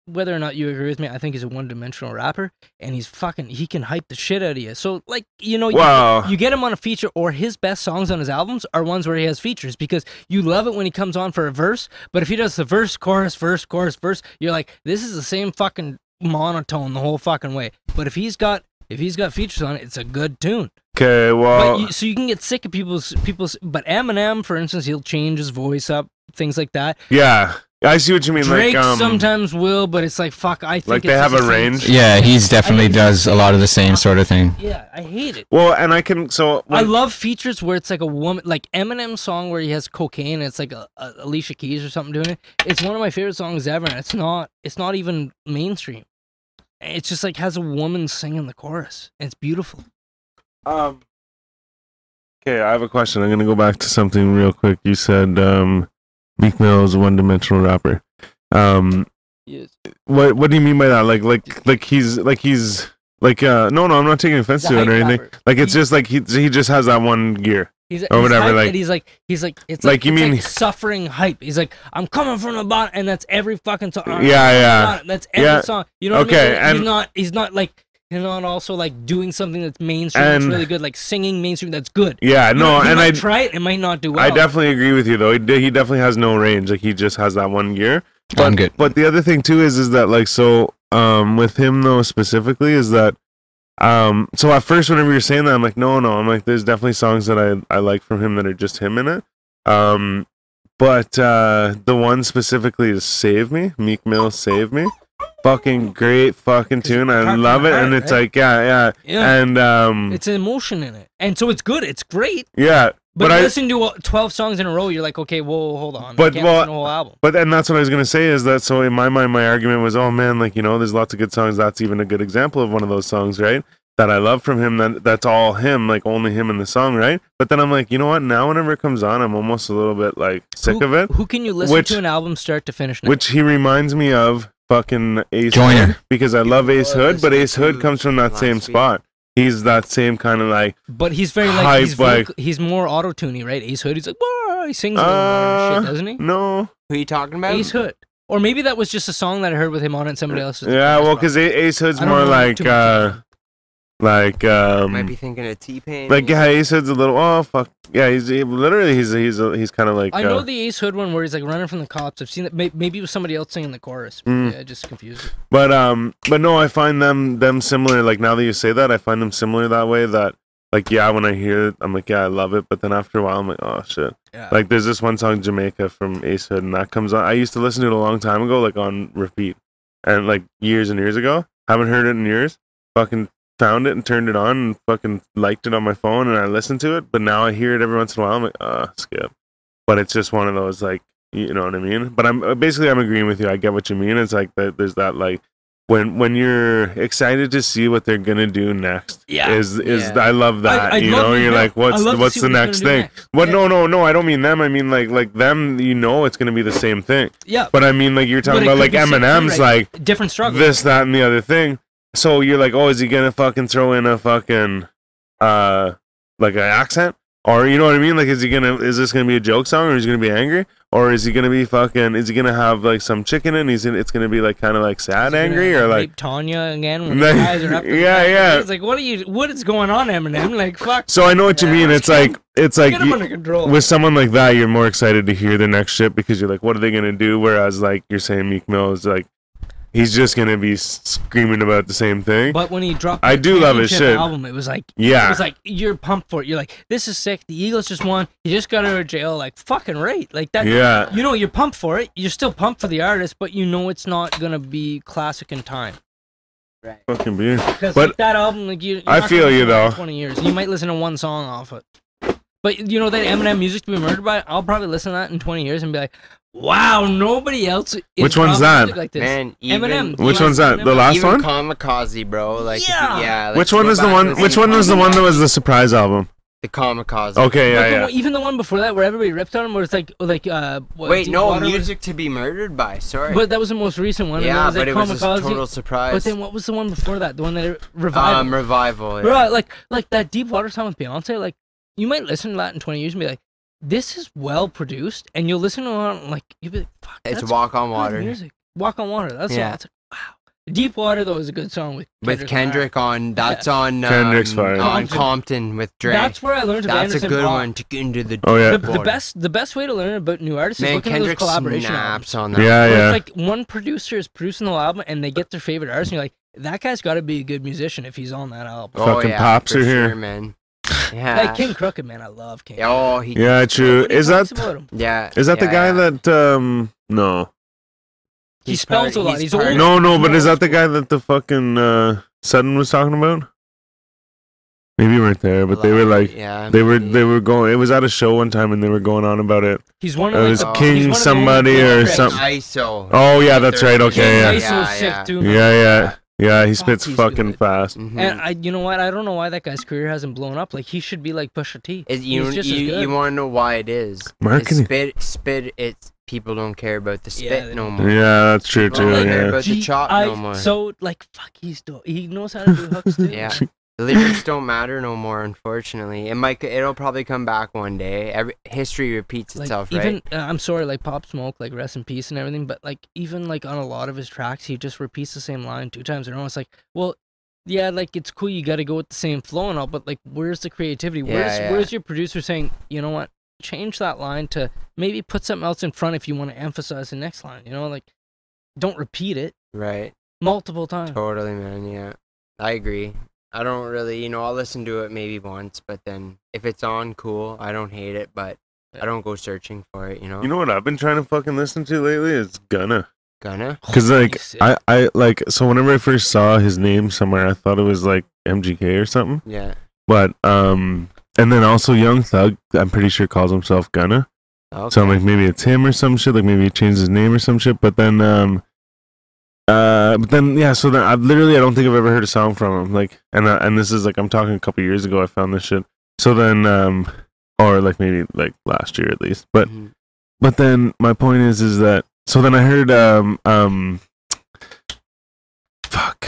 Speaker 5: whether or not you agree with me, I think he's a one-dimensional rapper, and he's fucking. He can hype the shit out of you. So like you know, Oh, you-
Speaker 2: Wow.
Speaker 5: you get him on a feature or his best songs on his albums are ones where he has features because you love it when he comes on for a verse but if he does the verse chorus verse chorus verse you're like this is the same fucking monotone the whole fucking way but if he's got if he's got features on it it's a good tune
Speaker 2: Okay,
Speaker 5: but
Speaker 2: well,
Speaker 5: you, so you can get sick of people's people's but eminem for instance he'll change his voice up things like that
Speaker 2: yeah, I see what you mean.
Speaker 5: drake
Speaker 2: like, um,
Speaker 5: sometimes will but it's like fuck i think
Speaker 2: like they
Speaker 5: it's
Speaker 2: have
Speaker 5: just
Speaker 2: a
Speaker 5: the same-
Speaker 2: range.
Speaker 4: [laughs] yeah, he's definitely does a lot of the same sort of thing.
Speaker 5: yeah i hate it
Speaker 2: Well, and I can so
Speaker 5: I
Speaker 2: when-
Speaker 5: love features where it's like a woman, like Eminem song where he has cocaine. And it's like a, a Alicia Keys or something doing it. It's one of my favorite songs ever, and it's not. It's not even mainstream. It's just like has a woman singing the chorus. And it's beautiful.
Speaker 2: Um, okay, I have a question. I'm gonna go back to something real quick. You said um, Meek Mill is a one-dimensional rapper. Um,
Speaker 5: Yes.
Speaker 2: what what do you mean by that? Like like like he's like he's like uh no no I'm not taking offense
Speaker 5: He's a
Speaker 2: to it or
Speaker 5: hype
Speaker 2: anything.
Speaker 5: rapper.
Speaker 2: Like it's
Speaker 5: He-
Speaker 2: just like he he just has that one gear.
Speaker 5: He's,
Speaker 2: or
Speaker 5: he's
Speaker 2: whatever,
Speaker 5: hype
Speaker 2: like-
Speaker 5: and he's like he's like it's
Speaker 2: Like,
Speaker 5: like,
Speaker 2: you
Speaker 5: it's
Speaker 2: mean-
Speaker 5: like suffering hype. He's like I'm coming from the bottom, and that's every fucking song.
Speaker 2: Yeah yeah.
Speaker 5: That's every
Speaker 2: Yeah.
Speaker 5: song. You know what
Speaker 2: Okay,
Speaker 5: I mean? He's
Speaker 2: and-
Speaker 5: not. He's not like. He's not also like doing something that's mainstream. that's
Speaker 2: And-
Speaker 5: really good, like singing mainstream. That's good.
Speaker 2: Yeah,
Speaker 5: You
Speaker 2: no,
Speaker 5: know, he
Speaker 2: and
Speaker 5: might
Speaker 2: I
Speaker 5: try it. It might not do well.
Speaker 2: I definitely agree with you though. He, de- he definitely has no range. Like he just has that one gear. But,
Speaker 4: I'm good.
Speaker 2: But the other thing too is is that like so um with him though specifically is that um so at first whenever you're saying that I'm like no no I'm like there's definitely songs that I I like from him that are just him in it. Um but uh the one specifically is Save Me, Meek Mill Save Me. Fucking great fucking tune. I
Speaker 5: Talking
Speaker 2: love it and
Speaker 5: about it,
Speaker 2: it's
Speaker 5: right?
Speaker 2: like yeah yeah
Speaker 5: Yeah.
Speaker 2: and um
Speaker 5: it's an emotion in it, and so it's good. It's great.
Speaker 2: yeah
Speaker 5: But,
Speaker 2: but I
Speaker 5: listen to uh, twelve songs in a row, you're like, okay, whoa, hold on.
Speaker 2: But,
Speaker 5: I can't
Speaker 2: well,
Speaker 5: listen to a whole album.
Speaker 2: But and that's what I was gonna say is that so in my mind my argument was oh man like you know there's lots of good songs that's even a good example of one of those songs right that I love from him that that's all him like only him in the song right but then I'm like you know what now whenever it comes on I'm almost a little bit like sick
Speaker 5: who,
Speaker 2: of it
Speaker 5: Who can you listen
Speaker 2: Which-
Speaker 5: to an album start to finish? Now?
Speaker 2: which he reminds me of fucking Ace
Speaker 4: Joyner.
Speaker 2: Hood because I love Ace
Speaker 1: Well,
Speaker 2: Hood but
Speaker 1: this
Speaker 2: Ace Hood
Speaker 1: dude
Speaker 2: comes from that
Speaker 1: last
Speaker 2: same
Speaker 1: week-
Speaker 2: spot he's that same kind of like
Speaker 5: but he's very like
Speaker 2: Hype,
Speaker 5: he's
Speaker 2: like-
Speaker 5: vocal, he's more auto tuney, right? Ace Hood, he's like, "Wah," he sings a little more and
Speaker 2: uh,
Speaker 5: shit, doesn't he?
Speaker 2: no
Speaker 1: Who are you talking about?
Speaker 5: Ace Hood. Or maybe that was just a song that I heard with him on it. And somebody else. was-
Speaker 2: Yeah, well, because Ace Hood's
Speaker 5: I don't
Speaker 2: more
Speaker 5: know
Speaker 2: like,
Speaker 5: too much about
Speaker 2: uh, like, um,
Speaker 1: Might be thinking of T Pain.
Speaker 2: like yeah, Ace Hood's a little. Oh fuck, yeah, he's he, literally he's he's he's kind of like.
Speaker 5: I know
Speaker 2: uh,
Speaker 5: the Ace Hood one where he's like running from the cops. I've seen that. May- Maybe it was somebody else singing the chorus.
Speaker 2: Mm.
Speaker 5: Yeah, I just confused. It.
Speaker 2: But um, but no, I find them them similar. Like now that you say that, I find them similar that way. That like yeah, when I hear it, I'm like yeah, I love it. But then after a while, I'm like oh shit.
Speaker 5: Yeah.
Speaker 2: Like there's this one song Jamaica from Ace Hood, and that comes on. I used to listen to it a long time ago, like on repeat, and like years and years ago. Haven't heard it in years. Fucking found it and turned it on and fucking liked it on my phone and I listened to it. But now I hear it every once in a while. I'm like uh, skip. But it's just one of those like you know what I mean. But I'm uh, basically I'm agreeing with you. I get what you mean. It's like that. There's that like when when you're excited to see what they're gonna do next.
Speaker 5: Yeah.
Speaker 2: Is is
Speaker 1: Yeah.
Speaker 2: I love that.
Speaker 5: I'd
Speaker 2: you
Speaker 5: love
Speaker 2: know,
Speaker 5: to
Speaker 2: you're
Speaker 5: know-
Speaker 2: like
Speaker 5: I'd
Speaker 2: what's
Speaker 5: love
Speaker 2: the,
Speaker 5: to
Speaker 2: what's
Speaker 5: see
Speaker 2: the
Speaker 5: what he's
Speaker 2: next
Speaker 5: gonna do
Speaker 2: thing? Well, no, no, no. I don't mean them. I mean like like them. You know, it's gonna be the same thing.
Speaker 5: Yeah,
Speaker 2: But I mean like you're talking
Speaker 5: But it
Speaker 2: about like
Speaker 5: could be something,
Speaker 2: Eminem's like
Speaker 5: different struggle.
Speaker 2: this, that, and the other thing. So you're like, oh, is he gonna fucking throw in a fucking uh like an accent? Or you know what I mean? Like, is he gonna? Is this gonna be a joke song, or is he gonna be angry, or is he gonna be fucking? Is he gonna have like some chicken, and he's in, it's gonna be like kind of like sad,
Speaker 5: You're
Speaker 2: angry,
Speaker 5: gonna
Speaker 2: or like
Speaker 5: rape Tanya again.
Speaker 2: [laughs]
Speaker 5: When the
Speaker 2: Like,
Speaker 5: guys are up to the
Speaker 2: yeah,
Speaker 5: back.
Speaker 2: yeah.
Speaker 5: It's like, what are you? What is going on, Eminem? Like, fuck.
Speaker 2: So I know what you mean. It's like it's like
Speaker 5: Get him
Speaker 2: you-
Speaker 5: under control.
Speaker 2: with someone like that, you're more excited to hear the next shit because you're like, what are they gonna do? Whereas like you're saying Meek Mill is like, he's just gonna be s- screaming about the same thing.
Speaker 5: But when he dropped,
Speaker 2: I
Speaker 5: the
Speaker 2: do love his
Speaker 5: championship
Speaker 2: shit.
Speaker 5: Album, it was like, it
Speaker 2: yeah,
Speaker 5: was like you're pumped for it. You're like, this is sick. The Eagles just won. He just got out of jail. Like, fucking right. Like that.
Speaker 2: yeah,
Speaker 5: You know, you're pumped for it. You're still pumped for the artist, but you know it's not gonna be classic in time.
Speaker 2: fucking beer.
Speaker 5: Because
Speaker 2: But-
Speaker 5: like, that album, like you, you're
Speaker 2: I
Speaker 5: not
Speaker 2: feel
Speaker 5: gonna
Speaker 2: you,
Speaker 5: listen to it in
Speaker 2: though.
Speaker 5: Twenty years, you might listen to one song off it. But you know that Eminem music to be murdered by. I'll probably listen to that in twenty years and be like, "Wow, nobody else." Is
Speaker 2: Which one's
Speaker 5: dropping
Speaker 2: that?
Speaker 5: music Like this.
Speaker 1: Man, even,
Speaker 5: Eminem.
Speaker 2: Which
Speaker 5: Last
Speaker 2: one's that? The
Speaker 5: Eminem.
Speaker 2: last
Speaker 1: even
Speaker 2: one?
Speaker 1: Kamikaze, bro. Like if you-
Speaker 5: Yeah.
Speaker 1: yeah. like,
Speaker 2: Which
Speaker 1: you
Speaker 2: one
Speaker 1: go
Speaker 2: was the
Speaker 1: back
Speaker 2: one?
Speaker 1: and
Speaker 2: Which
Speaker 1: listen
Speaker 2: one
Speaker 1: to
Speaker 2: was the one that was the surprise album?
Speaker 1: The Kamikaze.
Speaker 2: Okay,
Speaker 5: But the
Speaker 2: yeah,
Speaker 5: one-
Speaker 2: yeah.
Speaker 5: even the one before that, where everybody ripped on him, where it's like, like, uh, what,
Speaker 1: Wait,
Speaker 5: Deep
Speaker 1: no,
Speaker 5: Water was-
Speaker 1: music to be murdered by. Sorry.
Speaker 5: But that was the most recent one. and
Speaker 1: yeah,
Speaker 5: that was, like,
Speaker 1: but it was a
Speaker 5: Kamikaze.
Speaker 1: total surprise.
Speaker 5: But then what was the one before that? The one that revived.
Speaker 1: um, revival. yeah.
Speaker 5: Bro, like like that deep water song with Beyonce, like you might listen to that in twenty years and be like, This is well produced and you'll listen to it and, like you'll be like, Fuck
Speaker 1: It's
Speaker 5: that's
Speaker 1: Walk on
Speaker 5: good
Speaker 1: Water
Speaker 5: music. Walk on water, that's yeah.
Speaker 1: Yeah.
Speaker 5: that's wow. Deep Water though is a good song with Kendrick.
Speaker 1: with
Speaker 5: Lamar.
Speaker 1: Kendrick on. That's on. Um,
Speaker 2: Kendrick's fire.
Speaker 1: On
Speaker 5: Compton.
Speaker 1: Compton with Dre.
Speaker 5: That's where I learned about
Speaker 1: That's
Speaker 5: Anderson
Speaker 1: a good
Speaker 5: Paak.
Speaker 1: one to get into the.
Speaker 2: Oh, yeah.
Speaker 5: The,
Speaker 2: The-
Speaker 5: the
Speaker 1: Border.
Speaker 5: best the best way to learn about new artists is
Speaker 1: Man,
Speaker 5: looking at
Speaker 1: Kendrick
Speaker 5: those collaboration albums.
Speaker 1: snaps on that.
Speaker 2: Yeah,
Speaker 5: Where
Speaker 2: yeah.
Speaker 5: It's like one producer is producing the album and they get their favorite artist and you're like, that guy's gotta be a good musician if he's on that album.
Speaker 1: Oh,
Speaker 2: Fucking
Speaker 1: yeah,
Speaker 2: pops
Speaker 1: for
Speaker 2: are here.
Speaker 1: sure, man.
Speaker 5: Like
Speaker 1: Yeah.
Speaker 5: King Crooked, man, I love King Crooked.
Speaker 1: oh, he. Yeah.
Speaker 2: Yeah, true.
Speaker 5: Nobody
Speaker 2: Is that
Speaker 5: talks about him.
Speaker 1: Yeah.
Speaker 2: is that the
Speaker 1: yeah,
Speaker 2: guy
Speaker 1: yeah.
Speaker 2: that um no
Speaker 5: He spells
Speaker 1: part-
Speaker 5: a lot, he's
Speaker 1: part-
Speaker 5: old.
Speaker 2: no no? But is that the guy that the fucking uh, Sutton was talking about? Maybe you weren't there, but they were like
Speaker 1: yeah,
Speaker 2: They were
Speaker 1: maybe.
Speaker 2: they were going. It was at a show one time, and they were going on about it.
Speaker 5: He's one
Speaker 2: Oh, It
Speaker 5: of like,
Speaker 2: was
Speaker 5: the-
Speaker 1: King
Speaker 5: he's
Speaker 2: King
Speaker 5: one of the
Speaker 2: somebody
Speaker 5: only
Speaker 2: or
Speaker 5: Bloods
Speaker 2: something.
Speaker 1: ISO.
Speaker 2: Oh yeah, that's
Speaker 1: They're-
Speaker 2: right.
Speaker 5: Yeah,
Speaker 2: Okay,
Speaker 1: yeah.
Speaker 2: yeah,
Speaker 5: he's so sick
Speaker 1: yeah.
Speaker 5: too. man.
Speaker 2: yeah, yeah, yeah. He spits
Speaker 5: he's
Speaker 2: fucking
Speaker 5: good.
Speaker 2: fast.
Speaker 1: Mhm.
Speaker 5: And I, you know what? I don't know why that guy's career hasn't blown up. Like he should be like Pusha T.
Speaker 1: It, you
Speaker 5: He's just as
Speaker 1: you,
Speaker 5: good.
Speaker 1: you want to know why it is? It's
Speaker 2: Marketing.
Speaker 1: Spit spit. It's people don't care about the
Speaker 5: Yeah,
Speaker 1: spit
Speaker 5: they
Speaker 1: no
Speaker 5: don't.
Speaker 2: [laughs]
Speaker 1: more.
Speaker 2: Yeah, that's true
Speaker 1: People
Speaker 2: too.
Speaker 1: don't care
Speaker 2: Yeah,
Speaker 1: about the chop
Speaker 5: I-
Speaker 1: no more.
Speaker 5: So like, fuck, he's do- he knows how to do
Speaker 1: [laughs]
Speaker 5: hooks too.
Speaker 1: yeah. The lyrics don't matter no more, unfortunately. It might, it'll probably come back one day. Every history repeats
Speaker 5: Like
Speaker 1: itself,
Speaker 5: even
Speaker 1: right?
Speaker 5: uh, I'm sorry, like Pop Smoke, like rest in peace and everything. But like even like on a lot of his tracks, he just repeats the same line two times in a row. It's like, well, yeah, like it's cool, you got to go with the same flow and all, but like, where's the creativity?
Speaker 1: Yeah,
Speaker 5: Where's
Speaker 1: yeah.
Speaker 5: where's your producer saying, you know what, change that line to maybe put something else in front if you want to emphasize the next line. You know, like don't repeat it
Speaker 1: Right.
Speaker 5: multiple times.
Speaker 1: Totally, man. Yeah, I agree. I don't really, you know, I'll listen to it maybe once, but then if it's on, cool. I don't hate it, but I don't go searching for it. You know,
Speaker 2: you know what I've been trying to fucking listen to lately is Gunna.
Speaker 1: gonna.
Speaker 2: Cause like
Speaker 5: Holy
Speaker 2: I I like so whenever I first saw his name somewhere, I thought it was like MGK or something.
Speaker 1: Yeah.
Speaker 2: But um, and then also Young Thug, I'm pretty sure calls himself Gunna.
Speaker 1: Okay.
Speaker 2: So I'm like, maybe it's him or some shit. Like maybe he changed his name or some shit. But then, um, uh, but then yeah. So then I literally I don't think I've ever heard a song from him. Like, and uh, and this is like I'm talking a couple years ago. I found this shit. So then, um, or like maybe like last year at least. But
Speaker 1: Mhm.
Speaker 5: Mm-hmm.
Speaker 2: but then my point is is that so then I heard um um, fuck,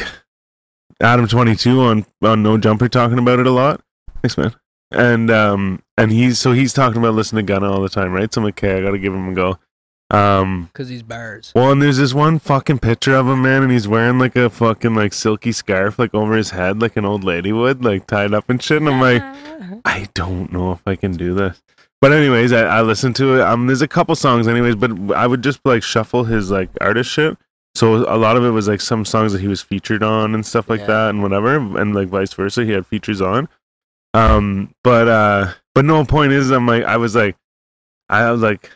Speaker 2: Adam twenty two on on No Jumper talking about it a lot. Thanks, man. And um and he's so he's talking about listening to Gunna all the time, right? So I'm like, okay, I gotta give him a go. Um,
Speaker 5: because he's bars.
Speaker 2: well, and there's this one fucking picture of him, man, and he's wearing like a fucking like silky scarf like over his head, like an old lady would, like tied up and shit. And I'm like, I don't know if I can do this. But anyways, I, I listened to it. Um, there's a couple songs, anyways, but I would just like shuffle his like artist shit. So a lot of it was like some songs that he was featured on and stuff like
Speaker 1: Yeah.
Speaker 2: that, and whatever, and like vice versa, he had features on. Um, but uh, but no point is, I'm like, I was like, I was like,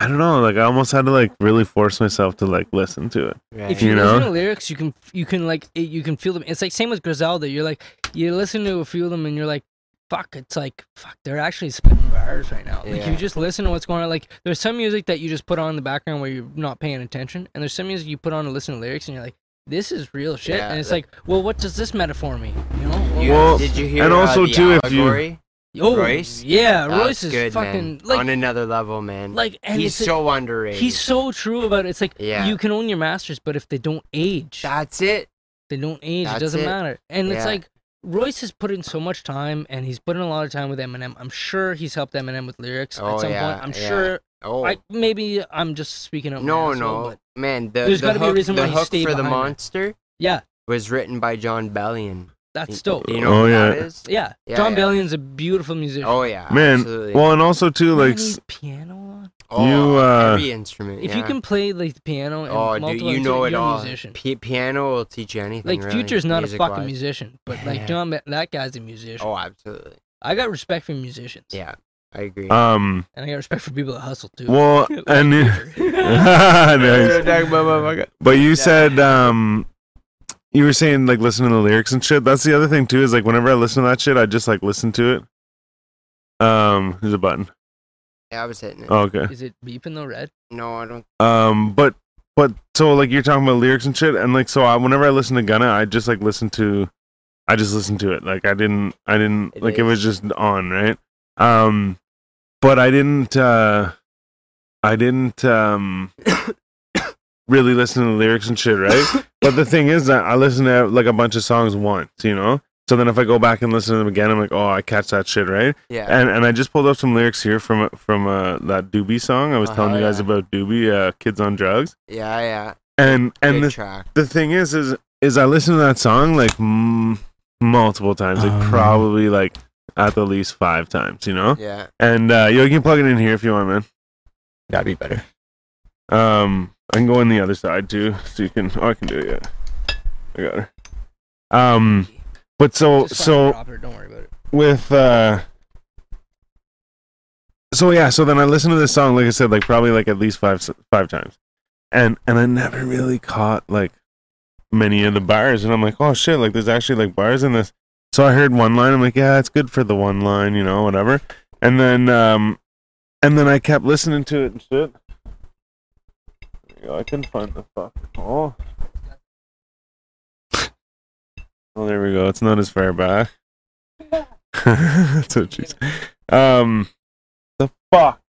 Speaker 2: I don't know, like I almost had to like really force myself to like listen to it.
Speaker 5: If
Speaker 2: You
Speaker 5: you, listen
Speaker 2: know?
Speaker 5: to lyrics, you can you can like it, you can feel them. It's like same with Griselda. You're like you listen to a few of them and you're like, fuck. It's like fuck. They're actually spitting bars right now. Like
Speaker 1: Yeah.
Speaker 5: you just listen to what's going on. Like there's some music that you just put on in the background where you're not paying attention, and there's some music you put on to listen to lyrics and you're like, this is real shit.
Speaker 1: Yeah,
Speaker 5: and it's
Speaker 1: that-
Speaker 5: like, well, what does this metaphor mean? You know? Well,
Speaker 1: You-
Speaker 2: Well,
Speaker 1: did you hear?
Speaker 2: and
Speaker 1: uh,
Speaker 2: also,
Speaker 1: the
Speaker 2: too, if you-
Speaker 1: allegory?
Speaker 5: oh,
Speaker 1: Royce?
Speaker 5: Yeah,
Speaker 1: That
Speaker 5: Royce
Speaker 1: was
Speaker 5: is
Speaker 1: good,
Speaker 5: fucking
Speaker 1: man.
Speaker 5: like
Speaker 1: on another level, man.
Speaker 5: like and
Speaker 1: he's
Speaker 5: it's like-
Speaker 1: so underrated.
Speaker 5: he's so true about it. It's like
Speaker 1: Yeah.
Speaker 5: you can own your masters, but if they don't age,
Speaker 1: That's it.
Speaker 5: they don't age. It
Speaker 1: That's
Speaker 5: doesn't
Speaker 1: it.
Speaker 5: matter. And it's
Speaker 1: Yeah.
Speaker 5: like Royce has put in so much time, and he's put in a lot of time with Eminem. I'm sure he's helped Eminem with lyrics
Speaker 1: Oh,
Speaker 5: at some
Speaker 1: yeah,
Speaker 5: point. I'm
Speaker 1: yeah.
Speaker 5: sure.
Speaker 1: Oh
Speaker 5: I maybe I'm just speaking out. my
Speaker 1: no,
Speaker 5: asshole,
Speaker 1: no,
Speaker 5: but-
Speaker 1: man. The,
Speaker 5: There's
Speaker 1: the
Speaker 5: gotta
Speaker 1: hook,
Speaker 5: be a reason
Speaker 1: the
Speaker 5: why he
Speaker 1: hook
Speaker 5: stayed
Speaker 1: for the
Speaker 5: behind it.
Speaker 1: monster
Speaker 5: yeah,
Speaker 1: was written by John Bellion.
Speaker 5: that's dope.
Speaker 1: Do you know
Speaker 2: Oh,
Speaker 1: who
Speaker 2: yeah.
Speaker 1: that is?
Speaker 5: Yeah,
Speaker 1: Yeah,
Speaker 5: John
Speaker 1: yeah.
Speaker 5: Bellion's a beautiful musician.
Speaker 1: Oh yeah,
Speaker 2: Man,
Speaker 1: absolutely.
Speaker 2: Well, and also too,
Speaker 5: Man,
Speaker 2: like,
Speaker 5: he's
Speaker 2: s-
Speaker 5: piano. on?
Speaker 1: oh,
Speaker 2: you, uh,
Speaker 1: every instrument.
Speaker 5: If
Speaker 1: yeah.
Speaker 5: you can play like the piano and
Speaker 1: oh, dude,
Speaker 5: multiple
Speaker 1: you
Speaker 5: instruments,
Speaker 1: know it
Speaker 5: you're a
Speaker 1: all.
Speaker 5: musician.
Speaker 1: P- piano will teach you anything.
Speaker 5: Like
Speaker 1: really,
Speaker 5: Future's not a fucking
Speaker 1: music-wise.
Speaker 5: musician, but like
Speaker 1: Yeah.
Speaker 5: John, Be- that guy's a musician.
Speaker 1: Oh, absolutely.
Speaker 5: I got respect for musicians.
Speaker 1: Yeah, I agree.
Speaker 2: um,
Speaker 5: and I got respect for people that hustle too.
Speaker 1: [laughs]
Speaker 2: Well,
Speaker 5: [laughs] Like
Speaker 2: and [laughs] Nice. but you said um, you were saying like listen to the lyrics and shit. That's the other thing too is like whenever I listen to that shit, I just like listen to it. Um, there's a button.
Speaker 1: yeah, I was hitting it.
Speaker 2: Oh, okay.
Speaker 5: Is it beeping though, red?
Speaker 1: No, I don't.
Speaker 2: Um, but but so like you're talking about lyrics and shit, and like so I, whenever I listen to Gunna, I just like listen to, I just listen to it. Like I didn't, I didn't
Speaker 1: It
Speaker 2: like it
Speaker 1: is.
Speaker 2: was just on right. Um, but I didn't, uh I didn't
Speaker 1: [coughs]
Speaker 2: um really listen to the lyrics and shit,
Speaker 1: [coughs]
Speaker 2: right? but the thing is that I listen to like a bunch of songs once, you know. So then if I go back and listen to them again, I'm like, oh, I catch that shit, right?
Speaker 1: Yeah.
Speaker 2: And and I just pulled up some lyrics here from from uh, that Doobie song I was
Speaker 1: Uh-huh,
Speaker 2: telling you guys
Speaker 1: yeah.
Speaker 2: about Doobie, uh, Kids on Drugs.
Speaker 1: Yeah, yeah.
Speaker 2: And and
Speaker 1: Good
Speaker 2: the,
Speaker 1: track.
Speaker 2: the thing is is is I listened to that song like m- multiple times, like
Speaker 4: Oh.
Speaker 2: probably like at the least five times, you know.
Speaker 1: Yeah.
Speaker 2: And uh, yo, you can plug it in here if you want, man.
Speaker 4: That'd be better.
Speaker 2: Um, I can go on the other side too, so you can. Oh, I can do it. Yeah, I got her. Um, but so
Speaker 5: Just find
Speaker 2: so.
Speaker 5: a dropper, don't worry about it.
Speaker 2: with uh so yeah so then i listened to this song like i said like probably like at least five s- five times and and i never really caught like many of the bars and i'm like oh shit like there's actually like bars in this so i heard one line i'm like yeah it's good for the one line you know whatever and then um and then i kept listening to it and shit There you go, i couldn't find the fuck oh oh there we go it's not as far back [laughs] That's what she said. Um, the fuck.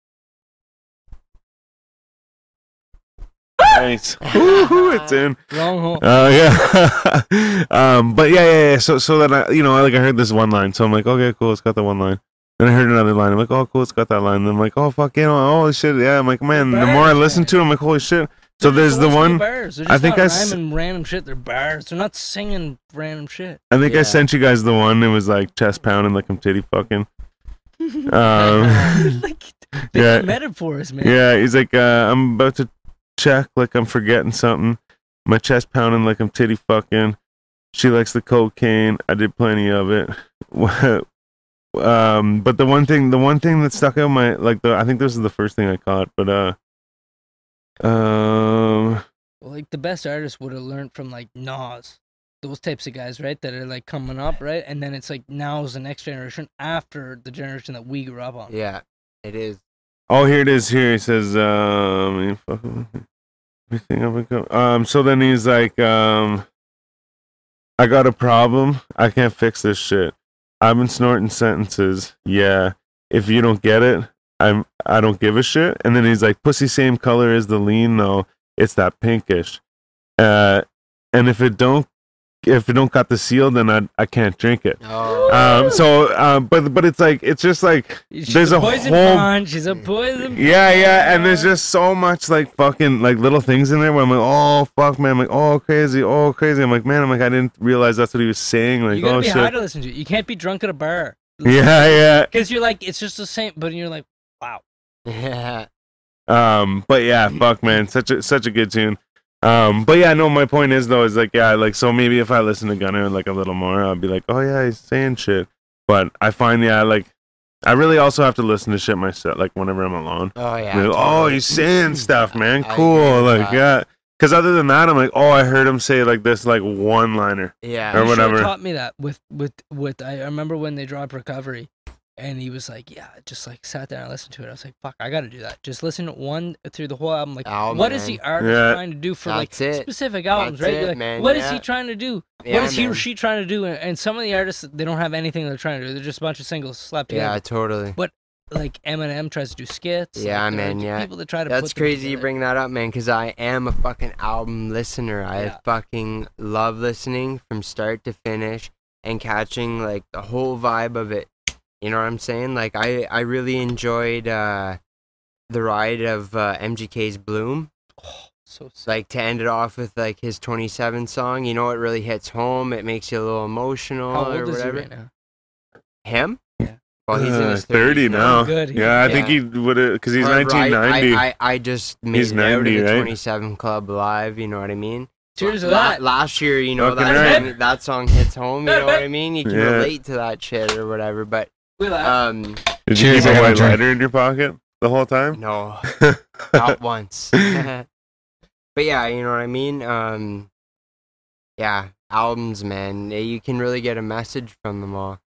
Speaker 2: Nice. Woohoo, it's in.
Speaker 5: Wrong hole.
Speaker 2: Uh, yeah. [laughs] um, but yeah, yeah, yeah. So, so then I, you know, I like I heard this one line, so I'm like, okay, cool, it's got the one line. Then I heard another line. I'm like, oh, cool, it's got that line. Then I'm like, oh, fuck, you know, holy shit, yeah. I'm like, man, the more I listen to it, I'm like, holy shit. So
Speaker 5: They're just
Speaker 2: there's the
Speaker 5: ones that do
Speaker 2: one.
Speaker 5: Bars. They're
Speaker 2: I
Speaker 5: just
Speaker 2: think
Speaker 5: not
Speaker 2: I s-
Speaker 5: rhyming random shit. They're bars. They're not singing random [laughs] shit.
Speaker 2: I think I
Speaker 1: Yeah.
Speaker 2: sent you guys the one. It was like chest pounding, like I'm titty fucking.
Speaker 5: [laughs]
Speaker 2: Um,
Speaker 5: like
Speaker 2: yeah.
Speaker 5: they're metaphors, man.
Speaker 2: Yeah, he's like, uh, I'm about to check like I'm forgetting something. My chest pounding like I'm titty fucking. She likes the cocaine. I did plenty of it. [laughs] um, but the one thing, the one thing that stuck out my like, the I think this is the first thing I caught. But uh, um,
Speaker 5: Well, like the best artists would have learned from like Nas, those types of guys, right? That are like coming up, right? And then it's like now's the next generation after the generation that we grew up on.
Speaker 1: Yeah. It is.
Speaker 2: Oh, here it is. Here he says, um, you fucking- everything up and go. Um, so then he's like, um, I got a problem. I can't fix this shit. I've been snorting sentences. Yeah. If you don't get it, I'm, I don't give a shit. And then he's like, pussy same color as the lean though. It's that pinkish. Uh, and if it don't if it don't got the seal, then I I can't drink it.
Speaker 1: Oh. [laughs]
Speaker 2: Um, so, um, but but it's like it's just like
Speaker 5: She's
Speaker 2: There's a
Speaker 5: poison
Speaker 2: whole-
Speaker 5: punch. She's a poison.
Speaker 2: yeah, yeah, and there's just so much like fucking like little things in there where I'm like, oh fuck, man, I'm like, oh crazy, oh crazy, I'm like, man, I'm like, I didn't realize that's what he was saying, like,
Speaker 5: You gotta
Speaker 2: oh
Speaker 5: be high
Speaker 2: shit,
Speaker 5: to listen to it. You can't be drunk at a bar.
Speaker 2: yeah, [laughs] yeah,
Speaker 5: Because you're like, it's just the same, but you're like, wow.
Speaker 1: Yeah.
Speaker 2: Um, but yeah, fuck, man, such a such a good tune. Um, but yeah, no, my point is though is like yeah, like so maybe if I listen to Gunner like a little more, I'll be like, oh yeah, he's saying shit. But I find yeah, like I really also have to listen to shit myself, like whenever I'm alone.
Speaker 1: Oh yeah.
Speaker 2: Like, oh,
Speaker 1: totally.
Speaker 2: he's
Speaker 1: [laughs]
Speaker 2: saying stuff, man.
Speaker 1: I agree
Speaker 2: Cool,
Speaker 1: with
Speaker 2: like
Speaker 1: that.
Speaker 2: yeah. Because other than that, I'm like, oh, I heard him say like this like one liner.
Speaker 1: Yeah.
Speaker 2: Or
Speaker 5: You should've
Speaker 2: whatever.
Speaker 5: taught me that with with with. I remember when they dropped recovery, and he was like, "Yeah," I just like sat there and I listened to it. I was like, "Fuck, I got to do that." Just listen to one through the whole album. Like,
Speaker 1: Oh,
Speaker 5: what is
Speaker 1: man.
Speaker 5: the artist
Speaker 2: Yeah.
Speaker 5: trying to do for
Speaker 1: That's
Speaker 5: like
Speaker 1: it.
Speaker 5: specific albums?
Speaker 1: That's
Speaker 5: right? You're
Speaker 1: it,
Speaker 5: like,
Speaker 1: man,
Speaker 5: what is he
Speaker 1: yeah.
Speaker 5: trying to do?
Speaker 1: Yeah,
Speaker 5: what is he or
Speaker 1: man.
Speaker 5: she trying to do? And- And some of the artists, they don't have anything they're trying to do. They're just a bunch of singles slapped together.
Speaker 1: Yeah, totally.
Speaker 5: Like Eminem tries to do skits. like,
Speaker 1: Yeah,
Speaker 5: there are
Speaker 1: man, yeah.
Speaker 5: People that try to.
Speaker 1: That's
Speaker 5: put them
Speaker 1: crazy you
Speaker 5: together.
Speaker 1: bring that up, man, because I am a fucking album listener. I
Speaker 5: Yeah.
Speaker 1: fucking love listening from start to finish and catching like the whole vibe of it. You know what I'm saying? Like I, I really enjoyed uh, the ride of uh, MGK's Bloom.
Speaker 5: Oh, So sick.
Speaker 1: Like to end it off with like his 27 song. You know, it really hits home. It makes you a little emotional
Speaker 5: How
Speaker 1: or
Speaker 5: old is he
Speaker 1: whatever.
Speaker 5: right now?
Speaker 1: Him?
Speaker 5: Yeah.
Speaker 1: Well, he's in
Speaker 2: Uh,
Speaker 1: his 30s
Speaker 2: 30 now.
Speaker 5: Good.
Speaker 2: Yeah, I think
Speaker 1: Yeah.
Speaker 2: he would have because he's
Speaker 1: Or right,
Speaker 2: 1990.
Speaker 1: I, I, I just made
Speaker 2: He's
Speaker 1: it out of
Speaker 2: 90,
Speaker 1: the
Speaker 2: right?
Speaker 1: 27 Club live. You know what I mean?
Speaker 5: Cheers to
Speaker 1: La-
Speaker 5: that.
Speaker 1: Last year, you know,
Speaker 2: Fucking
Speaker 1: that,
Speaker 2: right.
Speaker 1: song, that song hits home. You know
Speaker 5: [laughs]
Speaker 1: what I mean? You can
Speaker 2: Yeah.
Speaker 1: relate to that shit or whatever. But
Speaker 5: We laugh.
Speaker 1: um,
Speaker 2: Did
Speaker 4: Cheers,
Speaker 2: you
Speaker 4: I
Speaker 2: keep a
Speaker 4: got a
Speaker 2: white
Speaker 4: drink.
Speaker 2: lighter in your pocket the whole
Speaker 1: [laughs]
Speaker 2: time?
Speaker 1: no,
Speaker 2: [laughs]
Speaker 1: not once. [laughs] but yeah, you know what I mean. Um, yeah, albums, man. eh, You can really get a message from them all.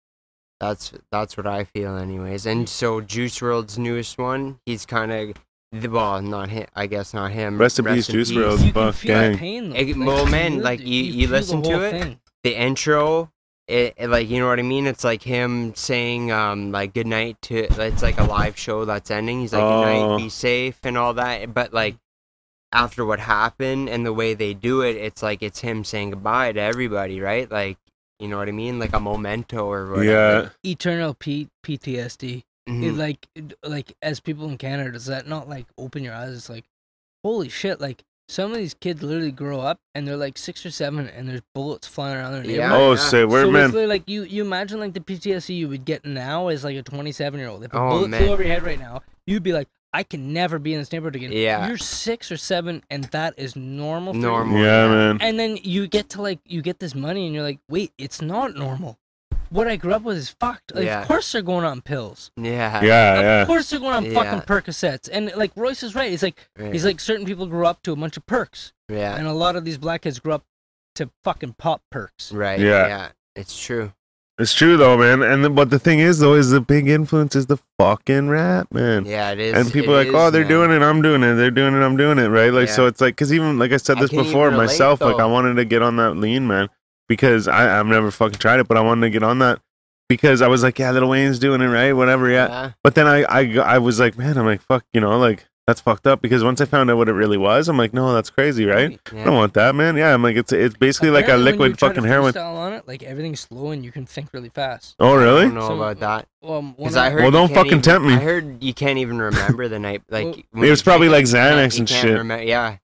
Speaker 1: That's that's what I feel, anyways. And so Juice World's newest one, he's kind of the well, not him. I guess not him.
Speaker 2: Rest in peace, Juice WRLD.
Speaker 5: you can
Speaker 2: Buff
Speaker 5: feel the
Speaker 2: gang.
Speaker 5: pain though.
Speaker 1: Eh, well,
Speaker 5: you
Speaker 1: man,
Speaker 5: lived
Speaker 1: like,
Speaker 5: it.
Speaker 1: you- you
Speaker 5: feel the
Speaker 1: listen to
Speaker 5: whole
Speaker 1: it,
Speaker 5: thing.
Speaker 1: the intro it, it, like you know what i mean it's like him saying um like good night to it's like a live show that's ending he's like good
Speaker 2: Oh.
Speaker 1: night be safe and all that but like after what happened and the way they do it it's like it's him saying goodbye to everybody right like you know what i mean like a memento or whatever
Speaker 2: Yeah.
Speaker 5: eternal P- PTSD. It,
Speaker 1: Mhm.
Speaker 5: like, it- like as people in Canada, does that not like open your eyes? It's like, holy shit! Like some of these kids literally grow up and they're like six or seven, and there's bullets flying around their
Speaker 1: Yeah,
Speaker 5: neighborhood.
Speaker 2: oh,
Speaker 1: yeah.
Speaker 2: say word,
Speaker 5: so
Speaker 2: man.
Speaker 5: it's literally, like you, you imagine like the PTSD you would get now as like a 27 year old. If a
Speaker 1: Oh,
Speaker 5: bullet
Speaker 1: man.
Speaker 5: flew over your head right now, you'd be like, I can never be in this neighborhood again.
Speaker 1: Yeah.
Speaker 5: You're six or seven, and that is normal. for you.
Speaker 1: Normal.
Speaker 2: yeah, man.
Speaker 5: and then you get to like you get this money and you're like wait it's not normal what i grew up with is fucked like,
Speaker 1: Yeah.
Speaker 5: of course they're going on pills
Speaker 1: yeah
Speaker 2: Yeah,
Speaker 5: of
Speaker 2: yeah.
Speaker 5: course they're going on
Speaker 1: Yeah.
Speaker 5: fucking percocets and like royce is right he's like
Speaker 1: yeah,
Speaker 5: he's like certain people grew up to a bunch of perks
Speaker 1: yeah.
Speaker 5: and a lot of these black kids grew up to fucking pop perks
Speaker 1: right
Speaker 2: Yeah.
Speaker 1: yeah. it's true
Speaker 2: It's true though, man. And the, but the thing is though, is the big influence is the fucking rap, man.
Speaker 1: yeah it is
Speaker 2: and people are
Speaker 1: it
Speaker 2: like, oh,
Speaker 1: is,
Speaker 2: they're
Speaker 1: man.
Speaker 2: doing it, I'm doing it, they're doing it, I'm doing it, right? Like, so
Speaker 1: Yeah.
Speaker 2: it's like, because even like I said
Speaker 1: I
Speaker 2: this
Speaker 1: can't even
Speaker 2: before
Speaker 1: relate,
Speaker 2: myself, like I
Speaker 1: though.
Speaker 2: wanted to get on that lean, man, because I I've never fucking tried it, but I wanted to get on that because I was like, yeah, Little Wayne's doing it, right? Whatever, yeah.
Speaker 1: yeah
Speaker 2: But then I, I g- I was like, man, I'm like, fuck, you know, like that's fucked up because once I found out what it really was, I'm like, no, that's crazy, right? I don't
Speaker 1: yeah,
Speaker 2: want that, man. Yeah, I'm like, it's it's basically like a
Speaker 5: Apparently when you
Speaker 2: liquid
Speaker 5: try to
Speaker 2: fucking heroin.
Speaker 5: freestyle on it like everything's slow and you can think really fast
Speaker 2: Oh,
Speaker 1: i
Speaker 2: really?
Speaker 1: don't know
Speaker 5: So,
Speaker 1: about that
Speaker 5: um, when
Speaker 1: Because I heard
Speaker 2: Well,
Speaker 1: you
Speaker 2: don't
Speaker 1: can't
Speaker 2: fucking
Speaker 1: even-
Speaker 2: tempt me.
Speaker 1: I heard you can't even remember the
Speaker 2: [laughs]
Speaker 1: night. Like
Speaker 5: Well,
Speaker 1: when
Speaker 2: It
Speaker 1: you
Speaker 2: was probably
Speaker 1: drink
Speaker 2: like
Speaker 1: you can't-
Speaker 2: Xanax
Speaker 1: you
Speaker 2: and
Speaker 1: can't
Speaker 2: shit.
Speaker 1: remem- yeah,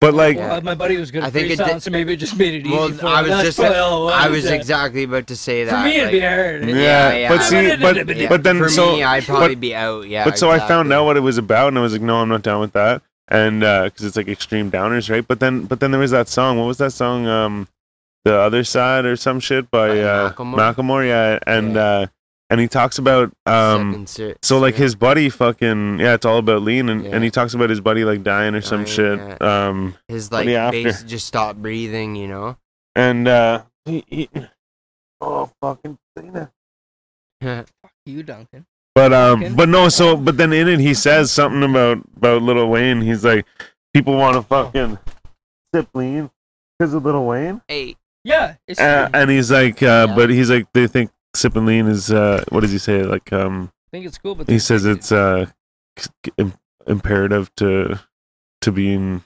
Speaker 2: But like,
Speaker 5: Well, my buddy was good at
Speaker 1: I think it
Speaker 5: freestyle,
Speaker 1: did-
Speaker 5: so maybe it just made it easy
Speaker 1: Well,
Speaker 5: for
Speaker 1: I
Speaker 5: him.
Speaker 1: was
Speaker 5: That's
Speaker 1: just-
Speaker 5: probably all it
Speaker 1: I was
Speaker 5: Yeah.
Speaker 1: exactly about to say that.
Speaker 5: for me it'd
Speaker 1: like,
Speaker 5: be hard
Speaker 2: yeah,
Speaker 1: Yeah, yeah.
Speaker 2: but see, but
Speaker 1: yeah,
Speaker 2: but then
Speaker 1: for
Speaker 2: so
Speaker 1: me, I'd probably be out. Yeah,
Speaker 2: but so I found out what it was about, and I was like, no, I'm not down with that, and because it's like extreme downers, right? But then but then there was that song. What was that song? Um, the other side or some shit by,
Speaker 1: By
Speaker 2: uh, Macklemore.
Speaker 1: Macklemore?
Speaker 2: yeah, and
Speaker 1: Yeah.
Speaker 2: uh, and he talks about um. So like his buddy fucking yeah, it's all about lean and,
Speaker 1: Yeah.
Speaker 2: and he talks about his buddy like dying or some
Speaker 1: Dying,
Speaker 2: shit. Um
Speaker 1: his
Speaker 2: buddy
Speaker 1: like
Speaker 2: after.
Speaker 1: face just stopped breathing. You know.
Speaker 2: and uh he, he oh fucking Cena.
Speaker 5: you, Duncan.
Speaker 2: But um
Speaker 5: Fucking-
Speaker 2: but no so but then in it he says something about about Little Wayne. He's like people want to fucking sip lean because of Little Wayne.
Speaker 1: [laughs] hey,
Speaker 5: Yeah, it's
Speaker 2: Uh, and he's like uh
Speaker 1: Yeah.
Speaker 2: but he's like they think sipping lean is uh what does he say like um
Speaker 5: I think it's cool, but
Speaker 2: he
Speaker 5: they
Speaker 2: says
Speaker 5: think
Speaker 2: it's uh c- c- im- imperative to to being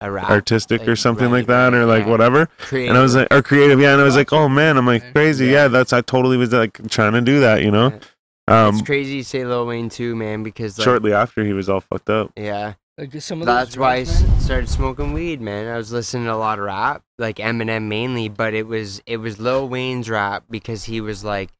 Speaker 1: a rap
Speaker 2: artistic or
Speaker 1: Ah, Like,
Speaker 2: something like that,
Speaker 1: random,
Speaker 2: or like
Speaker 1: yeah.
Speaker 2: whatever.
Speaker 1: creative.
Speaker 2: And I was like, or creative, yeah. And I was like, oh man, I'm like crazy,
Speaker 1: Yeah.
Speaker 2: yeah. That's I totally was like trying to do that, you know. Um,
Speaker 1: it's crazy you say Lil Wayne too, man, because like,
Speaker 2: shortly after he was all fucked up.
Speaker 1: yeah,
Speaker 5: Like some of those
Speaker 1: that's why I
Speaker 5: drugs,
Speaker 1: s-
Speaker 5: man.
Speaker 1: started smoking weed, man. I was listening to a lot of rap, like Eminem mainly, but it was it was Lil Wayne's rap because he was like,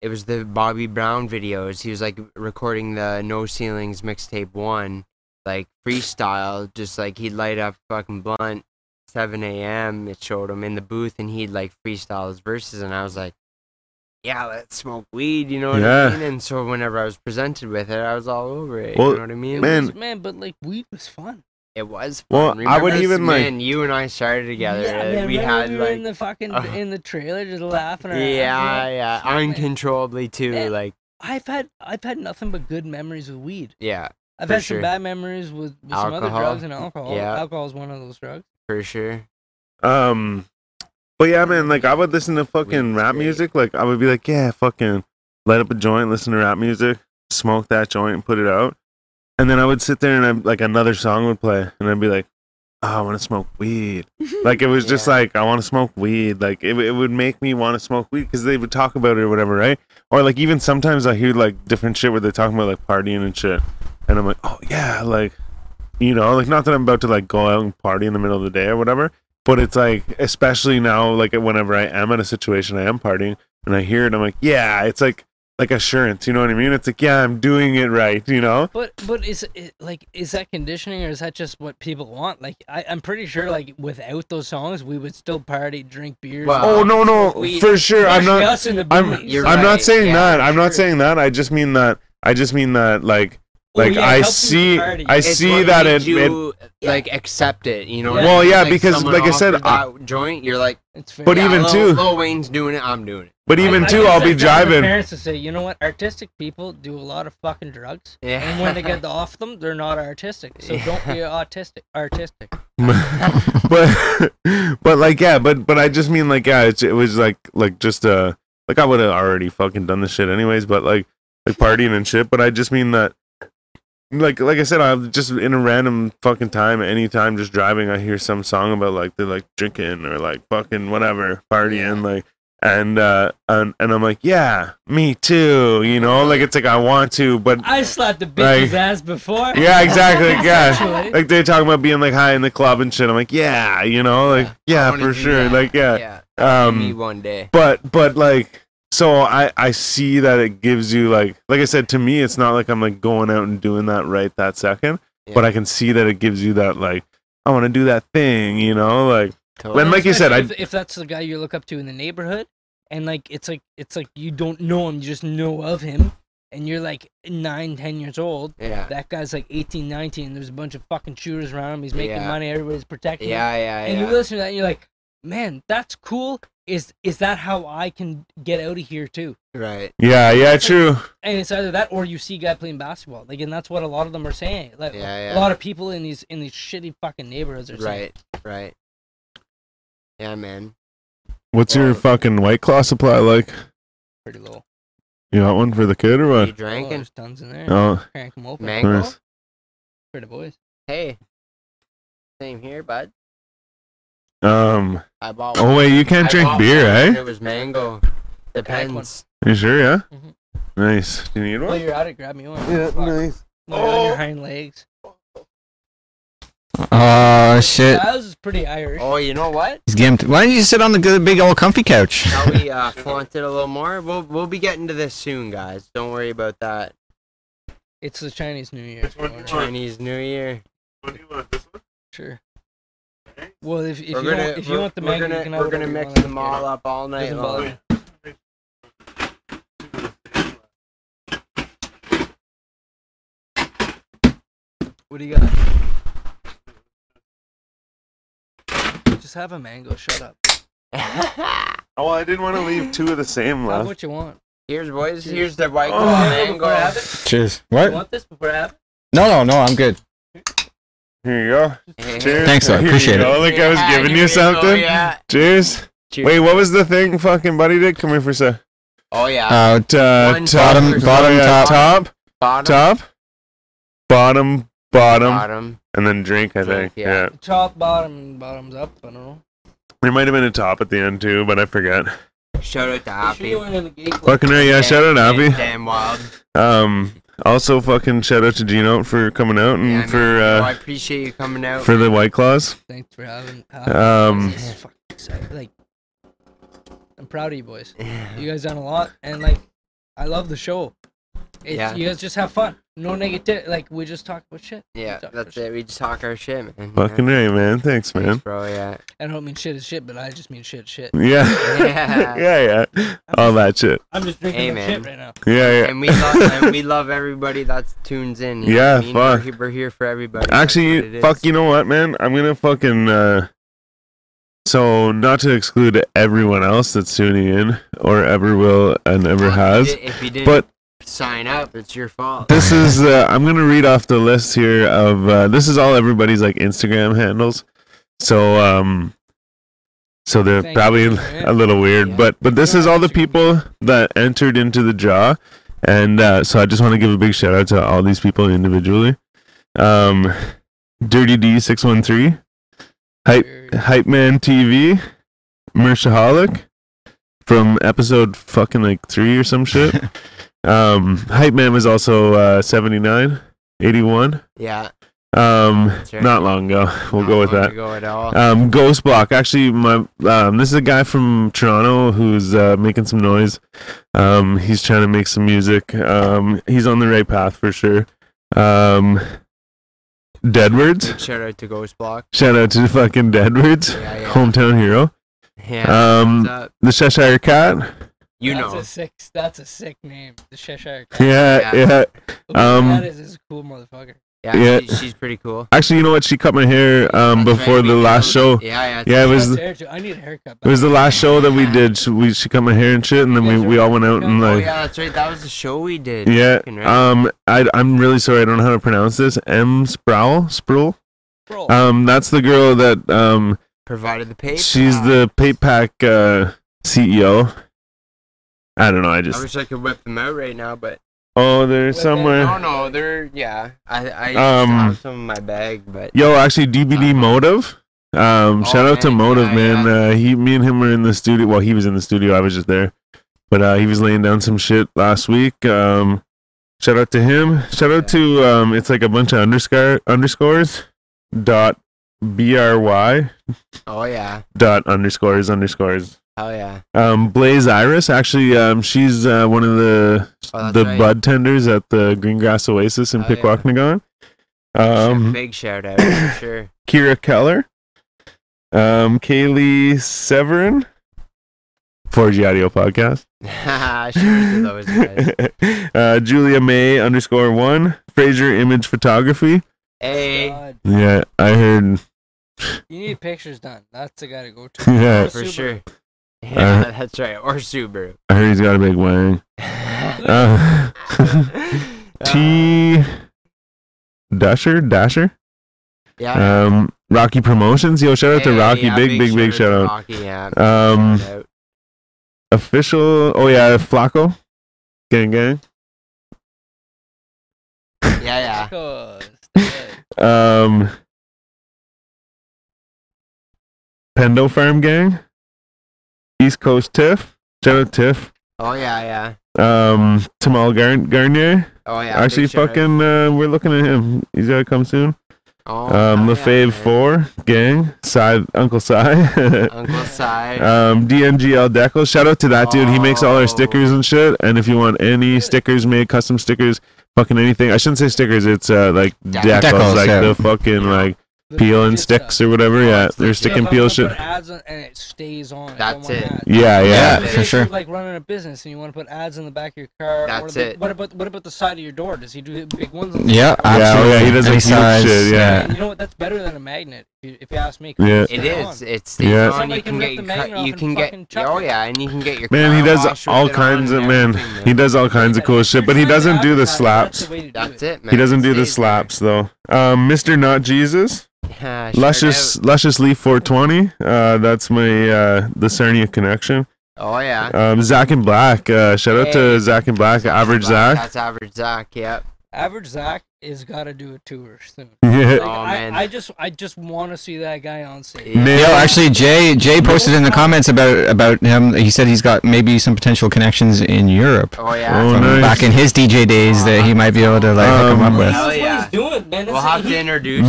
Speaker 1: it was the Bobby Brown videos. He was like recording the No Ceilings mixtape one, like freestyle, just like he'd light up fucking blunt. 7 a.m. It showed him in the booth, and he'd like freestyle his verses, and I was like, "Yeah, let's smoke weed," you know what
Speaker 2: Yeah.
Speaker 1: I mean? And so whenever I was presented with it, I was all over it.
Speaker 2: Well,
Speaker 1: you know what I mean?
Speaker 5: It
Speaker 2: man.
Speaker 5: was- man, but like weed was fun.
Speaker 1: It was.
Speaker 2: Well,
Speaker 1: fun.
Speaker 2: I would
Speaker 1: Remember
Speaker 2: even, like-
Speaker 1: man, you and I started together.
Speaker 5: Yeah,
Speaker 1: uh,
Speaker 5: man,
Speaker 1: we
Speaker 5: remember
Speaker 1: had
Speaker 5: we were in
Speaker 1: like
Speaker 5: the fucking
Speaker 1: uh,
Speaker 5: in the trailer just laughing. Around,
Speaker 1: yeah,
Speaker 5: man.
Speaker 1: yeah,
Speaker 5: Fuck, man.
Speaker 1: uncontrollably too.
Speaker 5: Man.
Speaker 1: Like
Speaker 5: I've had I've had nothing but good memories with weed.
Speaker 1: yeah,
Speaker 5: I've
Speaker 1: For
Speaker 5: had
Speaker 1: sure.
Speaker 5: some bad memories with, with some other
Speaker 1: Alcohol.
Speaker 5: drugs and alcohol.
Speaker 1: Yeah.
Speaker 5: Alcohol is one of those drugs.
Speaker 1: for sure.
Speaker 2: Um, but yeah, man, like I would listen to fucking
Speaker 1: Weed's
Speaker 2: rap
Speaker 1: great.
Speaker 2: music. Like I would be like, yeah, fucking light up a joint, listen to rap music, smoke that joint, and put it out. And then I would sit there and I'm like another song would play, and I'd be like, oh, I want to smoke weed. like it was just
Speaker 1: Yeah.
Speaker 2: like I want to smoke weed. Like it, it would make me want to smoke weed because they would talk about it or whatever, right? Or like even sometimes I hear like different shit where they're talking about like partying and shit, and I'm like, oh yeah, like you know, like not that I'm about to like go out and party in the middle of the day or whatever, but it's like especially now, like whenever I am in a situation I am partying and I hear it, I'm like, yeah, it's like like assurance, you know what I mean? It's like yeah, I'm doing it right, you know.
Speaker 5: But but is it, like is that conditioning or is that just what people want? Like I, I'm pretty sure like without those songs we would still party, drink beers.
Speaker 1: Well,
Speaker 2: oh no, no,
Speaker 1: we-
Speaker 2: for sure, I'm not.
Speaker 5: Us in the
Speaker 2: I'm
Speaker 5: booties.
Speaker 1: You're
Speaker 2: I'm not
Speaker 1: right,
Speaker 2: saying
Speaker 1: yeah,
Speaker 2: that. I'm not
Speaker 1: sure.
Speaker 2: saying that. I just mean that. I just mean that. Like
Speaker 5: Oh,
Speaker 2: like
Speaker 5: yeah,
Speaker 2: I
Speaker 5: help you
Speaker 2: see
Speaker 5: party.
Speaker 2: I
Speaker 1: It's
Speaker 2: see
Speaker 1: what
Speaker 2: that
Speaker 1: made
Speaker 2: it, it
Speaker 1: you like accept it. You know. what I
Speaker 2: Well,
Speaker 1: mean?
Speaker 2: yeah, because,
Speaker 1: someone
Speaker 2: like I said,
Speaker 1: offered
Speaker 2: I-
Speaker 1: that joint. You're like,
Speaker 5: It's fair.
Speaker 2: But
Speaker 1: yeah,
Speaker 2: even
Speaker 1: Lil,
Speaker 2: too-
Speaker 1: Lil Wayne's doing it. I'm doing it. [laughs]
Speaker 2: but even
Speaker 5: I
Speaker 2: too,
Speaker 5: guess
Speaker 2: I'll be
Speaker 5: that's down to the
Speaker 2: driving.
Speaker 5: Parents to say, you know what, artistic people do a lot of fucking drugs,
Speaker 1: Yeah.
Speaker 5: and when they
Speaker 2: [laughs]
Speaker 5: get the off them, they're not artistic. So don't be autistic. Artistic.
Speaker 2: but but like yeah but but i just mean like yeah it, it was like like just uh like i would have already fucking done this shit anyways but like like partying and shit but i just mean that like like i said i'm just in a random fucking time anytime just driving i hear some song about like they're like drinking or like fucking whatever partying like and uh and, and i'm like yeah me too you know like it's like i want to but
Speaker 5: I slapped the bitch's
Speaker 2: bitch's Like-
Speaker 5: ass before.
Speaker 2: yeah, exactly. Yeah,
Speaker 5: Essentially.
Speaker 2: like they're talking about being like high in the club and shit. I'm like, yeah, you know, like yeah,
Speaker 1: wanna
Speaker 2: for
Speaker 1: do
Speaker 2: sure.
Speaker 1: that.
Speaker 2: Like yeah,
Speaker 1: Yeah. me
Speaker 2: um,
Speaker 1: one day.
Speaker 2: but but like, so I I see that it gives you like like I said to me, it's not like I'm like going out and doing that right that second, but
Speaker 1: Yeah.
Speaker 2: I can see that it gives you that like I want to do that thing, you know, like
Speaker 1: Totally.
Speaker 2: when like you said,
Speaker 5: Especially
Speaker 2: I
Speaker 5: if, if that's the guy you look up to in the neighborhood, and like it's like it's like you don't know him, you just know of him, and you're like nine, ten years old.
Speaker 1: Yeah.
Speaker 5: That guy's like 18, 19. There's a bunch of fucking shooters around him. He's making
Speaker 1: Yeah.
Speaker 5: money. Everybody's protecting him.
Speaker 1: Yeah, yeah,
Speaker 5: And
Speaker 1: yeah.
Speaker 5: you listen to that, and you're like, man, that's cool. Is is that how I can get out of here too?
Speaker 1: right.
Speaker 2: yeah yeah true
Speaker 5: and it's either that or you see a guy playing basketball. Like, and that's what a lot of them are saying. Like,
Speaker 1: Yeah, yeah.
Speaker 5: a lot of people in these in these shitty fucking neighborhoods are saying,
Speaker 1: Right. Right. Yeah, man.
Speaker 2: what's your fucking white claw supply like
Speaker 5: pretty low.
Speaker 2: you got one for the kid or
Speaker 1: You
Speaker 2: what
Speaker 5: Oh,
Speaker 1: drank and
Speaker 5: there's tons in there.
Speaker 2: oh
Speaker 5: Crank them open
Speaker 1: mango.
Speaker 2: nice
Speaker 5: for the boys.
Speaker 1: Hey. Same here, bud.
Speaker 2: um
Speaker 1: I bought
Speaker 2: oh wait you can't
Speaker 1: I
Speaker 2: drink
Speaker 1: bought
Speaker 2: beer
Speaker 1: one and
Speaker 2: eh
Speaker 1: It was mango.
Speaker 5: pack one.
Speaker 1: Depends.
Speaker 2: you sure yeah
Speaker 1: Mm-hmm.
Speaker 5: Mhm.
Speaker 2: nice do you need one
Speaker 5: Well, you're out it. Grab me one.
Speaker 2: Yeah,
Speaker 5: Fuck.
Speaker 2: nice.
Speaker 5: You're on
Speaker 2: Oh.
Speaker 5: your hind legs.
Speaker 4: Oh shit.
Speaker 5: Giles is pretty Irish.
Speaker 1: Oh, you
Speaker 5: [laughs]
Speaker 1: know what?
Speaker 4: He's gimped. Why don't you sit on the good, big old
Speaker 2: [laughs]
Speaker 4: comfy couch?
Speaker 1: Shall we uh, flaunt it a little more? We'll we'll be getting to this soon, guys. Don't worry about that.
Speaker 5: It's the Chinese New Year. if you
Speaker 2: one
Speaker 5: wanna-
Speaker 2: do you want?
Speaker 1: Chinese New Year.
Speaker 5: Sure. Well, if, if you
Speaker 1: We're gonna-
Speaker 5: want, if you
Speaker 1: we're-
Speaker 5: want the
Speaker 1: we're
Speaker 5: mango,
Speaker 1: gonna,
Speaker 5: you can have
Speaker 1: we're
Speaker 5: whatever
Speaker 1: gonna
Speaker 5: you
Speaker 1: mix
Speaker 5: want.
Speaker 1: them all up all night
Speaker 5: Doesn't bother
Speaker 1: long.
Speaker 5: me. What do you got? Just have a mango. Shut up.
Speaker 2: Oh, well, I didn't want to leave two of the same
Speaker 5: Have
Speaker 2: left.
Speaker 5: what you want.
Speaker 1: Here's boys.
Speaker 5: Cheers.
Speaker 1: Here's the white
Speaker 2: Oh.
Speaker 1: claw
Speaker 2: Yeah,
Speaker 1: mango.
Speaker 5: Before [laughs] I have it?
Speaker 4: Cheers.
Speaker 5: You
Speaker 4: What?
Speaker 5: want this before I have it?
Speaker 4: No, no, no. I'm good.
Speaker 2: Here you go.
Speaker 1: Hey,
Speaker 2: Cheers.
Speaker 4: Thanks, sir.
Speaker 2: Here you
Speaker 4: Appreciate it.
Speaker 2: go. Like I was
Speaker 1: Yeah,
Speaker 2: giving
Speaker 1: here
Speaker 2: you
Speaker 1: we go,
Speaker 2: something.
Speaker 1: Oh, yeah.
Speaker 2: Cheers.
Speaker 1: Cheers.
Speaker 2: Wait, what was the thing fucking buddy did? Come here for a sec.
Speaker 1: Oh yeah.
Speaker 4: Uh,
Speaker 2: T- uh,
Speaker 1: One
Speaker 2: top,
Speaker 4: bottom-
Speaker 2: oh,
Speaker 4: bottom,
Speaker 2: yeah,
Speaker 4: top.
Speaker 2: top,
Speaker 1: bottom.
Speaker 2: top, bottom, bottom,
Speaker 1: Bottom.
Speaker 2: and then drink. I
Speaker 1: Drink,
Speaker 2: think.
Speaker 1: yeah.
Speaker 2: yeah.
Speaker 5: Top bottom and bottoms up. I don't know.
Speaker 2: There might have been a top at the end too, but I forget.
Speaker 1: Shout out to Happy.
Speaker 2: Fucking hell, yeah, shout out Avi.
Speaker 1: Damn wild.
Speaker 2: Um, also fucking shout out to Gino for coming out and
Speaker 1: Yeah, man.
Speaker 2: for
Speaker 1: Yo,
Speaker 2: uh,
Speaker 1: I appreciate you coming out.
Speaker 2: for the White Claws.
Speaker 5: Thanks for having.
Speaker 2: Um,
Speaker 5: this is fucking exciting. like, I'm proud of you boys. You guys done a lot, and like, I love the show. It's,
Speaker 1: Yeah.
Speaker 5: You guys just have fun. No negative. Like we just talk about shit.
Speaker 1: [laughs] yeah,
Speaker 5: Talk
Speaker 1: that's
Speaker 5: our
Speaker 1: it. We just talk our shit, man. you know?
Speaker 2: Fucking right, man. Thanks, man.
Speaker 1: Thanks, bro. Yeah.
Speaker 5: I don't mean shit is shit, but I just mean shit shit.
Speaker 2: Yeah. [laughs]
Speaker 1: Yeah.
Speaker 2: yeah, yeah. All that shit.
Speaker 5: I'm just drinking
Speaker 1: Hey,
Speaker 5: that
Speaker 1: man.
Speaker 5: shit right now.
Speaker 2: Yeah, yeah.
Speaker 1: And we love and we love everybody that tunes in. you know
Speaker 2: Yeah,
Speaker 1: what I mean? We're
Speaker 2: fuck.
Speaker 1: he- We're here for everybody. that's what
Speaker 2: [laughs] Actually,
Speaker 1: it
Speaker 2: fuck.
Speaker 1: is.
Speaker 2: You know what, man? I'm gonna fucking. uh So not to exclude everyone else that's tuning in or ever will and ever has,
Speaker 1: If you didn't
Speaker 2: but
Speaker 1: sign up, it's your fault.
Speaker 2: This is uh, I'm gonna read off the list here of uh, this is all everybody's like Instagram handles. So um, so they're
Speaker 5: Thank
Speaker 2: probably
Speaker 5: you, man.
Speaker 2: a little weird,
Speaker 1: Yeah.
Speaker 2: but but this is all the people that entered into the draw, and uh, so I just want to give a big shout out to all these people individually. Um, Dirty D six one three, hype hype man TV, Mershaholic from episode fucking like three or some shit. Um, Hype Man was also uh, 79, 81.
Speaker 1: Yeah.
Speaker 2: Um,
Speaker 1: right.
Speaker 2: Not long ago. We'll
Speaker 1: not
Speaker 2: go with
Speaker 1: long
Speaker 2: that.
Speaker 1: ago at all.
Speaker 2: Um, Ghost Block. Actually, my um, this is a guy from Toronto who's uh, making some noise. Um, he's trying to make some music. Um, he's on the right path for sure. Um, Deadwards.
Speaker 1: Shout out to
Speaker 2: [laughs]
Speaker 1: Ghost Block.
Speaker 2: Shout out to fucking Deadwards,
Speaker 1: Yeah, yeah.
Speaker 2: hometown hero.
Speaker 1: yeah. what's
Speaker 2: Um,
Speaker 1: up?
Speaker 2: the Cheshire Cat.
Speaker 1: You
Speaker 5: that's
Speaker 1: know.
Speaker 5: a sick. That's a sick name. The Cheshire. Cat.
Speaker 2: Yeah,
Speaker 1: Yeah.
Speaker 2: yeah. [laughs]
Speaker 5: Ooh,
Speaker 2: um,
Speaker 5: that is, is a cool motherfucker.
Speaker 1: Yeah,
Speaker 2: yeah.
Speaker 1: She, she's pretty cool.
Speaker 2: Actually, you know what? She cut my hair um,
Speaker 1: That's right,
Speaker 2: before
Speaker 1: we
Speaker 2: the
Speaker 1: did
Speaker 2: last
Speaker 1: all
Speaker 2: show.
Speaker 1: the- Yeah, yeah.
Speaker 2: Yeah, it was.
Speaker 5: Shout out to Eric, too. I need a haircut.
Speaker 2: It was the last show that we did. She, we she cut my hair and shit, and then we, we all went out and
Speaker 1: Oh,
Speaker 2: like
Speaker 1: yeah, that's right. That was the show we did.
Speaker 2: yeah.
Speaker 1: Fucking right.
Speaker 2: Um, I I'm really sorry. I don't know how to pronounce this. M Sproul Sproul.
Speaker 5: Bro,
Speaker 2: Um, that's the girl that um
Speaker 1: Provided the page.
Speaker 2: she's the PayPack uh CEO. I don't know. I
Speaker 1: I
Speaker 2: just
Speaker 1: wish I could whip them out right now, but
Speaker 2: oh they're
Speaker 1: no,
Speaker 2: somewhere.
Speaker 1: no, they're yeah. I I just
Speaker 2: Um,
Speaker 1: have some in my bag, but
Speaker 2: Yo, actually DVD Motive. Um, shout
Speaker 1: Oh,
Speaker 2: out to
Speaker 1: man,
Speaker 2: Motive
Speaker 1: yeah,
Speaker 2: man.
Speaker 1: yeah.
Speaker 2: Uh, he me and him were in the studio. Well, he was in the studio. I was just there, but uh, he was laying down some shit last week. Um, Shout out to him. Shout out to um, it's like a bunch of underscore underscores dot bry
Speaker 1: oh yeah,
Speaker 2: dot underscores underscores.
Speaker 1: oh yeah.
Speaker 2: Um, Blaze Iris actually, um, she's uh, one of the
Speaker 1: Oh, that's
Speaker 2: the
Speaker 1: right.
Speaker 2: bud tenders at the Greengrass Oasis in
Speaker 1: Oh, yeah.
Speaker 2: Pickwacknagon.
Speaker 1: Sure,
Speaker 2: Um,
Speaker 1: big shout
Speaker 2: [laughs]
Speaker 1: out for sure. [laughs]
Speaker 2: Kira Keller, um, Kaylee Severin, 4G Audio Podcast.
Speaker 1: Shout out to those
Speaker 2: [laughs]
Speaker 1: guys.
Speaker 2: uh, Julia May underscore one Fraser Image Photography.
Speaker 1: Hey,
Speaker 5: God,
Speaker 2: Yeah, I heard.
Speaker 5: you need pictures done. That's the guy to go
Speaker 2: [laughs]
Speaker 5: to.
Speaker 2: Yeah,
Speaker 1: for
Speaker 5: Subaru.
Speaker 1: sure. Yeah,
Speaker 2: Uh,
Speaker 1: [laughs] that's right. Or Subaru.
Speaker 2: [laughs]
Speaker 1: [laughs]
Speaker 2: I heard he's got a big wang. Uh, [laughs]
Speaker 1: Um, Uh,
Speaker 2: T. Dasher, Dasher.
Speaker 1: yeah.
Speaker 2: Um, Rocky Promotions. Yo, shout out to
Speaker 1: Hey,
Speaker 2: Rocky.
Speaker 1: yeah,
Speaker 2: big, big, big shout
Speaker 1: to
Speaker 2: out.
Speaker 1: Rocky, yeah.
Speaker 2: Um,
Speaker 1: shout out.
Speaker 2: official. Oh yeah, Flacco. Gang, gang.
Speaker 1: yeah, yeah.
Speaker 2: [laughs]
Speaker 5: Because, uh,
Speaker 2: Um, Pendo Farm Gang. East Coast Tiff. Shout out Tiff.
Speaker 1: Oh yeah, yeah.
Speaker 2: Um, Tamal Gar- Garnier.
Speaker 1: Oh yeah. big
Speaker 2: Actually,
Speaker 1: shout out.
Speaker 2: fucking, uh, we're looking at him. He's gotta come soon.
Speaker 1: Oh,
Speaker 2: Um,
Speaker 1: hell
Speaker 2: Lefave
Speaker 1: yeah, man.
Speaker 2: Four Gang. Cy, Uncle Cy. [laughs]
Speaker 1: Uncle Cy.
Speaker 2: um, DMGL Deco. Shout out to that dude. He makes all our stickers
Speaker 1: Oh.
Speaker 2: and shit. And if you want any stickers made, custom stickers, fucking anything. I shouldn't say stickers. It's uh, like
Speaker 1: De-
Speaker 2: decals,
Speaker 4: Decals,
Speaker 2: like
Speaker 4: yeah.
Speaker 2: the fucking like
Speaker 5: the
Speaker 2: peel and
Speaker 5: legit
Speaker 2: sticks
Speaker 5: stuff.
Speaker 2: or whatever. Yeah, they're
Speaker 5: You know,
Speaker 2: stick and
Speaker 5: if I'm
Speaker 2: peel
Speaker 5: gonna
Speaker 2: shit.
Speaker 5: put ads on, and it stays on. if
Speaker 1: That's
Speaker 5: I want
Speaker 1: it.
Speaker 5: ads.
Speaker 2: Yeah,
Speaker 4: Yeah,
Speaker 2: yeah.
Speaker 4: for
Speaker 5: If you're,
Speaker 4: sure.
Speaker 5: Like running a business, and you want to put ads in the back of your car. or
Speaker 1: That's
Speaker 5: the,
Speaker 1: it.
Speaker 5: What about what about the side of your door? Does he do big ones? on the
Speaker 4: Yeah,
Speaker 5: side?
Speaker 4: absolutely.
Speaker 2: yeah, he does,
Speaker 4: Any
Speaker 2: like, huge
Speaker 4: size,
Speaker 2: shit, yeah.
Speaker 5: You know what? That's better than a magnet. If you, if you ask me. 'cause
Speaker 2: Yeah.
Speaker 1: It
Speaker 5: Come
Speaker 1: is.
Speaker 5: on.
Speaker 1: It's
Speaker 2: Yeah.
Speaker 1: yeah. on.
Speaker 5: Somebody
Speaker 1: You
Speaker 5: can
Speaker 1: can
Speaker 5: rip
Speaker 1: get
Speaker 5: the
Speaker 1: your
Speaker 5: magnet
Speaker 1: cra-
Speaker 5: off
Speaker 1: you
Speaker 5: and
Speaker 1: can get
Speaker 5: fucking chuck
Speaker 1: oh
Speaker 5: it.
Speaker 1: yeah, and you can get your
Speaker 2: Man, he
Speaker 1: car
Speaker 2: does
Speaker 1: washed with
Speaker 2: all
Speaker 1: it on
Speaker 2: kinds
Speaker 1: and
Speaker 2: of man.
Speaker 1: everything,
Speaker 2: He does all kinds of cool shit, but he
Speaker 5: If you're
Speaker 2: doesn't do the
Speaker 5: advertising, that's
Speaker 2: slaps.
Speaker 5: the way to do it.
Speaker 1: That's it, man.
Speaker 2: He doesn't do the
Speaker 1: Stays there.
Speaker 2: slaps though. Um, Mr. Not Jesus.
Speaker 1: Yeah, shout
Speaker 2: Luscious
Speaker 1: out.
Speaker 2: Luscious Leaf 420. Uh, that's my uh, the Sarnia connection.
Speaker 1: Oh yeah.
Speaker 2: Um, Zach and Black. Uh, shout out to
Speaker 1: Hey.
Speaker 2: Zach and Black. Average Zach.
Speaker 1: Black, That's average Zach. Yep.
Speaker 5: Average Zach is got to do a tour soon.
Speaker 2: Yeah. [laughs]
Speaker 5: Like,
Speaker 1: Oh,
Speaker 5: I,
Speaker 1: man.
Speaker 5: I just I just want to see that guy on stage.
Speaker 1: Yeah.
Speaker 4: Yo, actually, Jay Jay posted in the comments about about him. He said he's got maybe some potential connections in Europe
Speaker 1: Oh yeah.
Speaker 2: Oh,
Speaker 4: from
Speaker 2: nice.
Speaker 4: back in his DJ days that he might be able to like hook him
Speaker 2: Um,
Speaker 4: up with.
Speaker 1: Hell
Speaker 5: That's what
Speaker 1: yeah.
Speaker 5: he's doing, man.
Speaker 1: We'll
Speaker 5: That's-
Speaker 1: have
Speaker 5: he-
Speaker 1: to introduce.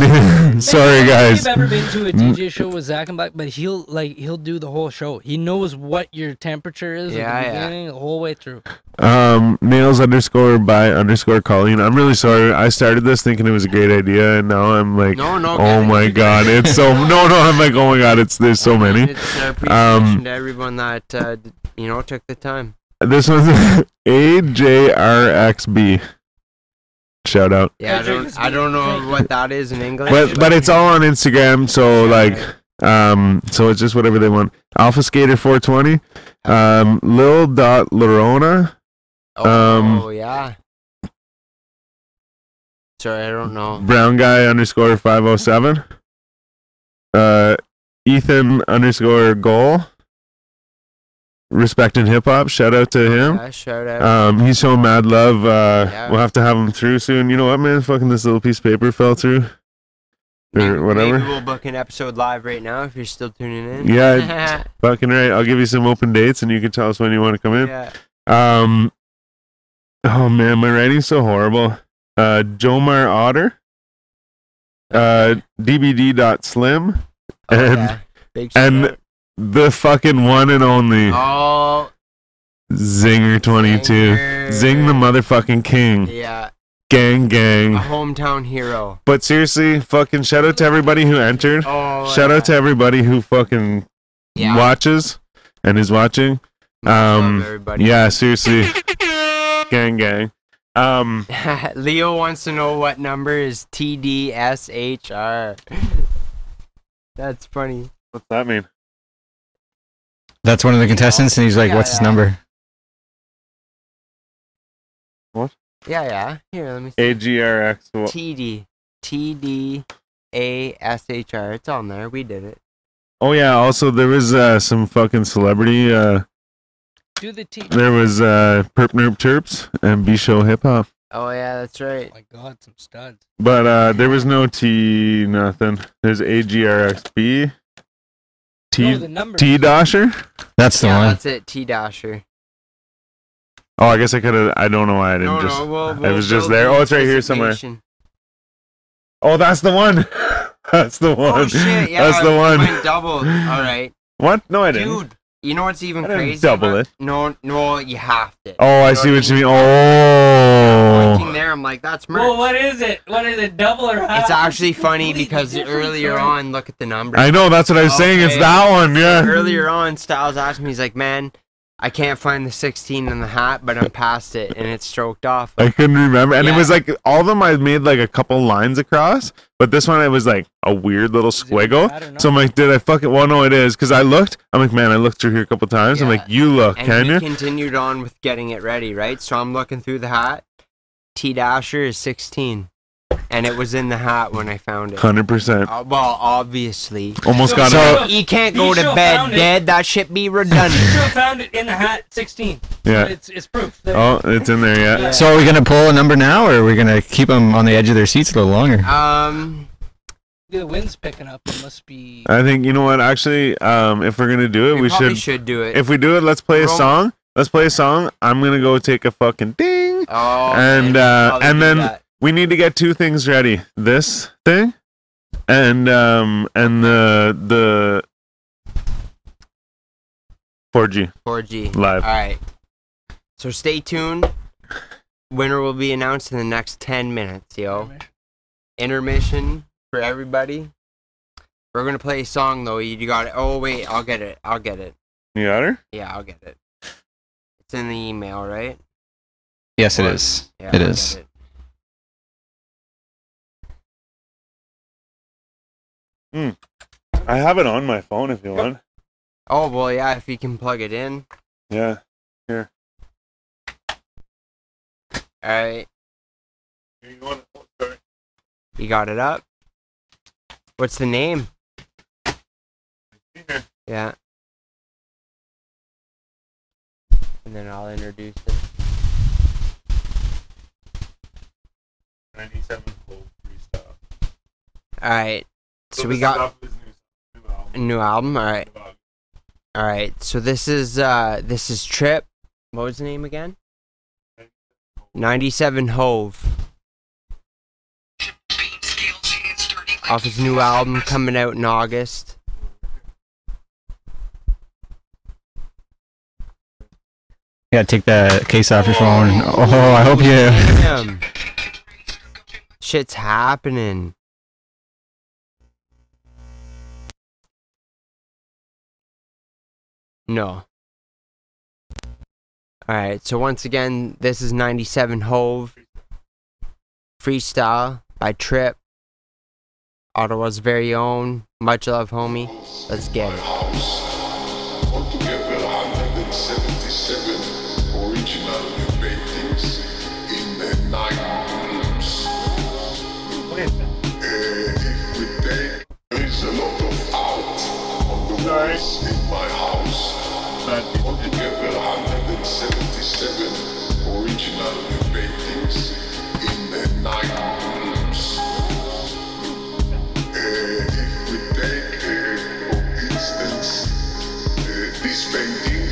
Speaker 2: [laughs]
Speaker 1: you.
Speaker 4: Sorry, guys.
Speaker 5: I've ever been to a
Speaker 2: Mm.
Speaker 5: DJ show with Zach and Black, but he'll like he'll do the whole show. He knows what your temperature is
Speaker 1: Yeah,
Speaker 5: at the
Speaker 1: yeah.
Speaker 5: beginning, the whole way through.
Speaker 2: Um, nails underscore by underscore Colleen. I'm really sorry. I started this thinking it was a great idea, and now I'm [laughs] like,
Speaker 1: No, no,
Speaker 2: oh
Speaker 1: man,
Speaker 2: my
Speaker 1: you-
Speaker 2: god, it's so no, no. I'm like, oh my god, it's there's so many.
Speaker 1: It's uh, appreciation
Speaker 2: Um,
Speaker 1: to everyone that uh, d- you know took the time.
Speaker 2: This one's [laughs] A J R X B. Shout out.
Speaker 1: Yeah, I don't, I don't know what that is in English.
Speaker 2: But but it's all on Instagram, so like, um, so it's just whatever they want. Alpha Skater 420, um, Lil Dot Lorona. um,
Speaker 1: oh yeah. Sorry, I don't know.
Speaker 2: brown guy underscore 507 uh ethan underscore goal respecting hip-hop shout out to him
Speaker 1: Yeah, shout out.
Speaker 2: um he's showing mad love uh
Speaker 1: Yeah.
Speaker 2: we'll have to have him through soon you know what man fucking this little piece of paper fell through or
Speaker 1: Maybe
Speaker 2: whatever
Speaker 1: we'll book an episode live right now if you're still tuning in. [laughs]
Speaker 2: Yeah. fucking right i'll give you some open dates and you can tell us when you want to come in
Speaker 1: yeah.
Speaker 2: um oh man my writing's so horrible uh jomar otter uh dbd.slim
Speaker 1: Oh,
Speaker 2: and
Speaker 1: yeah. Big
Speaker 2: and-
Speaker 1: shout out.
Speaker 2: the fucking one and only
Speaker 1: oh,
Speaker 2: Zinger 22. Zing the
Speaker 1: mother.
Speaker 2: motherfucking king.
Speaker 1: Yeah,
Speaker 2: Gang,
Speaker 1: a
Speaker 2: gang.
Speaker 1: hometown hero.
Speaker 2: But seriously, fucking shout out to everybody who entered.
Speaker 1: Oh,
Speaker 2: Shout out to
Speaker 1: yeah.
Speaker 2: everybody who fucking
Speaker 1: Yeah.
Speaker 2: watches and is watching.
Speaker 1: Much love,
Speaker 2: um,
Speaker 1: everybody.
Speaker 2: Yeah, seriously. [laughs] gang, gang. Um,
Speaker 1: [laughs] Leo wants to know what number is TDSHR. That's funny.
Speaker 2: what's that mean?
Speaker 4: That's one of the contestants, and he's like,
Speaker 1: Yeah,
Speaker 4: "What's his
Speaker 1: yeah.
Speaker 4: number?"
Speaker 1: Yeah, yeah. Here, let me see.
Speaker 2: A G R X. Well,
Speaker 1: TD. TDASHR. It's on there. We did it.
Speaker 2: Oh, yeah. Also, there was uh, some fucking celebrity. Uh,
Speaker 5: Do the T.
Speaker 2: there was uh, Perp Nerp Terps and B Show Hip Hop.
Speaker 1: Oh, yeah, that's
Speaker 5: Oh
Speaker 1: right.
Speaker 5: my God, some studs.
Speaker 2: But uh there was no T nothing. There's A G R X B.
Speaker 5: no,
Speaker 2: T
Speaker 5: the number.
Speaker 2: T Dasher?
Speaker 4: That's the
Speaker 1: yeah,
Speaker 4: one.
Speaker 1: that's it. T Dasher.
Speaker 2: Oh I guess I could've I don't know why I didn't
Speaker 1: No,
Speaker 2: just
Speaker 1: no, we'll,
Speaker 2: it
Speaker 1: we'll
Speaker 2: was just
Speaker 1: build
Speaker 2: there.
Speaker 1: the
Speaker 2: Oh, it's right here somewhere.
Speaker 1: anticipation.
Speaker 2: Oh that's the one. [laughs] that's the one.
Speaker 1: Oh, shit. Yeah,
Speaker 2: [laughs] that's the
Speaker 1: I
Speaker 2: one. [laughs]
Speaker 1: Went double. All right.
Speaker 2: What? No I didn't.
Speaker 1: Dude, you know what's even
Speaker 2: I didn't
Speaker 1: crazy?
Speaker 2: double
Speaker 1: about-
Speaker 2: it.
Speaker 1: No, no, you have to.
Speaker 2: Oh I
Speaker 1: know
Speaker 2: see
Speaker 1: what I
Speaker 2: what you
Speaker 1: mean?
Speaker 2: mean.
Speaker 1: Working
Speaker 2: Oh
Speaker 1: there, I'm like, that's merch.
Speaker 5: Well, what is it? What is it? Double or half?
Speaker 1: It's actually funny because
Speaker 5: different
Speaker 1: earlier
Speaker 5: story.
Speaker 1: on, look at the numbers.
Speaker 2: I know, that's what I was saying. It's
Speaker 1: Okay.
Speaker 2: that one, yeah.
Speaker 1: Earlier on, Styles asked me, he's like, man, I can't find the 16 in the hat, but I'm past it, and it's stroked off.
Speaker 2: I couldn't remember. And it
Speaker 1: Yeah.
Speaker 2: was like all of them I made like a couple lines across, but this one it was like a weird little squiggle.
Speaker 5: I don't know.
Speaker 2: So I'm like, did I fuck it? Well, no, it is because I looked. I'm like, man, I looked through here a couple times. I'm
Speaker 1: Yeah.
Speaker 2: like, you look,
Speaker 1: and
Speaker 2: can
Speaker 1: he
Speaker 2: you?
Speaker 1: continued on with getting it ready, right? So I'm looking through the hat. T Dasher is 16, and it was in the hat when I found it.
Speaker 2: Hundred percent.
Speaker 1: Uh, well, obviously.
Speaker 2: Almost got
Speaker 1: Oh. So
Speaker 2: it.
Speaker 1: he can't go
Speaker 5: You
Speaker 1: to
Speaker 5: sure
Speaker 1: bed
Speaker 5: found it.
Speaker 1: dead. That shit
Speaker 2: [laughs]
Speaker 1: be
Speaker 5: You
Speaker 1: redundant.
Speaker 5: still found it in the hat, 16.
Speaker 2: Yeah.
Speaker 5: It's it's proof. That
Speaker 2: Oh, it's in there. Yeah.
Speaker 4: So are we gonna pull a number now, or are we gonna keep them on the edge of their seats a little longer?
Speaker 1: um,
Speaker 5: The wind's picking up. It must be.
Speaker 2: I think you know what. Actually, um, if we're gonna do it,
Speaker 1: we,
Speaker 2: we,
Speaker 1: probably
Speaker 2: should,
Speaker 1: should, do it.
Speaker 2: If we do it, let's play a
Speaker 1: Roll.
Speaker 2: song. Let's play a song. I'm gonna go take a fucking ding.
Speaker 1: oh,
Speaker 2: and,
Speaker 1: man, we
Speaker 2: uh,
Speaker 1: probably
Speaker 2: and
Speaker 1: do
Speaker 2: then-
Speaker 1: that.
Speaker 2: We need to get two things ready. This thing, and um, and the the 4G
Speaker 1: 4G.
Speaker 2: live.
Speaker 1: All right. So stay tuned. Winner will be announced in the next 10 minutes, yo. Intermission for everybody. We're going to play a song, though. You got it. Oh, wait. I'll get it. I'll get it.
Speaker 2: You got her?
Speaker 1: Yeah, I'll get it. It's in the email, right?
Speaker 4: Yes, it
Speaker 1: What?
Speaker 4: is.
Speaker 1: Yeah,
Speaker 4: It
Speaker 1: I'll
Speaker 4: is.
Speaker 1: get it.
Speaker 2: I have it on my phone if you want.
Speaker 1: Oh, well, yeah, if you can plug it in.
Speaker 2: Yeah.
Speaker 1: All right. You got it up? What's the name? Yeah. And then I'll introduce it.
Speaker 2: 97 full freestyle.
Speaker 1: All right. So, we got a new album. All right. All right. So this is uh this is Trip. What was the name again? 97 Hove. Off his new album coming out in August.
Speaker 4: You gotta take the case off your phone. Oh, I
Speaker 2: [laughs]
Speaker 4: hope you.
Speaker 1: Damn. [laughs] Shit's happening. No. Alright, so once again, this is 97 Hove. Freestyle by Trip. Ottawa's very own. Much love, homie. Let's get it.
Speaker 6: Altogether 177 original paintings in the nine rooms. Uh, if we take, there is a lot of art on the walls in my house. Altogether 177 original paintings in the nine rooms. Uh, if we take, uh, for instance, uh, this painting,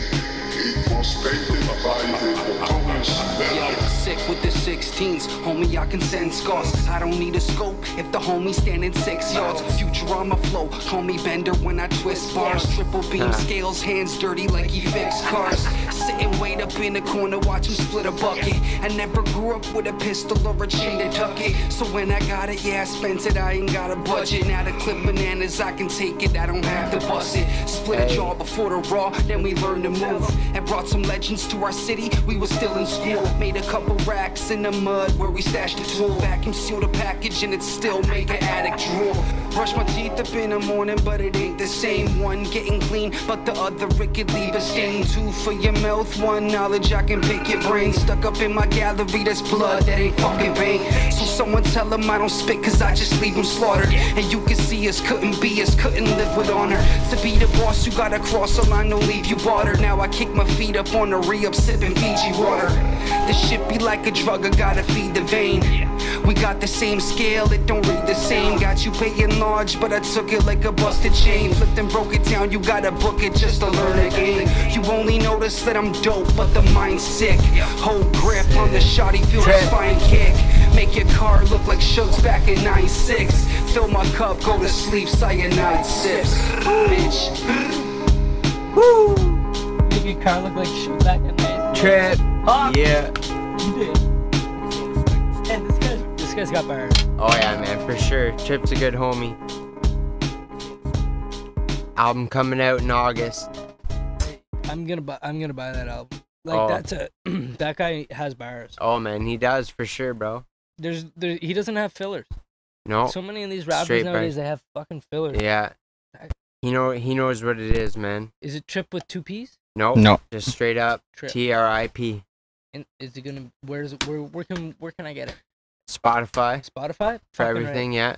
Speaker 6: it was painted by the notorious
Speaker 7: Yo,
Speaker 6: Melvin.
Speaker 7: sick with the 16s, homie, I can send scars. I don't need a scope if the homie's standing six yards. Futurama flow, call me Bender when I twist bars. Triple beam scales, hands dirty like he fixed cars. Sitting way up in the corner, watch him split a bucket. I never grew up with a pistol or a chain to tuck it. So when I got it, yeah, I spent it, I ain't got a budget. Now to clip bananas, I can take it, I don't have to bust it. Split a jaw before the raw, then we learned to move. And brought some legends to our city, we were still in school. Made a couple racks in the mud where we stashed the tool. Vacuum sealed the package and it still make an addict drool. Brush my teeth up in the morning, but it ain't the same. One getting clean, but the other it could leave a stain. Two for your mouth, one knowledge I can pick your brain. Stuck up in my gallery, that's blood that ain't fucking pain. So someone tell him I don't spit, cause I just leave him slaughtered. And you can see us couldn't be us, couldn't live with honor. To be the boss, you gotta cross a line, no leave you bartered. Now I kick my feet up on the re up, sipping Fiji water. This shit be like a drug, I gotta feed the vein. We got the same scale, it don't read the same. Got you paying large, but I took it like a busted chain. Flipped and broke it down, you gotta book it just to learn the game. You only notice that I'm dope, but the mind's sick. Hold grip on the shoddy, feel the spine kick. Make your car look like Shug's back in 96. Fill my cup, go to sleep, cyanide sips. Bitch.
Speaker 5: Make your car look like shit back in there.
Speaker 1: Trip.
Speaker 5: Ah,
Speaker 1: Yeah.
Speaker 5: you did. And this guy's, this guy's got burned.
Speaker 1: Oh yeah, man, for sure. Trip's a good homie. Album coming out in August.
Speaker 5: I'm gonna buy. I'm gonna buy that album. Like
Speaker 1: Oh.
Speaker 5: that's a [clears throat] that guy has bars.
Speaker 1: Oh man, he does for sure, bro.
Speaker 5: There's there, he doesn't have fillers.
Speaker 1: No.
Speaker 5: So many of these rappers
Speaker 1: Oh, Straight
Speaker 5: nowadays they have fucking fillers.
Speaker 1: Yeah. He know he knows what it is, man.
Speaker 5: Is it Trip with two P's?
Speaker 1: Nope.
Speaker 4: No.
Speaker 1: Just straight up
Speaker 5: Trip.
Speaker 1: T R I P.
Speaker 5: and is it gonna? Where is it? Where where can where can I get it?
Speaker 1: Spotify
Speaker 5: Spotify
Speaker 1: for
Speaker 5: Fucking right.
Speaker 1: everything, yeah.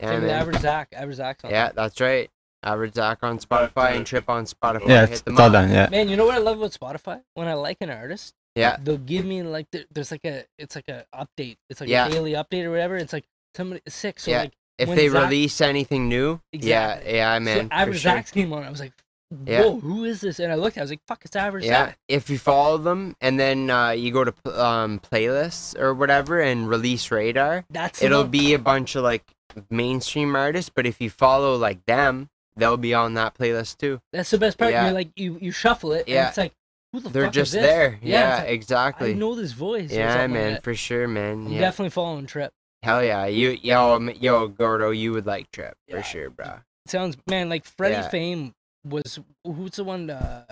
Speaker 1: Yeah,
Speaker 5: Same with
Speaker 1: man.
Speaker 5: average Zach. Average Zach's on.
Speaker 1: yeah, that's right. Average Zach on Spotify and Trip on Spotify.
Speaker 4: Yeah,
Speaker 1: Hit
Speaker 4: it's,
Speaker 1: them
Speaker 4: it's all
Speaker 1: up.
Speaker 4: done. Yeah.
Speaker 5: Man, you know what I love about Spotify? When I like an artist,
Speaker 1: Yeah.
Speaker 5: they'll give me like there- there's like a it's like a update. It's like
Speaker 1: Yeah.
Speaker 5: a daily update or whatever. It's like somebody sick. So
Speaker 1: Yeah,
Speaker 5: like
Speaker 1: If
Speaker 5: when
Speaker 1: they
Speaker 5: Zach-
Speaker 1: release anything new,
Speaker 5: Exactly.
Speaker 1: yeah, yeah,
Speaker 5: so
Speaker 1: man. for
Speaker 5: average
Speaker 1: sure.
Speaker 5: Zach's came on. I was like, whoa,
Speaker 1: Yeah.
Speaker 5: who is this? And I looked. I was like, fuck, it's average
Speaker 1: Yeah,
Speaker 5: Zach.
Speaker 1: if you follow them and then uh, you go to pl- um, playlists or whatever and release radar,
Speaker 5: That's the
Speaker 1: it'll
Speaker 5: one.
Speaker 1: be a bunch of like mainstream artists. But if you follow like them, they'll be on that playlist too.
Speaker 5: That's the best part.
Speaker 1: Yeah.
Speaker 5: You're like you you shuffle it.
Speaker 1: Yeah.
Speaker 5: and it's like who the
Speaker 1: They're
Speaker 5: fuck
Speaker 1: just
Speaker 5: is this?
Speaker 1: there. Yeah,
Speaker 5: it's like,
Speaker 1: exactly.
Speaker 5: I know this voice. or
Speaker 1: yeah,
Speaker 5: something like
Speaker 1: man,
Speaker 5: that.
Speaker 1: for sure, man.
Speaker 5: I'm
Speaker 1: Yeah,
Speaker 5: definitely following Trip.
Speaker 1: hell yeah. You, yo, m- yo, Gordo, you would like Trip for sure, bro.
Speaker 5: It sounds man like Freddie
Speaker 1: Yeah.
Speaker 5: Fame was who's the one uh,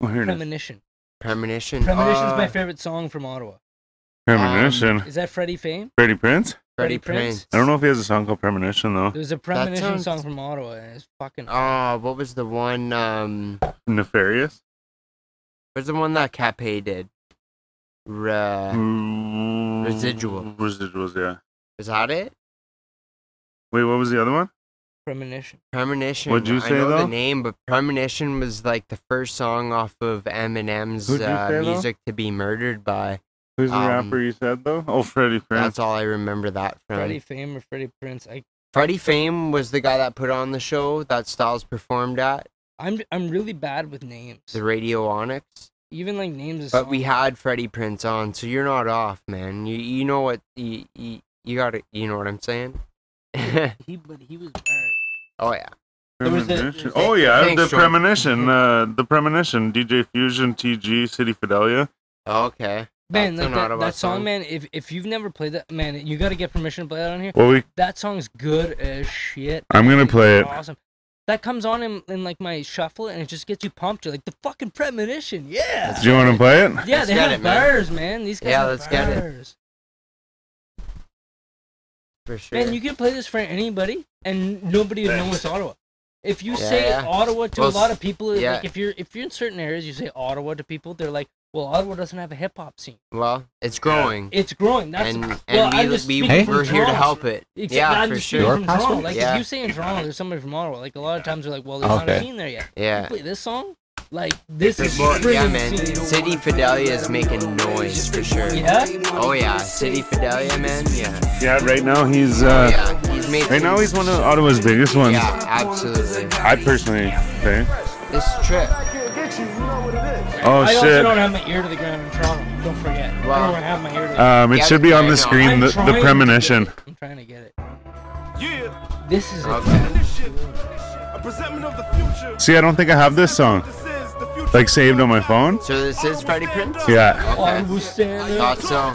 Speaker 2: Oh, here
Speaker 1: um,
Speaker 2: it is.
Speaker 5: premonition.
Speaker 1: Premonition.
Speaker 5: Premonition's my
Speaker 1: uh,
Speaker 5: favorite song from Ottawa.
Speaker 2: Premonition.
Speaker 5: Is that Freddie Fame?
Speaker 2: Freddie Prince?
Speaker 1: Freddie Prince.
Speaker 2: I don't know if he has a song called Premonition, though.
Speaker 5: There's a premonition
Speaker 1: sounds-
Speaker 5: song from Ottawa, and it's fucking.
Speaker 1: Oh, what was the one? Um,
Speaker 2: Nefarious?
Speaker 1: what's the one that Capé did? Ra-
Speaker 2: Hmm.
Speaker 1: Residual.
Speaker 2: Residuals, yeah.
Speaker 1: Is that it?
Speaker 2: Wait, what was the other one?
Speaker 5: premonition.
Speaker 1: Premonition.
Speaker 2: What'd you
Speaker 1: I
Speaker 2: say,
Speaker 1: know
Speaker 2: though?
Speaker 1: the name, but Premonition was like the first song off of Eminem's
Speaker 2: Who'd you
Speaker 1: uh,
Speaker 2: say, though?
Speaker 1: music to be murdered by.
Speaker 2: Who's the
Speaker 1: Um,
Speaker 2: rapper you said though? Oh, Freddie Prinze.
Speaker 1: That's all I remember that from.
Speaker 5: Freddie
Speaker 1: Freddie,
Speaker 5: Fame or Freddie Prince. I
Speaker 1: Fame was the guy that put on the show that Styles performed at,
Speaker 5: I'm I'm really bad with names.
Speaker 1: the Radio Onyx.
Speaker 5: Even like names. Of
Speaker 1: But we
Speaker 5: songs.
Speaker 1: had Freddie Prince on, so you're not off, man. You you know what you you, you got to you know what I'm saying? [laughs] oh
Speaker 5: He but he was bad.
Speaker 1: yeah.
Speaker 5: there was a-
Speaker 2: Premonition. oh yeah,
Speaker 1: Thanks,
Speaker 2: the
Speaker 1: Jordan.
Speaker 2: premonition. Uh, the premonition. DJ Fusion, TG, City Fidelia.
Speaker 1: Okay.
Speaker 5: Man, like
Speaker 1: That's an
Speaker 5: that,
Speaker 1: Ottawa
Speaker 5: that song,
Speaker 1: song.
Speaker 5: man. If if you've never played that, man, you gotta get permission to play that on here.
Speaker 2: Well, we.
Speaker 5: That song's good as shit.
Speaker 2: I'm gonna
Speaker 5: It's
Speaker 2: play it.
Speaker 5: Awesome. That comes on in, in like my shuffle, and it just gets you pumped. You're like the fucking premonition, yeah.
Speaker 2: Do you want to play it?
Speaker 5: yeah,
Speaker 1: Let's
Speaker 5: they
Speaker 1: get
Speaker 5: have
Speaker 1: it, man.
Speaker 5: bars, man. These guys
Speaker 1: Yeah,
Speaker 5: have
Speaker 1: let's get it.
Speaker 5: bars.
Speaker 1: For sure.
Speaker 5: Man, you can play this for anybody, and nobody would know it's Ottawa. If you
Speaker 1: Yeah,
Speaker 5: say
Speaker 1: yeah.
Speaker 5: Ottawa to a
Speaker 1: Well,
Speaker 5: lot of people,
Speaker 1: yeah.
Speaker 5: like if you're if you're in certain areas, you say Ottawa to people, they're like, "Well, Ottawa doesn't have a hip hop scene.
Speaker 1: well, it's growing.
Speaker 5: It's growing. That's
Speaker 1: and and
Speaker 5: well, I'm
Speaker 1: we,
Speaker 5: just
Speaker 1: we,
Speaker 5: speaking from
Speaker 1: we're here to
Speaker 5: Toronto.
Speaker 1: help it.
Speaker 5: Ex-
Speaker 1: yeah,
Speaker 5: I'm
Speaker 1: for
Speaker 5: just speaking
Speaker 1: sure.
Speaker 5: From Toronto. Like
Speaker 1: Yeah.
Speaker 5: if you say in Toronto, there's somebody from Ottawa. Like a lot of times they're like, well, there's not a
Speaker 4: Okay.
Speaker 5: scene there yet. You
Speaker 1: Yeah.
Speaker 5: play this song, like this is
Speaker 1: Well,
Speaker 5: friggin'
Speaker 1: yeah, man.
Speaker 5: scene.
Speaker 1: City Fidelia is making noise for sure.
Speaker 5: Yeah?
Speaker 1: Oh yeah, City Fidelia, man. Yeah.
Speaker 2: Yeah. Right now he's.
Speaker 1: Oh,
Speaker 2: Uh,
Speaker 1: yeah. He's made.
Speaker 2: Right now he's one of Ottawa's biggest ones.
Speaker 1: Yeah, absolutely.
Speaker 2: I personally think.
Speaker 1: This trip.
Speaker 2: Oh
Speaker 5: I also
Speaker 2: shit.
Speaker 5: don't have my ear to the ground in Toronto. Don't forget. I
Speaker 1: Wow.
Speaker 5: don't have my ear to the ground.
Speaker 2: Um, it
Speaker 1: Yeah,
Speaker 2: should be on
Speaker 1: right now.
Speaker 2: the screen.
Speaker 5: I'm
Speaker 2: The,
Speaker 5: trying
Speaker 2: the
Speaker 5: to get
Speaker 2: premonition.
Speaker 5: it. I'm trying to get it. This is it.
Speaker 1: Okay.
Speaker 2: See, I don't think I have this song. Like saved on my phone.
Speaker 1: So this is Freddie Prince.
Speaker 2: Yeah.
Speaker 5: Oh, I
Speaker 1: Okay.
Speaker 5: was standing
Speaker 1: Thought so.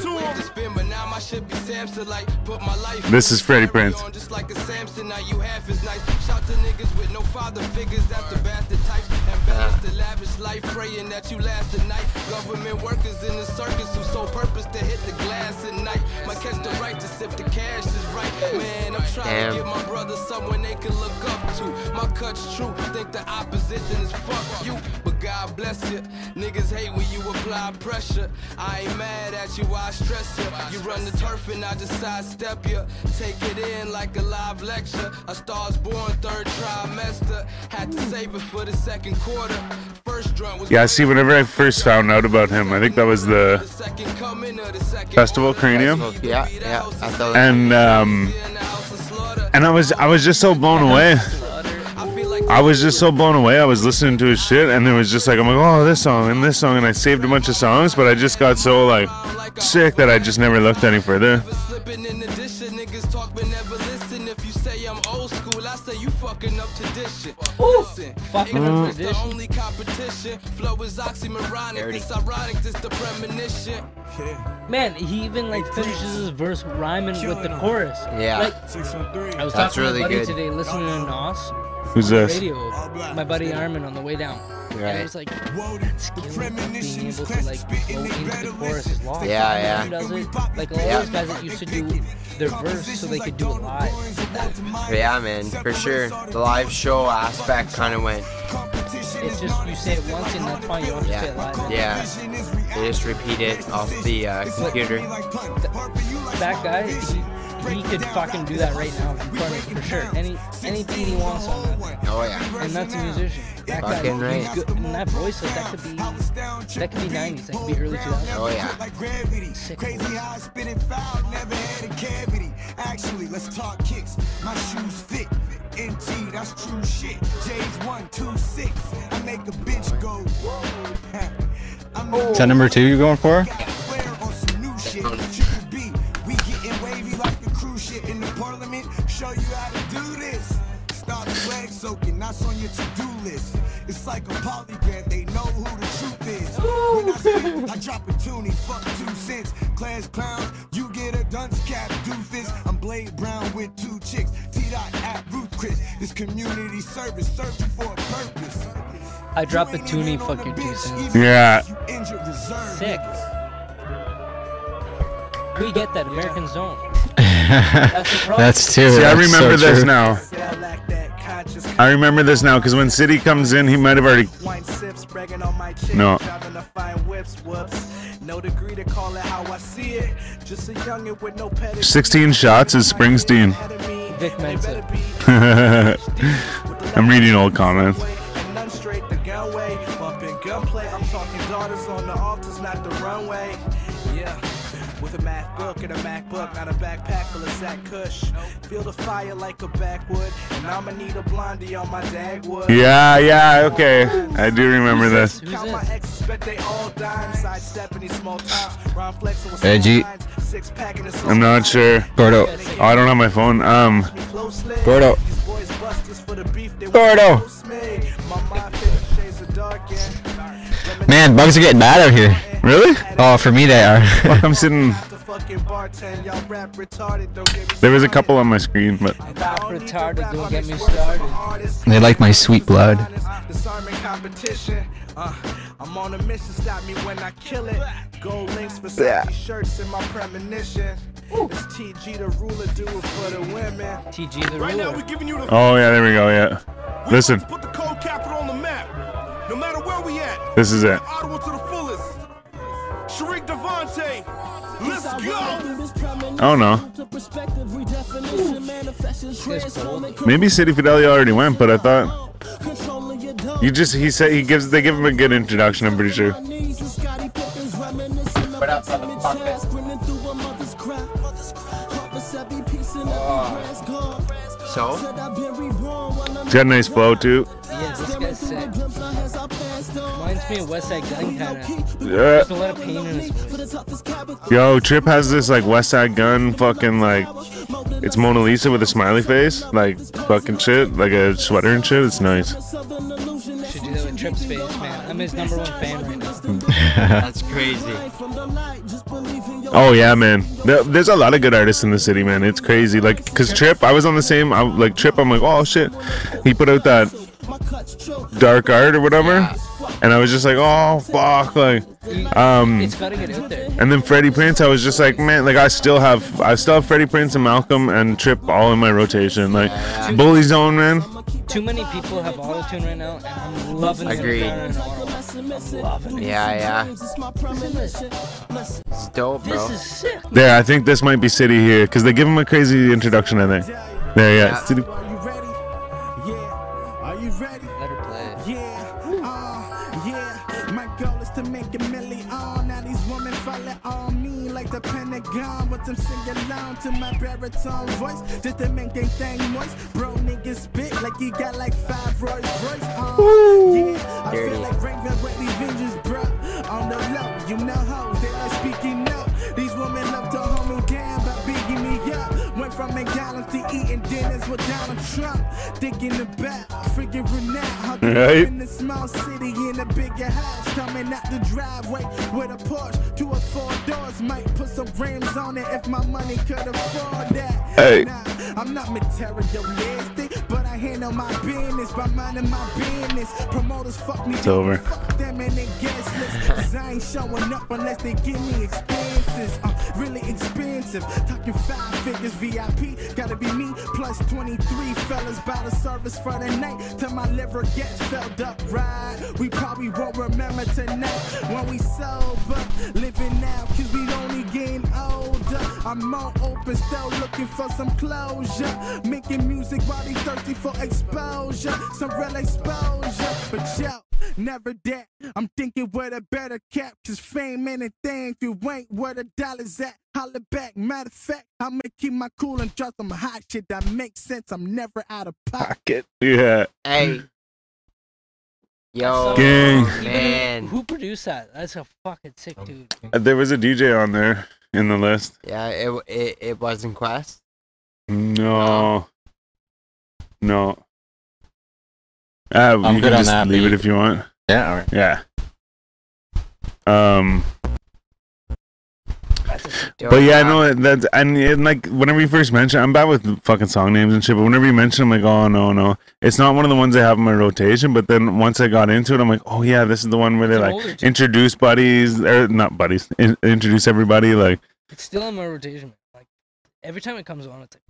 Speaker 2: This is Freddie Prince.
Speaker 8: Just like a Samson, now you half as nice. Shout to niggas with no father figures after bastard types. And balance the lavish life, praying that you last the night. Government workers in the circus who sole purpose to hit the glass at night. Might catch the righteous if the cash is right. Man, I'm trying
Speaker 1: Damn.
Speaker 8: to give my brother someone they can look up to. My cut's true, think the opposite, then it's fuck you. But God bless you. Niggas hate when you apply pressure. I ain't mad at you, I stress you. You run the turf and I just sidestep you. Take it in like a live lecture. A star's born third trimester. Had to save it for the second quarter. First drunk was
Speaker 2: Yeah. See, whenever I first found out about him, I think that was the
Speaker 8: second coming of the second
Speaker 2: Festival Cranium,
Speaker 1: Yeah, yeah. I thought.
Speaker 2: and um,
Speaker 8: in the house of slaughter.
Speaker 2: and I was I was just so blown away.
Speaker 8: I feel like
Speaker 2: I was just so blown away. I was listening to his shit, and there was just like I'm like, oh, this song and this song, and I saved a bunch of songs, but I just got so like sick that I just never looked any further.
Speaker 8: Never slipping in the dish, and niggas talk but never listen. If you say I'm old school, I say you fucking up tradition. Listen,
Speaker 5: fucking up
Speaker 8: ignorance the
Speaker 5: tradition.
Speaker 8: only competition. Flow is oxymoronic, it's ironic, this the premonition.
Speaker 5: Man, he even like finishes his verse rhyming with the chorus.
Speaker 1: Yeah.
Speaker 5: Like, I was
Speaker 1: That's
Speaker 5: talking
Speaker 1: really
Speaker 5: to my buddy
Speaker 1: good.
Speaker 5: today, listening to Nas
Speaker 2: Who's
Speaker 5: on the
Speaker 2: this?
Speaker 5: radio. My buddy Armin on the way down. And it
Speaker 1: Right.
Speaker 5: was like that skill of being able to like go into the chorus is lost.
Speaker 1: Yeah, yeah.
Speaker 5: Who does it? Like all
Speaker 1: Yeah.
Speaker 5: those guys that used to do their verse so they could do it live.
Speaker 1: Yeah, man, for sure. The live show aspect kind of went.
Speaker 5: It's just you say it once and that's fine. You don't have to say it
Speaker 1: Yeah,
Speaker 5: live.
Speaker 1: yeah. They just repeat it off the uh, computer.
Speaker 5: That guy, he, he could fucking do that right now in front of me for sure. Any anything he wants on that. thing.
Speaker 1: Oh yeah.
Speaker 5: And that's a musician. That
Speaker 1: Fucking
Speaker 5: guy, he's
Speaker 1: right.
Speaker 5: good. And that voice, like that could be, that could be 90s. That could be early 2000s.
Speaker 1: Oh yeah.
Speaker 5: Sick.
Speaker 8: Crazy how I spit it foul, never had a cavity. Actually, let's talk kicks. My shoes fit. NT, that's true shit. J's one, two, six. I make a bitch go. whoa. [laughs] I'm
Speaker 4: Is that number two you're going for?
Speaker 8: got flair on some new shit. Triple B, we getting wavy like the cruise ship in the parliament. Show you how to do this. Stop flag soaking, that's on your to-do list. It's like a polygraph, they know who the truth is. When I spit, I drop a toonie, fuck two cents. Class clowns, you get a dunce cap, doofus. I'm Blade Brown with two chicks. T-Dot at Ruth Chris. This community service, searching for a purpose.
Speaker 5: I drop a
Speaker 8: You ain't
Speaker 5: toonie,
Speaker 8: even on
Speaker 5: fuck
Speaker 8: the
Speaker 5: your two
Speaker 8: bench,
Speaker 5: cents.
Speaker 8: even
Speaker 2: Yeah.
Speaker 8: if you injured reserve.
Speaker 5: Sick. We get that. Americans don't.
Speaker 1: [laughs]
Speaker 5: That's the problem.
Speaker 4: That's two.
Speaker 2: See, I
Speaker 4: That's so
Speaker 2: remember this
Speaker 4: true.
Speaker 2: now.
Speaker 8: I lack that conscious
Speaker 2: I remember this now because when City comes in, he might have already.
Speaker 8: wine sips, bragging on my chick,
Speaker 2: No.
Speaker 8: driving a fine whips, whoops. No degree to call it how I see it. Just a youngin' with no pedigree.
Speaker 2: 16 shots is Springsteen.
Speaker 5: Vic Mensa.
Speaker 2: [laughs] I'm reading old comments.
Speaker 8: And none straight the gunway, bumping gunplay. I'm talking daughters on the altars, not the runway. Yeah. sack Kush. Feel the fire like a backwood, and I'ma need a blondie on my dagwood.
Speaker 2: Yeah, yeah, okay. I do remember this.
Speaker 8: Count my exes, bet they all dime. Sidestepping these small times. Rhyme flexing with
Speaker 4: Edgy.
Speaker 8: small lines. Six pack in the
Speaker 2: I'm not sure.
Speaker 4: Gordo.
Speaker 2: Oh, I don't have my phone. Um,
Speaker 4: Gordo. Gordo. Man, bugs are getting bad out here.
Speaker 2: really?
Speaker 4: Oh, for me they are.
Speaker 2: I'm sitting. There was a couple on my screen, but
Speaker 5: Rap retarded, don't get me started.
Speaker 4: they like my sweet blood.
Speaker 8: Disarming competition. Uh, I'm on a mission. Stop me when I kill it. Gold links for shirts in my premonition. It's TG the ruler, do it for the women.
Speaker 5: TG the
Speaker 9: Right now, we're
Speaker 5: ruler.
Speaker 9: giving you the
Speaker 2: oh yeah, there we go. Yeah,
Speaker 9: We
Speaker 2: listen,
Speaker 9: want to put the cold capital on the map. No matter where we at,
Speaker 2: this is it.
Speaker 9: Ottawa to the fullest. Sharik Devante, let's go.
Speaker 2: Oh no, maybe City Fidelio already went, but I thought you just he said he gives they give him a good introduction. I'm pretty sure.
Speaker 1: What up, motherfucker? So?
Speaker 2: He's got a nice flow too.
Speaker 5: Yeah, this guy's sick. Reminds me of West Side Gun kind of.
Speaker 2: Yeah.
Speaker 5: There's a lot of pain in his voice.
Speaker 2: Yo, Trip has this like West Side Gun fucking like it's Mona Lisa with a smiley face, like fucking shit, like a sweater and shit. It's nice.
Speaker 5: Should do that with Trip's face, man. I'm his number one fan right now.
Speaker 1: That's crazy.
Speaker 2: Oh yeah, man. There- There's a lot of good artists in the city, man. It's crazy. Like, cause Trip, I was on the same. I, like Trip, I'm like, oh shit, he put out that dark art or whatever, and I was just like, oh fuck, like,
Speaker 1: Hmm.
Speaker 2: um.
Speaker 5: It's gotta get out there.
Speaker 2: And then Freddie Prince, I was just like, man, like I still have, I still have Freddie Prince and Malcolm and Trip all in my rotation. Like, Bully Zone, man.
Speaker 5: Too many people have autotune right now, and I'm loving them
Speaker 1: Agreed.
Speaker 5: down in Ottawa. I'm loving it.
Speaker 1: Yeah, yeah. It's dope, bro.
Speaker 5: This is sick.
Speaker 2: There, I think this might be City here, cause they give him a crazy introduction. I think. There, yeah.
Speaker 1: Yeah.
Speaker 2: City.
Speaker 8: Are you ready? Yeah. Are you ready?
Speaker 5: Let her play.
Speaker 8: Yeah. Uh, yeah. My goal is to make a million. Now these women follow on me like the Pentagon. With them singing along to my baritone voice. Just to make they thing moist. Bro, niggas spit like you got like five Royce Royce. Uh, yeah. I
Speaker 1: Dirty.
Speaker 8: feel like Raven with these vengeance, bro. On the low, you know hoes. They like speaking up. These women love to hold me down by bigging me up. Went from McDonald's to eating dinners with Donald Trump. Thinking about freaking renown. How they
Speaker 2: Right.
Speaker 8: live in the small city in a bigger house. Coming out the driveway with a Porsche. Two or four doors. Might put some rims on it if my money could afford that.
Speaker 2: Hey.
Speaker 8: Nah, I'm not materialistic, but I handle my business by minding my business. Promoters fuck me. It's
Speaker 2: over.
Speaker 8: Fuck them and they guessless. 'Cause I ain't showing up unless they give me expenses. I'm really expensive. Talking five figures VIP. Gotta be me plus 23 fellas by the service for the night. Till my liver gets filled up, right? We probably won't remember tonight when we sober. Living now, cause we only getting older. I'm all open, still looking for some closure. Making music while they thirsty for exposure. Some real exposure. But yo, never that. I'm thinking with a better cap, cause fame ain't a thing if you ain't where the dollar's at. Holler back, matter of fact, I'ma keep my cool and drop some hot shit that makes sense. I'm never out of pocket.
Speaker 2: Yeah.
Speaker 1: Hey. Yo,
Speaker 2: Gang.
Speaker 1: man.
Speaker 5: Who produced that? That's a fucking sick dude.
Speaker 2: There was a DJ on there in the list.
Speaker 1: Yeah, it it, it wasn't Quest.
Speaker 2: No. No. Uh,
Speaker 4: I'm
Speaker 2: you
Speaker 4: good
Speaker 2: can
Speaker 4: on
Speaker 2: just
Speaker 4: that,
Speaker 2: leave
Speaker 4: but
Speaker 2: it
Speaker 4: you-
Speaker 2: if you want.
Speaker 4: Yeah, alright.
Speaker 2: Yeah. Um.
Speaker 5: That's a sick dude.
Speaker 2: But yeah, I know that's and, and like whenever you first mention, I'm bad with fucking song names and shit. But whenever you mention, I'm like, oh no, no, it's not one of the ones I have in my rotation. But then once I got into it, I'm like, oh yeah, this is the one where they
Speaker 5: It's an
Speaker 2: like
Speaker 5: older tune.
Speaker 2: introduce buddies or not buddies, in, introduce everybody. Like,
Speaker 5: It's still in my rotation. man. Like every time it comes on, it's like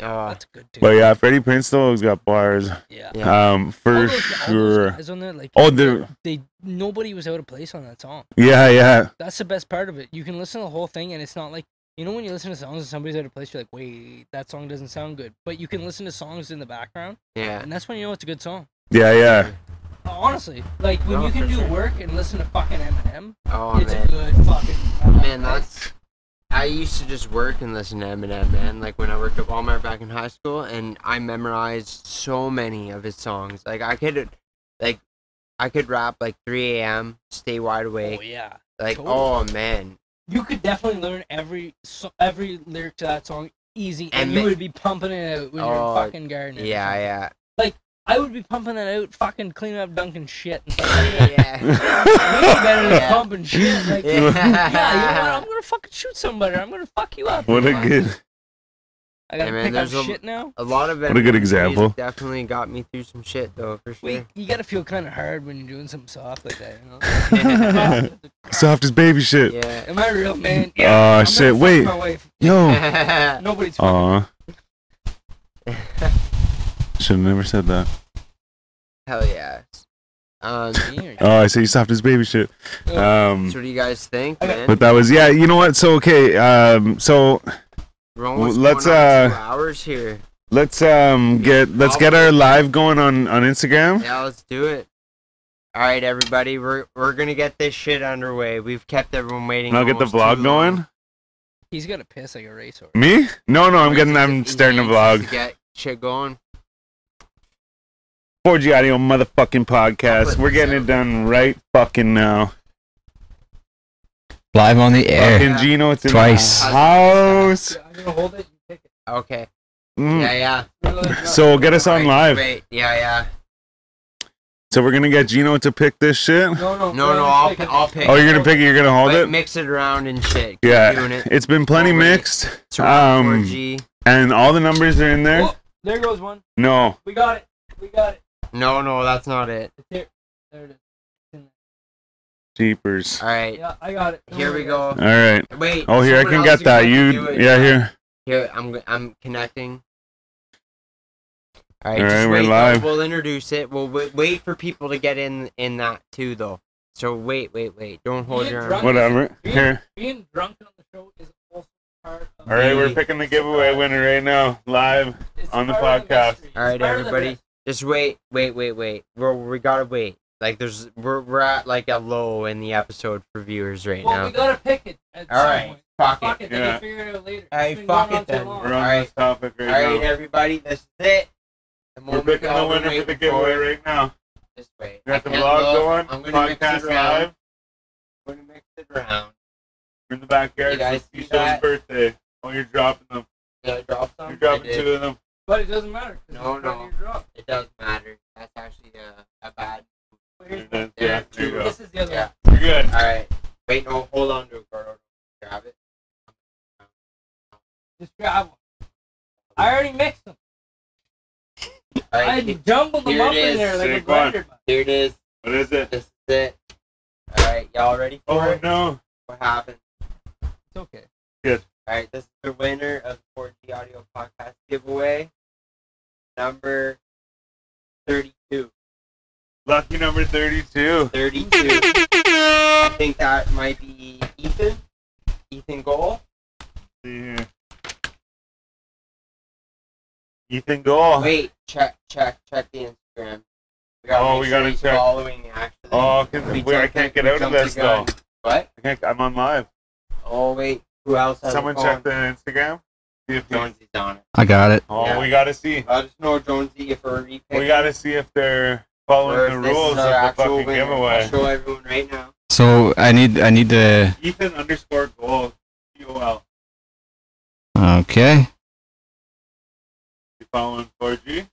Speaker 1: Oh,
Speaker 5: that's a good dude.
Speaker 2: but yeah, Freddie Prince though has got bars,
Speaker 5: yeah.
Speaker 1: yeah.
Speaker 2: um,
Speaker 5: All
Speaker 2: for
Speaker 5: those- all those
Speaker 2: sure.
Speaker 5: guys on there, like
Speaker 2: Oh, there,
Speaker 5: they nobody was out of place on that song.
Speaker 2: yeah, yeah,
Speaker 5: That's the best part of it. You can listen to the whole thing, and it's not like you know when you listen to songs and somebody's out of place, you're like, wait, that song doesn't sound good. But you can listen to songs in the background,
Speaker 1: yeah.
Speaker 5: and that's when you know it's a good song.
Speaker 2: yeah, yeah.
Speaker 5: Honestly, like when
Speaker 1: No,
Speaker 5: you can
Speaker 1: for
Speaker 5: do
Speaker 1: sure.
Speaker 5: work and listen to fucking Eminem,
Speaker 1: Oh
Speaker 5: it's a
Speaker 1: man,
Speaker 5: good fucking.
Speaker 1: man, that's I used to just work and listen to Eminem, man. Like when I worked at Walmart back in high school, and I memorized so many of his songs. Like I could, like, I could rap like 3 a.m., stay wide awake.
Speaker 5: Oh yeah.
Speaker 1: like,
Speaker 5: totally.
Speaker 1: oh man,
Speaker 5: You could definitely learn every so- every lyric to that song easy, and,
Speaker 1: And
Speaker 5: you
Speaker 1: ma-
Speaker 5: would be pumping it out when
Speaker 1: Oh,
Speaker 5: you're fucking gardening. or something.
Speaker 1: yeah,
Speaker 5: I would be pumping it out, fucking cleaning up Dunkin' shit. and
Speaker 1: [laughs]
Speaker 5: fucking [laughs]
Speaker 1: yeah, yeah.
Speaker 5: Way better
Speaker 1: [laughs]
Speaker 5: than
Speaker 1: Yeah.
Speaker 5: pumping shit. Like, yeah, you know what? I'm gonna fucking shoot somebody. I'm gonna fuck you up.
Speaker 2: What a good.
Speaker 5: I gotta
Speaker 1: Hey, man,
Speaker 5: pick up
Speaker 1: there's a-
Speaker 5: shit now.
Speaker 1: A lot of
Speaker 2: a
Speaker 1: it.
Speaker 2: good example.
Speaker 1: Definitely got me through some shit though, for
Speaker 5: Wait,
Speaker 1: sure.
Speaker 5: you gotta feel kind of hard when you're doing something soft like that. You
Speaker 2: [laughs]
Speaker 5: know?
Speaker 2: Soft as baby shit. [laughs]
Speaker 1: [laughs] Yeah. [laughs]
Speaker 5: Am I a real man?
Speaker 2: Aw,
Speaker 5: I'm gonna
Speaker 2: shit,
Speaker 5: fuck
Speaker 2: wait.
Speaker 5: My wife.
Speaker 2: [laughs] Yo.
Speaker 5: Nobody's.
Speaker 2: Aw. Should have never said that.
Speaker 1: Hell yeah.
Speaker 2: [laughs]
Speaker 1: Um,
Speaker 5: fucking here.
Speaker 2: Oh, I say you soft as baby shit.
Speaker 1: so what
Speaker 2: Um,
Speaker 1: do you guys think, man?
Speaker 2: but that was yeah. You know what? So okay. Um, so
Speaker 1: We're almost
Speaker 2: let's,
Speaker 1: going on
Speaker 2: uh,
Speaker 1: two hours here.
Speaker 2: let's um get let's get our live going on on Instagram.
Speaker 1: Yeah, let's do it. All right, everybody, we're we're gonna get this shit underway. We've kept everyone waiting.
Speaker 2: And I'll get the
Speaker 1: almost too
Speaker 2: vlog
Speaker 1: long.
Speaker 2: going.
Speaker 5: He's gonna piss like a racehorse.
Speaker 2: Me? No, no. I'm
Speaker 1: He's
Speaker 2: getting.
Speaker 1: just-
Speaker 2: I'm
Speaker 1: he's
Speaker 2: starting a
Speaker 1: anxious
Speaker 2: vlog.
Speaker 1: to Get shit going.
Speaker 2: 4G Audio motherfucking podcast.
Speaker 1: Put
Speaker 2: We're getting
Speaker 1: this
Speaker 2: it done right fucking now.
Speaker 4: Live on the air.
Speaker 2: Fucking Gino, it's in
Speaker 4: Twice.
Speaker 2: the house.
Speaker 5: I'm gonna hold it. You pick
Speaker 1: Okay.
Speaker 2: Mm.
Speaker 1: Yeah, yeah.
Speaker 5: it.
Speaker 2: So get us on
Speaker 1: Wait,
Speaker 2: live.
Speaker 1: Wait. Yeah, yeah.
Speaker 2: So we're gonna get Gino to pick this shit.
Speaker 5: No, no,
Speaker 1: No, no. I'll I'll pick.
Speaker 2: Oh, you're gonna pick it. You're gonna hold
Speaker 1: But
Speaker 2: it.
Speaker 1: Mix it around and shit. Keep Doing
Speaker 2: Yeah,
Speaker 1: it.
Speaker 2: it's been plenty
Speaker 1: Already.
Speaker 2: mixed,
Speaker 1: It's around
Speaker 2: um,
Speaker 1: 4G.
Speaker 2: and all the numbers are in there.
Speaker 5: Oh. There goes one.
Speaker 2: No,
Speaker 5: We got it. We got it.
Speaker 1: No, no, that's not it.
Speaker 5: It's here. There it is.
Speaker 2: jeepers.
Speaker 1: All right.
Speaker 5: Yeah, I got it. Don't
Speaker 1: Here we
Speaker 5: worry,
Speaker 1: go.
Speaker 2: All right.
Speaker 1: Wait.
Speaker 2: Oh, here I
Speaker 1: Uh, someone
Speaker 2: can
Speaker 1: else
Speaker 2: get
Speaker 1: is
Speaker 2: that.
Speaker 1: gonna
Speaker 2: You,
Speaker 1: do it.
Speaker 2: yeah, here.
Speaker 1: Here, I'm I'm connecting. All right,
Speaker 2: All
Speaker 1: just
Speaker 2: right, we're
Speaker 1: wait. though.
Speaker 2: live.
Speaker 1: We'll introduce it. We'll wait, wait for people to get in in that too, though. So wait, wait, wait. Don't hold
Speaker 5: Get
Speaker 1: your.
Speaker 5: drunk.
Speaker 1: arm.
Speaker 2: Whatever. Here.
Speaker 5: guys. Being drunk on the show is also part of.
Speaker 2: All right, we're picking the giveaway winner right now, live.
Speaker 5: it's
Speaker 2: on the
Speaker 5: part of
Speaker 2: podcast.
Speaker 5: mystery.
Speaker 1: All
Speaker 5: It's part of
Speaker 1: right,
Speaker 5: the
Speaker 1: everybody.
Speaker 5: mystery.
Speaker 1: Just wait, wait, wait, wait. We're, we gotta wait. Like there's we're we're at like a low in the episode for viewers right
Speaker 5: Well, we
Speaker 1: now.
Speaker 5: gotta pick it. At
Speaker 1: All
Speaker 5: some
Speaker 1: right,
Speaker 5: point.
Speaker 1: fuck
Speaker 5: Fuck
Speaker 1: it.
Speaker 5: it. Then
Speaker 2: Yeah.
Speaker 5: we figure it out later.
Speaker 1: Hey,
Speaker 5: It's been
Speaker 1: fuck
Speaker 5: going on
Speaker 1: it
Speaker 5: too
Speaker 1: then.
Speaker 5: long.
Speaker 2: We're
Speaker 1: All
Speaker 2: on
Speaker 1: right.
Speaker 2: this topic
Speaker 1: All
Speaker 2: right
Speaker 1: right,
Speaker 2: now.
Speaker 1: everybody. This is it. The
Speaker 2: We're
Speaker 1: moment
Speaker 2: picking
Speaker 1: we've all
Speaker 2: the
Speaker 1: been
Speaker 2: winner for the
Speaker 1: waiting
Speaker 2: giveaway right now.
Speaker 1: Just wait. I
Speaker 2: Got the
Speaker 1: can't
Speaker 2: vlog going.
Speaker 1: look. I'm gonna mix
Speaker 2: Podcast
Speaker 1: it around.
Speaker 2: live.
Speaker 1: I'm gonna mix it around.
Speaker 2: We're in the backyard.
Speaker 1: You guys
Speaker 2: it's
Speaker 1: see
Speaker 2: Keisha's
Speaker 1: that?
Speaker 2: birthday. Oh, you're dropping them.
Speaker 1: Did I drop some?
Speaker 2: You're
Speaker 1: I
Speaker 2: dropping
Speaker 1: did.
Speaker 2: two of them.
Speaker 5: But it doesn't matter. 'cause
Speaker 1: No,
Speaker 5: it's part of
Speaker 1: no.
Speaker 5: your drop.
Speaker 1: It does matter. That's actually a, a bad.
Speaker 5: Where's
Speaker 2: Yeah,
Speaker 5: the-
Speaker 2: yeah,
Speaker 5: there
Speaker 2: there you go.
Speaker 5: This is the other
Speaker 1: Yeah.
Speaker 5: one.
Speaker 2: You're good.
Speaker 1: All right. Wait. No. Hold on to it, Gordo. Grab it.
Speaker 5: Just grab one. I already mixed them.
Speaker 1: All
Speaker 5: I
Speaker 1: right.
Speaker 5: had jumbled them
Speaker 1: Here
Speaker 5: up
Speaker 1: it
Speaker 5: in
Speaker 1: is.
Speaker 5: there like a
Speaker 2: Take one.
Speaker 5: blender. bud.
Speaker 1: Here it is.
Speaker 2: What is it?
Speaker 1: This is it. All right. Y'all ready for
Speaker 2: Oh
Speaker 1: it?
Speaker 2: no.
Speaker 1: What happened?
Speaker 5: It's okay.
Speaker 1: All right. This is the winner of the 4G Audio Podcast giveaway, number 32.
Speaker 2: Lucky number 32.
Speaker 1: 32. I think that might be Ethan. Ethan Goal.
Speaker 2: see here. Ethan Goal.
Speaker 1: Wait. Check. Check. Check the Instagram. We
Speaker 2: Oh,
Speaker 1: make
Speaker 2: we
Speaker 1: sure
Speaker 2: gotta
Speaker 1: he's
Speaker 2: check.
Speaker 1: Following actually.
Speaker 2: Oh, can,
Speaker 1: We
Speaker 2: wait, I
Speaker 1: jumped
Speaker 2: can't
Speaker 1: the-
Speaker 2: get
Speaker 1: we
Speaker 2: out of
Speaker 1: jumped the
Speaker 2: this though.
Speaker 1: gun. What?
Speaker 2: I can't, I'm on live.
Speaker 1: Oh wait, who else has
Speaker 2: Someone
Speaker 1: a phone?
Speaker 2: check the Instagram. See if they-
Speaker 1: Jonesy's on it.
Speaker 4: I got it.
Speaker 2: oh,
Speaker 1: Yeah.
Speaker 2: we gotta see.
Speaker 1: I just know Jonesy if we're repicking.
Speaker 2: We gotta see if they're following
Speaker 1: or
Speaker 2: the
Speaker 1: if this is
Speaker 2: rules of
Speaker 1: our
Speaker 2: the
Speaker 1: actual
Speaker 2: fucking
Speaker 1: winner. I'll
Speaker 2: giveaway.
Speaker 1: show everyone right now.
Speaker 4: So I need I need to.
Speaker 2: Ethan underscore Goal. G O L.
Speaker 4: Okay.
Speaker 2: You following 4G?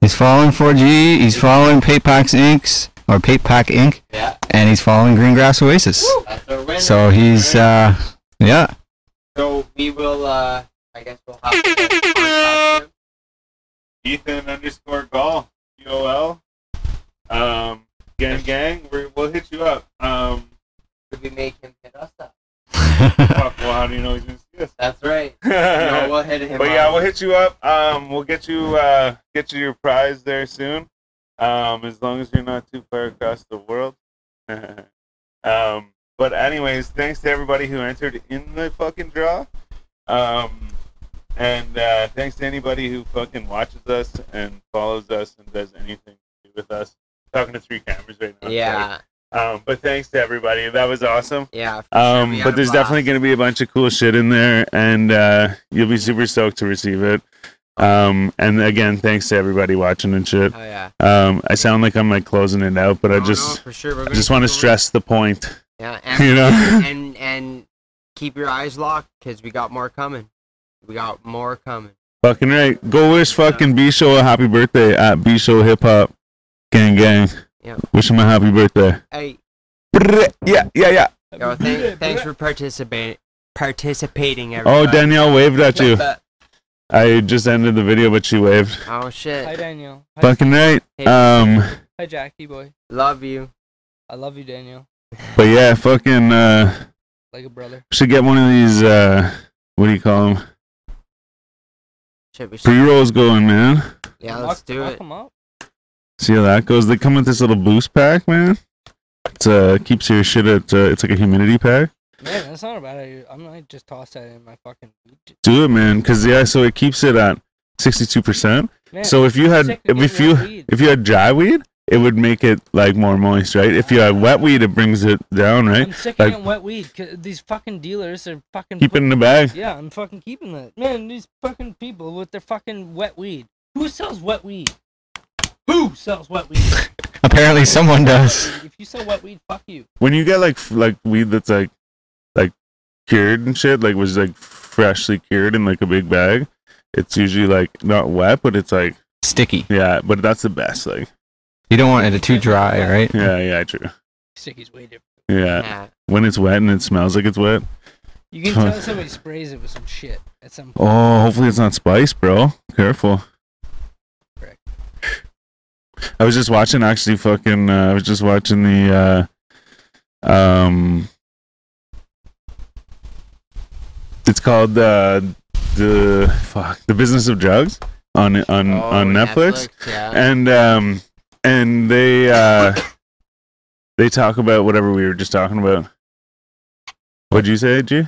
Speaker 4: He's following 4G. He's following Paypax Inc. or Paypack Inc.
Speaker 1: Yeah,
Speaker 4: And he's following Greengrass Oasis.
Speaker 1: that's our winner. So,
Speaker 4: So he's uh, yeah. [laughs]
Speaker 1: we will. uh I guess we'll have to get in contact with him.
Speaker 2: Ethan underscore Goal. G O L. Um, gang, gang. We're, we'll hit you up. Um,
Speaker 1: Could we make him hit us up?
Speaker 2: fuck, well, how do you know he's gonna see us?
Speaker 1: That's right. [laughs]
Speaker 2: [laughs]
Speaker 1: No, we'll hit him.
Speaker 2: But
Speaker 1: up.
Speaker 2: yeah, we'll hit you up. Um, we'll get you uh, get you your prize there soon. Um, as long as you're not too far across the world. [laughs] um, but anyways, thanks to everybody who entered in the fucking draw. Um, and uh, thanks to anybody who fucking watches us and follows us and does anything to do with us. Talking to three cameras right now.
Speaker 1: Yeah,
Speaker 2: Um, but thanks to everybody. That was awesome.
Speaker 1: Yeah. for sure, we
Speaker 2: Um,
Speaker 1: had
Speaker 2: but
Speaker 1: a
Speaker 2: there's
Speaker 1: blast.
Speaker 2: definitely going to be a bunch of cool shit in there, and uh, you'll be super stoked to receive it. Um, and again, thanks to everybody watching and shit.
Speaker 1: Oh yeah.
Speaker 2: Um, I sound like I'm like closing it out, but I
Speaker 1: No,
Speaker 2: just
Speaker 1: no, for sure. We're
Speaker 2: I
Speaker 1: gonna
Speaker 2: just want to
Speaker 1: keep going.
Speaker 2: stress the point.
Speaker 1: Yeah.
Speaker 2: you know?
Speaker 1: [laughs]
Speaker 2: [laughs]
Speaker 1: and and keep your eyes locked because we got more coming. We got more coming.
Speaker 2: Fucking right. Go wish fucking B Show a happy birthday at B Show Hip Hop Gang Gang.
Speaker 1: Yeah.
Speaker 2: Wish him a happy birthday.
Speaker 1: Hey,
Speaker 2: Brrr, [laughs] Yeah, yeah, yeah.
Speaker 1: yo, thank, thanks for participating. Participating,
Speaker 2: Oh,
Speaker 1: everybody.
Speaker 2: Danielle waved at
Speaker 1: [laughs]
Speaker 2: you. I just ended the video, but she waved.
Speaker 1: Oh
Speaker 5: Hi,
Speaker 1: shit.
Speaker 5: Daniel. Hi,
Speaker 2: Fucking right. Um,
Speaker 5: hi, Jackie boy.
Speaker 1: Love you.
Speaker 5: I love you, Daniel.
Speaker 2: but yeah, fucking uh,
Speaker 5: Like a brother.
Speaker 2: should get one of these. Uh, what do you call them?
Speaker 1: Shit, we
Speaker 2: Pre
Speaker 1: should.
Speaker 2: rolls going, man.
Speaker 1: Yeah,
Speaker 5: Knock-
Speaker 1: let's do
Speaker 5: knock
Speaker 1: it.
Speaker 5: 'em out.
Speaker 2: See how that goes. They come with this little boost pack, man. It's uh keeps your shit at. Uh, it's like a humidity pack.
Speaker 5: Man, that's not a bad idea. I'm gonna just toss that in my fucking.
Speaker 2: Do it, man. Cause yeah, so it keeps it at sixty-two percent.
Speaker 5: Man,
Speaker 2: So if you had
Speaker 5: sick of
Speaker 2: if
Speaker 5: getting
Speaker 2: you
Speaker 5: that weed.
Speaker 2: if you had dry weed, it would make it like more moist, right? If you had wet weed, it brings it down, right?
Speaker 5: I'm sick of
Speaker 2: Like-
Speaker 5: getting wet weed. 'cause these fucking dealers are fucking.
Speaker 2: Keep it in the bag.
Speaker 5: Yeah, I'm fucking keeping that. Man, these fucking people with their fucking wet weed. Who sells wet weed? Who sells wet weed?
Speaker 4: Apparently, someone does.
Speaker 5: if you sell wet weed, fuck you.
Speaker 2: When you get like f- like weed that's like like cured and shit, like was like freshly cured in like a big bag, it's usually like not wet, but it's like
Speaker 4: Sticky.
Speaker 2: yeah, but that's the best. Like
Speaker 4: You don't want it too dry, right?
Speaker 2: yeah, yeah, true.
Speaker 5: Sticky's way different.
Speaker 2: Yeah,
Speaker 1: Yeah.
Speaker 2: when it's wet and it smells like it's wet. [laughs]
Speaker 5: You can tell somebody sprays it with some shit at some point.
Speaker 2: Oh, hopefully it's not spice, bro. Careful.
Speaker 5: Correct.
Speaker 2: I was just watching actually fucking uh, I was just watching the uh um It's called uh the fuck the business of drugs on on
Speaker 1: Oh,
Speaker 2: on Netflix
Speaker 1: Yeah.
Speaker 2: and um and they uh they talk about whatever we were just talking about. What'd you say, G?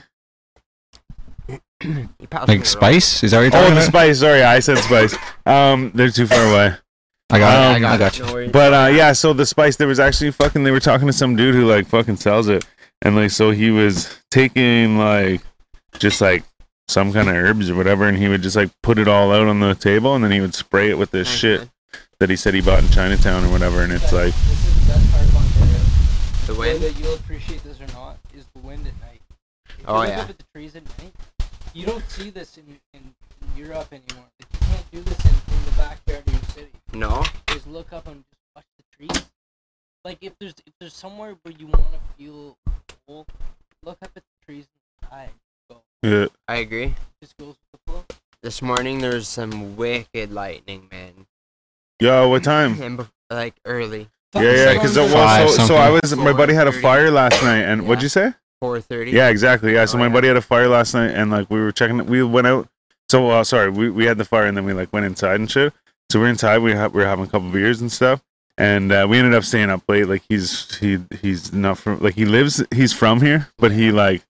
Speaker 1: You passed me
Speaker 4: Like
Speaker 1: the
Speaker 4: spice? Is that what you're
Speaker 2: Oh,
Speaker 4: talking
Speaker 2: the
Speaker 4: about?
Speaker 2: spice. Sorry, I said spice. Um, they're too far away.
Speaker 4: I got it.
Speaker 2: Um,
Speaker 4: I got,
Speaker 1: roll.
Speaker 4: you.
Speaker 1: No worries.
Speaker 2: But uh, yeah, so the spice there was actually fucking. They were talking to some dude who like fucking sells it, and like so he was taking like just like some kind of herbs or whatever, and he would just like put it all out on the table, and then he would spray it with this
Speaker 1: Thanks,
Speaker 2: shit
Speaker 1: man.
Speaker 2: that he said he bought in Chinatown or whatever, and it's like
Speaker 5: This is the best part of Ontario.
Speaker 1: The wind.
Speaker 5: Whether you'll appreciate this or not is the wind at night. If
Speaker 1: Oh,
Speaker 5: you look
Speaker 1: yeah.
Speaker 5: up at the trees at night, you don't see this in, in Europe anymore. Like, you can't do this in, in the backyard of your city.
Speaker 1: No.
Speaker 5: Just look up and just watch the trees. Like if there's if there's somewhere where you want to feel cool, look up at the trees and hide.
Speaker 2: yeah,
Speaker 1: I agree.
Speaker 5: Just goes with the flow.
Speaker 1: This morning there was some wicked lightning, man.
Speaker 2: yo, what time?
Speaker 1: And bef- like early,
Speaker 2: Yeah, yeah, because it
Speaker 4: Five
Speaker 2: was so, so.
Speaker 4: something.
Speaker 2: I was my buddy had a
Speaker 1: Four thirty.
Speaker 2: fire last night, and what'd
Speaker 1: Yeah.
Speaker 2: you say?
Speaker 1: 4:30.
Speaker 2: Yeah, exactly. Yeah, so
Speaker 1: Oh,
Speaker 2: my
Speaker 1: yeah.
Speaker 2: buddy had a fire last night, and like we were checking. it. We went out. So uh, sorry, we, we had the fire, and then we like went inside and shit. So we're inside. We, ha- we were having a couple beers and stuff, and uh, we ended up staying up late. Like he's he he's not from like he lives he's from here, but he like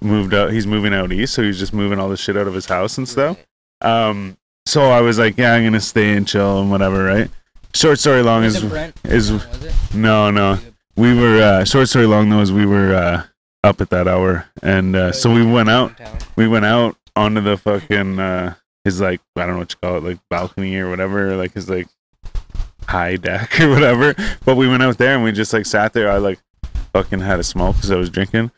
Speaker 2: moved out. He's moving out east, so he's just moving all the shit out of his house and stuff. Um, so I was like, yeah, I'm gonna stay and chill and whatever, right? Short story long
Speaker 5: Was
Speaker 2: is
Speaker 5: it Brent?
Speaker 2: is-
Speaker 5: No, was it?
Speaker 2: no no we were uh, short story long though is we were uh, up at that hour, and uh, so we went out
Speaker 5: Downtown.
Speaker 2: we went out onto the fucking uh his like I don't know what you call it, like balcony or whatever, or like his like high deck [laughs] or whatever. But we went out there and we just like sat there. I like fucking had a smoke because I was drinking.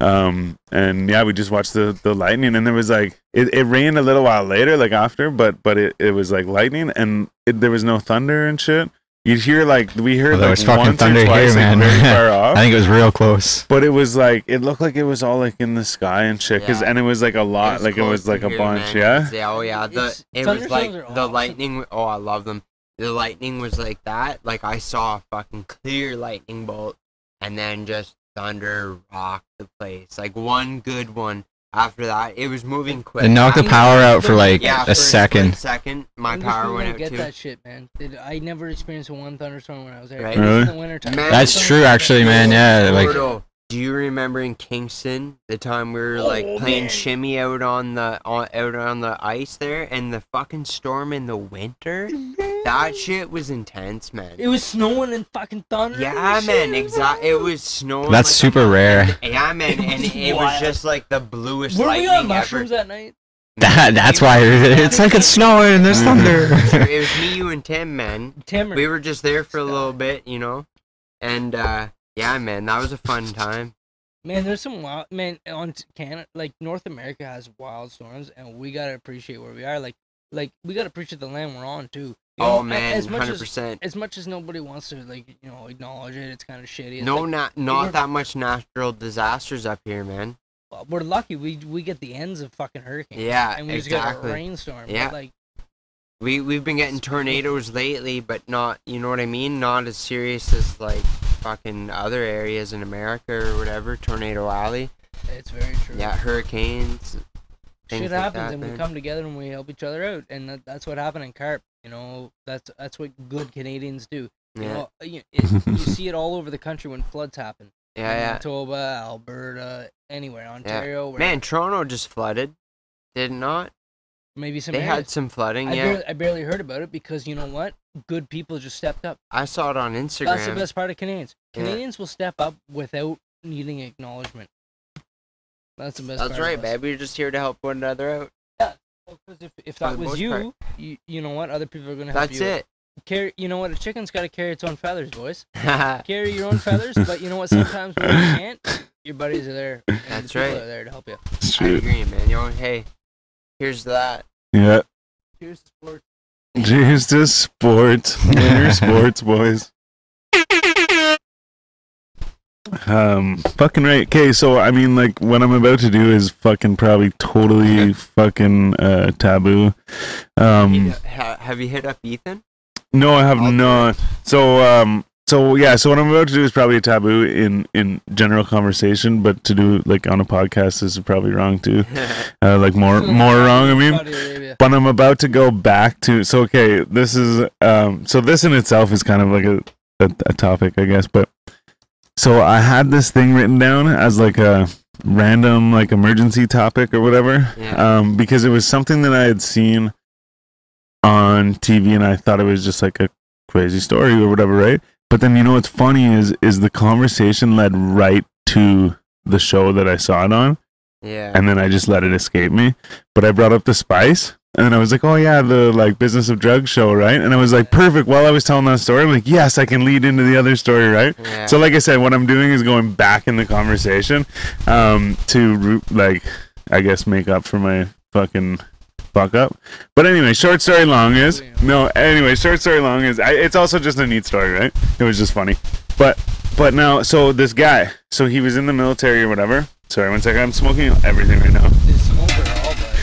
Speaker 2: Um and yeah, we just watched the the lightning and there was like it, it rained a little while later, like after, but but it, it was like lightning and it, there was no thunder and shit. You'd hear like we heard
Speaker 4: Well, there
Speaker 2: like
Speaker 4: was fucking
Speaker 2: once
Speaker 4: thunder
Speaker 2: or
Speaker 4: here,
Speaker 2: twice, like,
Speaker 4: man.
Speaker 2: very
Speaker 4: [laughs]
Speaker 2: far off
Speaker 4: I think it was real close.
Speaker 2: but it was like it looked like it was all like in the sky and shit 'cause-
Speaker 1: Yeah.
Speaker 2: and it was like a lot
Speaker 1: was
Speaker 2: like it
Speaker 1: close
Speaker 2: was
Speaker 1: to
Speaker 2: like a
Speaker 1: here,
Speaker 2: bunch
Speaker 1: man.
Speaker 2: yeah
Speaker 1: oh yeah. The
Speaker 5: It's-
Speaker 1: it was
Speaker 5: thunderstorms
Speaker 1: like
Speaker 5: are
Speaker 1: the
Speaker 5: awesome.
Speaker 1: lightning. Oh, I love them. The lightning was like that. Like I saw a fucking clear lightning bolt, and then just thunder rocked the place. Like one good one. After that, it was moving quick.
Speaker 4: It knocked the power out for like
Speaker 1: yeah, for
Speaker 4: a
Speaker 1: split
Speaker 4: second.
Speaker 1: Second, my
Speaker 5: I'm just
Speaker 1: power
Speaker 5: gonna
Speaker 1: went out
Speaker 5: get
Speaker 1: too.
Speaker 5: that shit, man. Did- I never experienced one thunderstorm when I was there.
Speaker 1: Right.
Speaker 5: It was
Speaker 2: Really?
Speaker 5: In the wintertime.
Speaker 1: Man.
Speaker 4: That's true, actually, man. Yeah, like
Speaker 1: Brutal. do you remember in Kingston the time we were
Speaker 5: Oh,
Speaker 1: like playing shimmy out on the on, out on the ice there, and the fucking storm in the winter? That shit was intense, man.
Speaker 5: It was snowing and fucking thunder.
Speaker 1: Yeah,
Speaker 5: and
Speaker 1: man,
Speaker 5: shit.
Speaker 1: exactly. It was snowing.
Speaker 4: That's
Speaker 1: like a
Speaker 4: super rare.
Speaker 1: mon- [laughs] Yeah, man, and
Speaker 5: was
Speaker 1: it was
Speaker 5: wild.
Speaker 1: just like the bluest
Speaker 5: Were
Speaker 1: lightning
Speaker 5: we on mushrooms
Speaker 1: ever.
Speaker 5: that night?
Speaker 4: [laughs] [laughs] That, that's why it's like it's snowing and there's
Speaker 2: Mm.
Speaker 1: [laughs]
Speaker 4: thunder. [laughs]
Speaker 1: it was me, you, and Tim, man.
Speaker 5: Timmer.
Speaker 1: We were just there for a little bit, you know, and uh, yeah, man, that was a fun time.
Speaker 5: Man, there's some wild man on Canada, like North America has wild storms, and we gotta appreciate where we are. Like, like we gotta appreciate the land we're on too. You know,
Speaker 1: Oh
Speaker 5: a-
Speaker 1: man,
Speaker 5: as much
Speaker 1: hundred
Speaker 5: as
Speaker 1: percent.
Speaker 5: as much as nobody wants to, like you know, acknowledge it. It's kind of shitty. It's
Speaker 1: No,
Speaker 5: like,
Speaker 1: not
Speaker 5: we're-
Speaker 1: not that much natural disasters up here, man.
Speaker 5: well, uh, we're lucky. We we get the ends of fucking hurricanes.
Speaker 1: Yeah,
Speaker 5: and we just got a
Speaker 1: exactly.
Speaker 5: rainstorm.
Speaker 1: Yeah.
Speaker 5: but, like
Speaker 1: We we've been getting tornadoes lately, but not you know what I mean. Not as serious as like fucking other areas in America or whatever. Tornado Alley.
Speaker 5: it's very true.
Speaker 1: Yeah, hurricanes.
Speaker 5: shit
Speaker 1: things like
Speaker 5: happens,
Speaker 1: that,
Speaker 5: and we
Speaker 1: man.
Speaker 5: come together and we help each other out, and that, that's what happened in carp. You know, that's that's what good Canadians do. You
Speaker 1: Yeah,
Speaker 5: know, you, it,
Speaker 1: [laughs]
Speaker 5: you see it all over the country when floods happen.
Speaker 1: yeah,
Speaker 5: Manitoba, Alberta, anywhere, Ontario,
Speaker 1: yeah.
Speaker 5: where
Speaker 1: Man, Toronto just flooded, did it not?
Speaker 5: maybe some
Speaker 1: They had
Speaker 5: areas.
Speaker 1: some flooding.
Speaker 5: I,
Speaker 1: Yeah,
Speaker 5: barely, I barely heard about it because you know what? Good people just stepped up.
Speaker 1: I saw it on
Speaker 5: That's the
Speaker 1: Instagram.
Speaker 5: best part of Canadians.
Speaker 1: Yeah.
Speaker 5: Canadians will step up without needing acknowledgement. That's the best.
Speaker 1: That's
Speaker 5: part
Speaker 1: right,
Speaker 5: of us.
Speaker 1: babe. We're just here to help one another out.
Speaker 5: Well, 'cause if, if
Speaker 1: For
Speaker 5: that
Speaker 1: the
Speaker 5: was
Speaker 1: most
Speaker 5: you, you, you know what? Other people are gonna help
Speaker 1: That's
Speaker 5: you.
Speaker 1: it. [laughs]
Speaker 5: Carry, you know what? A chicken's gotta carry its own feathers, boys.
Speaker 1: That's
Speaker 5: Carry your
Speaker 2: [laughs]
Speaker 5: own feathers, but you know what? Sometimes when you can't, your buddies are there. And the
Speaker 1: That's
Speaker 5: people
Speaker 1: right.
Speaker 5: Are there to help you.
Speaker 2: It's
Speaker 1: I
Speaker 2: true.
Speaker 1: agree, man. You know, hey, here's that.
Speaker 2: Yeah.
Speaker 5: Cheers to sports.
Speaker 2: Cheers to sports. Winter sports, boys. Um, fucking right. Okay, so I mean, like, what I'm about to do is fucking probably totally fucking uh, taboo. Um,
Speaker 1: Ha- Have you hit up Ethan? [laughs]
Speaker 2: no, I have not. So, um, so yeah, so what I'm about to do is probably a taboo in in general conversation, but to do like on a podcast is probably wrong too. Uh, like more more wrong. I mean,
Speaker 5: Saudi Arabia.
Speaker 2: but I'm about to go back to so okay this is um so this in itself is kind of like a a, a topic I guess but so I had this thing written down as like a random like emergency topic or whatever
Speaker 1: Yeah.
Speaker 2: um because it was something that I had seen on TV and I thought it was just like a crazy story or whatever right but then you know what's funny is is the conversation led right to the show that I saw it on
Speaker 1: yeah.
Speaker 2: and then I just let it escape me. But I brought up the spice, and then I was like, "Oh yeah, the like business of drugs show, right?" And I was like, "Perfect." While I was telling that story, I'm like, "Yes, I can lead into the other story, right?"
Speaker 1: Yeah.
Speaker 2: So, like I said, what I'm doing is going back in the conversation um, to re- like, I guess, make up for my fucking fuck up. But anyway, short story long is no. Anyway, short story long is I, it's also just a neat story, right? It was just funny. But but now, so this guy, so he was in the military or whatever. Sorry, one second. I'm smoking everything right now.
Speaker 5: It's over all but-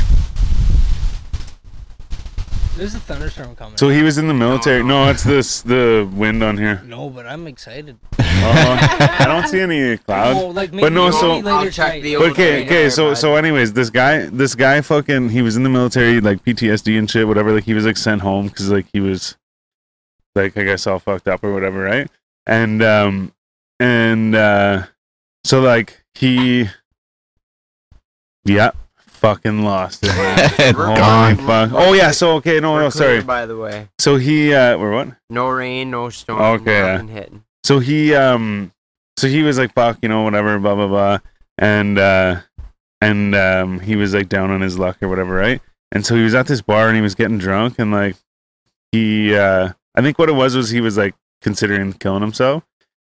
Speaker 5: There's a thunderstorm coming.
Speaker 2: So he was in the military. No, it's this the wind on here.
Speaker 5: no, but I'm excited.
Speaker 2: Uh, I don't see any
Speaker 5: Oh,
Speaker 2: clouds.
Speaker 5: like maybe
Speaker 2: Uh, But no,
Speaker 5: maybe
Speaker 2: so-
Speaker 5: later
Speaker 1: I'll check
Speaker 5: tonight.
Speaker 1: the
Speaker 2: But
Speaker 1: old
Speaker 2: okay,
Speaker 1: radio
Speaker 2: okay.
Speaker 1: there,
Speaker 2: So
Speaker 1: bud.
Speaker 2: so anyways, this guy, this guy, fucking, he was in the military, like PTSD and shit, whatever. Like he was like sent home because like he was, like I guess all fucked up or whatever, right? And um, and uh, so like he, yeah, fucking lost it. man.
Speaker 1: We're
Speaker 2: Holy
Speaker 1: fine.
Speaker 2: fuck. Oh yeah. So okay, no,
Speaker 1: We're
Speaker 2: no,
Speaker 1: clear,
Speaker 2: sorry.
Speaker 1: By the way,
Speaker 2: So he, uh, or what?
Speaker 1: no rain, no storm.
Speaker 2: Okay.
Speaker 1: nothing hitting. [laughs]
Speaker 2: so he um so he was like fuck you know whatever blah blah blah and uh and um he was like down on his luck or whatever right and so he was at this bar and he was getting drunk and like he uh i think what it was was he was like considering killing himself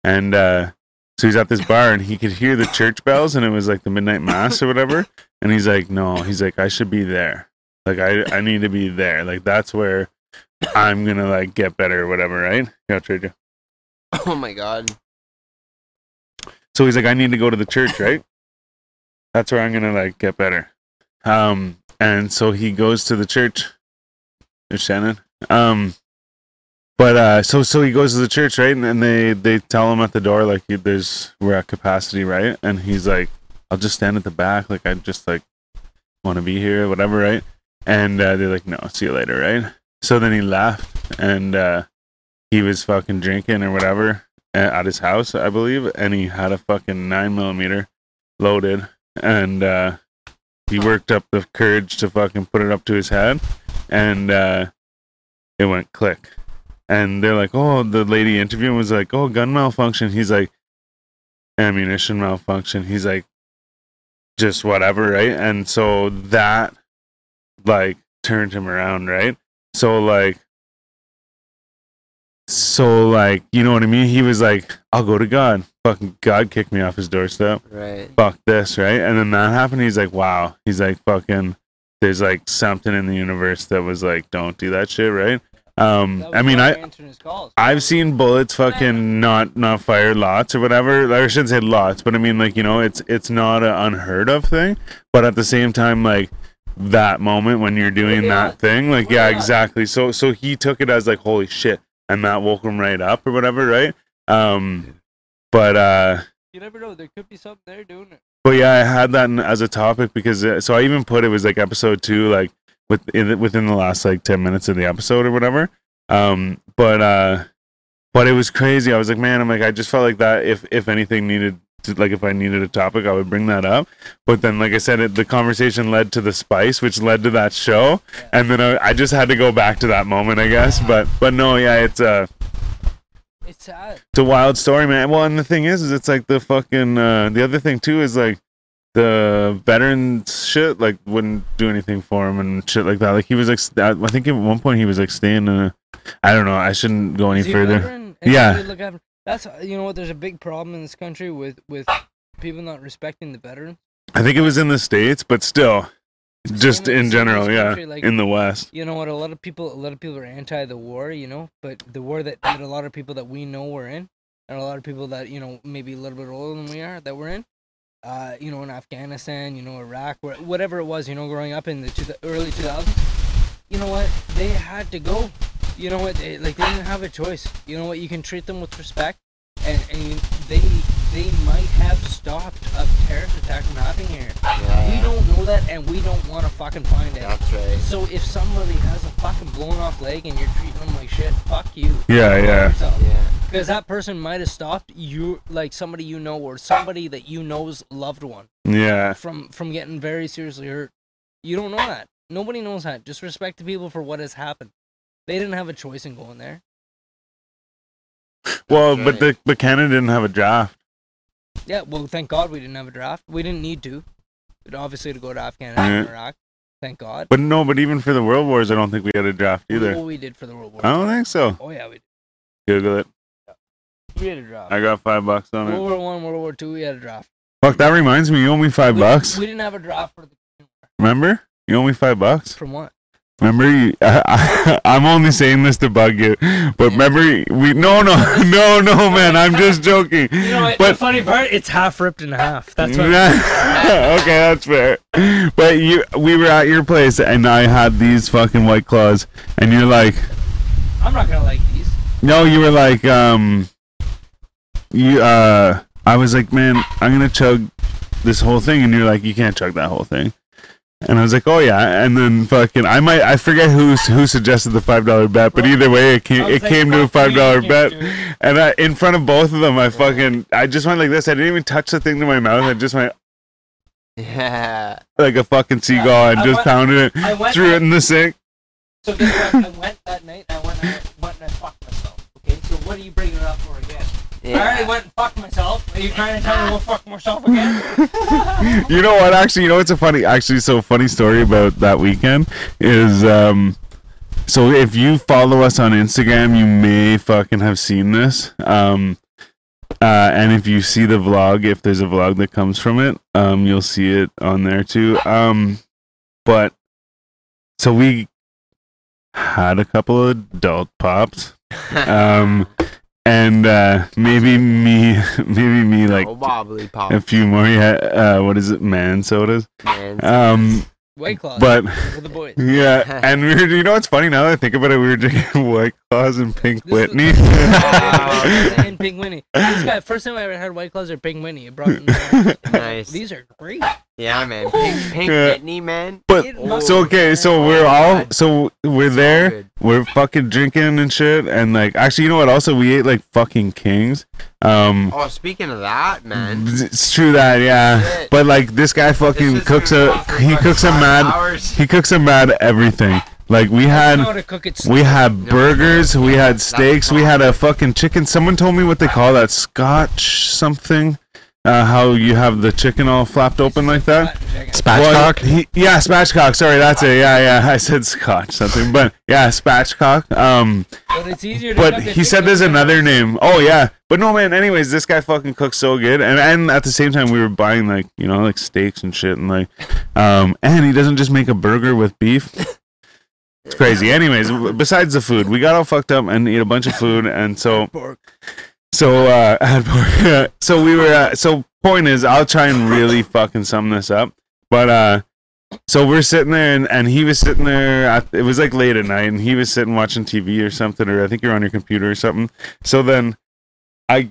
Speaker 2: and uh so he's at this bar and he could hear the church bells and it was like the midnight mass or whatever and he's like no he's like i should be there like i i need to be there like that's where i'm gonna like get better or whatever right yeah I'll trade you
Speaker 1: Oh my god.
Speaker 2: so he's like, I need to go to the church, right? That's where I'm gonna like get better. Um, and so he goes to the church. There's Shannon. Um, but uh, so so he goes to the church, right? And, and they they tell him at the door like, you- "There's we're at capacity, right?" And he's like, "I'll just stand at the back, like I just like want to be here, whatever, right?" And uh, they're like, "No, see you later, right?" So then he left, and uh, he was fucking drinking or whatever, a- at his house, I believe, and he had a fucking nine millimeter loaded, and uh, he worked up the courage to fucking put it up to his head, and uh, it went click. And they're like, oh, the lady interviewing was like, oh, gun malfunction. He's like, ammunition malfunction. He's like, just whatever, right? And so that like turned him around, right? So like so like you know what I mean? He was like, I'll go to God. Fucking God kicked me off his doorstep.
Speaker 1: Right. [laughs]
Speaker 2: Fuck this, right? And then that happened, he's like, Wow. He's like fucking there's like something in the universe that was like, Don't do that shit, right? Um I mean I
Speaker 5: answering his calls.
Speaker 2: I've seen bullets fucking not not fire lots or whatever. I shouldn't say lots, but I mean like you know it's it's not an unheard of thing. But at the same time, like that moment when you're doing
Speaker 5: Yeah.
Speaker 2: that thing, like yeah, exactly. So so he took it as like holy shit, and that woke him right up or whatever, right? Um, but uh,
Speaker 5: You never know. There could be something there doing it.
Speaker 2: but yeah, I had that in- as a topic because uh, so I even put it was like episode two, like with in, the- within the last like ten minutes of the episode or whatever. Um, but uh, but it was crazy. I was like, man, I'm like, I just felt like that. If if anything needed, to, like if I needed a topic, I would bring that up. But then, like I said, it, the conversation led to the spice, which led to that show, and then I, I just had to go back to that moment, I guess. But but no, yeah, it's uh,
Speaker 5: It's sad.
Speaker 2: it's a wild story, man. Well, and the thing is, is it's like the fucking uh, the other thing too is like the veteran shit like wouldn't do anything for him and shit like that. Like he was like st- I think at one point he was like staying in a I don't know. I shouldn't go any
Speaker 5: Is he a
Speaker 2: further.
Speaker 5: veteran? And
Speaker 2: Yeah.
Speaker 5: they Look after- that's you know what. There's a big problem in this country with with people not respecting the veterans.
Speaker 2: I think it was in the states, but still, just
Speaker 5: in the
Speaker 2: in
Speaker 5: states,
Speaker 2: general, yeah,
Speaker 5: country, like-
Speaker 2: in the West.
Speaker 5: you know what a lot of people a lot of people are anti the war you know but the war that, that a lot of people that we know we're in and a lot of people that you know maybe a little bit older than we are that we're in uh you know in afghanistan you know iraq where, whatever it was you know growing up in the, to the early 2000s you know what they had to go you know what they, like they didn't have a choice you know what you can treat them with respect and, and you- they they might have stopped a terrorist attack from happening here we don't know that and we don't want to fucking find out
Speaker 1: That's right.
Speaker 5: so if somebody has a fucking blown off leg and you're treating them like shit, fuck you.
Speaker 2: Yeah, yeah.
Speaker 1: Yeah.
Speaker 5: Because that person might have stopped you, like somebody you know or somebody that you know's loved one
Speaker 2: Yeah,
Speaker 5: from from getting very seriously hurt. You don't know that. Nobody knows that. Just respect the people for what has happened. They didn't have a choice in going there.
Speaker 2: well,
Speaker 1: That's
Speaker 2: but
Speaker 1: right.
Speaker 2: the but Canada didn't have a draft.
Speaker 5: Yeah, well, thank God we didn't have a draft. We didn't need to. But obviously, to go to Afghanistan and
Speaker 2: Yeah.
Speaker 5: Iraq. Thank God.
Speaker 2: But no, but even for the World Wars, I don't think we had a draft
Speaker 5: What
Speaker 2: either.
Speaker 5: we did for the World War.
Speaker 2: I don't think so.
Speaker 5: Oh yeah, we did.
Speaker 2: Google it.
Speaker 5: We had a draft.
Speaker 2: I got five bucks on
Speaker 5: World
Speaker 2: it.
Speaker 5: War One, World War Two. We had a draft.
Speaker 2: Fuck, that reminds me. You owe me five
Speaker 5: We-
Speaker 2: bucks.
Speaker 5: We didn't have a draft for the
Speaker 2: Remember? You owe me five bucks.
Speaker 5: From what?
Speaker 2: Remember? You, [laughs] I, I, am only saying this to bug you, but remember we? No, no, [laughs] no, no, man. I'm just joking.
Speaker 5: [laughs] You know, what, the
Speaker 2: but
Speaker 5: funny part, it's half ripped in half. That's what.
Speaker 2: [laughs] okay, that's fair. But you, we were at your place, and I had these fucking white claws, and you're like,
Speaker 5: I'm not gonna like these.
Speaker 2: no, you were like, um, you, uh, I was like, man, I'm gonna chug this whole thing, and you're like, you can't chug that whole thing. And I was like, oh yeah, and then fucking, I might, I forget who who suggested the five dollar bet, but either way, it came
Speaker 5: I was
Speaker 2: it
Speaker 5: like,
Speaker 2: came to a
Speaker 5: "Fuck
Speaker 2: five
Speaker 5: you,
Speaker 2: dollar
Speaker 5: you
Speaker 2: bet,
Speaker 5: dude."
Speaker 2: and I in front of both of them, I fucking, I just went like this. I didn't even touch the thing to my mouth. I just went
Speaker 1: Yeah.
Speaker 2: like a fucking seagull and
Speaker 5: I
Speaker 2: just
Speaker 5: went-
Speaker 2: pounded it,
Speaker 5: I went-
Speaker 2: threw it in the sink.
Speaker 5: So guess what? I went that night. I went. I went and I fucked myself. Okay. So what are you bringing it up for again? I already
Speaker 1: Yeah.
Speaker 5: went and fucked myself. Are you trying to tell me to go fuck myself again?
Speaker 2: You know what? Actually, you know what's a funny, actually, so funny story about that weekend is, um, so if you follow us on Instagram, you may fucking have seen this. Um, uh, and if you see the vlog, if there's a vlog that comes from it, um, you'll see it on there too. Um, but so we had a couple of adult pops. Um, and uh, maybe me, [laughs] maybe me, like
Speaker 1: oh, wobbly pop.
Speaker 2: a few more. Yeah, uh, what is it, man sodas?
Speaker 1: man.
Speaker 2: Um,
Speaker 5: White claws.
Speaker 2: but
Speaker 5: for
Speaker 2: [laughs]
Speaker 5: the boys.
Speaker 1: [laughs]
Speaker 2: yeah, and we were, you know what's funny now that I think about it, we were drinking [laughs] White Claws and Pink
Speaker 5: This is-
Speaker 1: [laughs]
Speaker 2: Whitney. [laughs]
Speaker 5: and Pink Winnie. This guy, first time I ever had White Claws or Pink Winnie. It brought
Speaker 2: [laughs]
Speaker 5: them
Speaker 1: nice.
Speaker 5: These are great.
Speaker 1: Yeah, man. Pink, pink
Speaker 2: Yeah.
Speaker 1: Whitney, man.
Speaker 2: but
Speaker 5: It must
Speaker 2: so
Speaker 5: be
Speaker 2: okay, so
Speaker 1: Oh
Speaker 2: we're
Speaker 1: my
Speaker 2: all
Speaker 1: God.
Speaker 2: so we're there.
Speaker 1: Good.
Speaker 2: We're fucking drinking and shit, and like actually, you know what? Also, we ate like fucking kings. Um,
Speaker 1: Oh, speaking of
Speaker 2: Mm,
Speaker 1: that, man.
Speaker 2: it's true that yeah,
Speaker 1: Shit.
Speaker 2: but like this guy fucking
Speaker 1: This is
Speaker 2: cooks
Speaker 1: gonna
Speaker 2: a
Speaker 1: last for
Speaker 2: he
Speaker 1: fucking
Speaker 2: cooks a
Speaker 1: five
Speaker 2: mad
Speaker 1: hours.
Speaker 2: he cooks a mad everything. Like we
Speaker 5: I know how
Speaker 2: had
Speaker 5: to cook it.
Speaker 2: we had burgers, we had steaks, we had a fucking chicken. Someone told me what they call that Scotch something. Uh, how you have the chicken all flapped open like that? Well,
Speaker 4: Spatchcock.
Speaker 2: he- yeah, spatchcock. Sorry, that's it. Yeah, [laughs] yeah. I said scotch something, but yeah, spatchcock. Um,
Speaker 5: but it's easier to
Speaker 2: but
Speaker 5: cook a
Speaker 2: he said
Speaker 5: chicken
Speaker 2: there's
Speaker 5: than-
Speaker 2: another name. Oh yeah. But no man, anyways, this guy fucking cooks so good. And and at the same time we were buying like, you know, like steaks and shit and like um and he doesn't just make a burger with beef. It's crazy. Anyways, w- besides the food, we got all fucked up and ate a bunch of food and so so uh [laughs] had pork. so we were uh, so point is I'll try and really fucking sum this up. But uh so we're sitting there, and, and he was sitting there. At, it was like late at night, and he was sitting watching TV or something, or I think you're on your computer or something. So then, I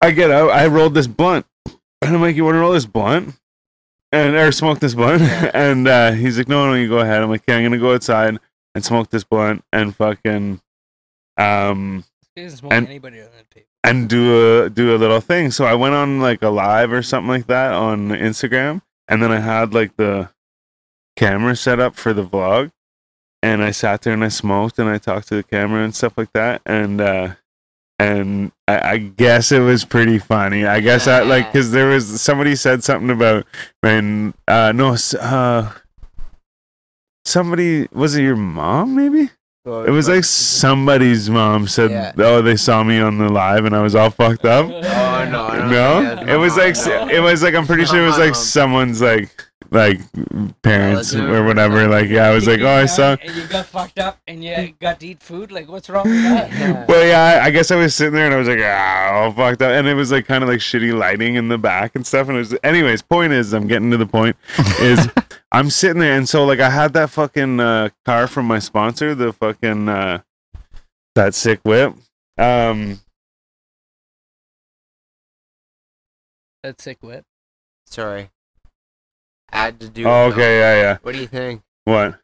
Speaker 2: I get out. I rolled this blunt, and I'm like, "You want to roll this blunt?" And or smoke this blunt, [laughs] and uh, he's like, "No, no, you go ahead." I'm like, "Okay, I'm gonna go outside and smoke this blunt and fucking um
Speaker 5: He doesn't smoke
Speaker 2: and-
Speaker 5: anybody other than [laughs] people.
Speaker 2: and do a do a little thing." So I went on like a live or something like that on Instagram, and then I had like the camera set up for the vlog and i sat there and i smoked and i talked to the camera and stuff like that and uh and i, I guess it was pretty funny i guess i like because there was somebody said something about when uh no s- uh somebody was it your mom maybe it was like somebody's mom said
Speaker 1: Yeah.
Speaker 2: oh they saw me on the live and i was all fucked up
Speaker 1: Oh no, I don't think
Speaker 2: no,
Speaker 1: that's
Speaker 2: it was
Speaker 1: my
Speaker 2: like
Speaker 1: [laughs] mom,
Speaker 2: it was like I'm pretty
Speaker 1: Not
Speaker 2: sure it was
Speaker 1: my
Speaker 2: like
Speaker 1: mom.
Speaker 2: someone's like like parents
Speaker 1: Relative
Speaker 2: or
Speaker 1: or
Speaker 2: whatever.
Speaker 1: something.
Speaker 2: Like yeah, I was like,
Speaker 5: You
Speaker 2: oh, I
Speaker 5: got-
Speaker 2: saw.
Speaker 5: And you got fucked up, and you got to eat food. Like, what's wrong with that?
Speaker 2: [laughs]
Speaker 1: no.
Speaker 2: Well, yeah, I- I guess I was sitting there and I was like, ah, all fucked up, and it was like kind of like shitty lighting in the back and stuff. And it was, anyways, point is, I'm getting to the point is I'm sitting there, and so like I had that fucking uh, car from my sponsor, the fucking uh, that sick whip. Um,
Speaker 5: [laughs] That's sick. Whip.
Speaker 1: Sorry. Had to do.
Speaker 2: oh,
Speaker 1: with
Speaker 2: okay, yeah, yeah.
Speaker 1: that. What do you think?
Speaker 2: What?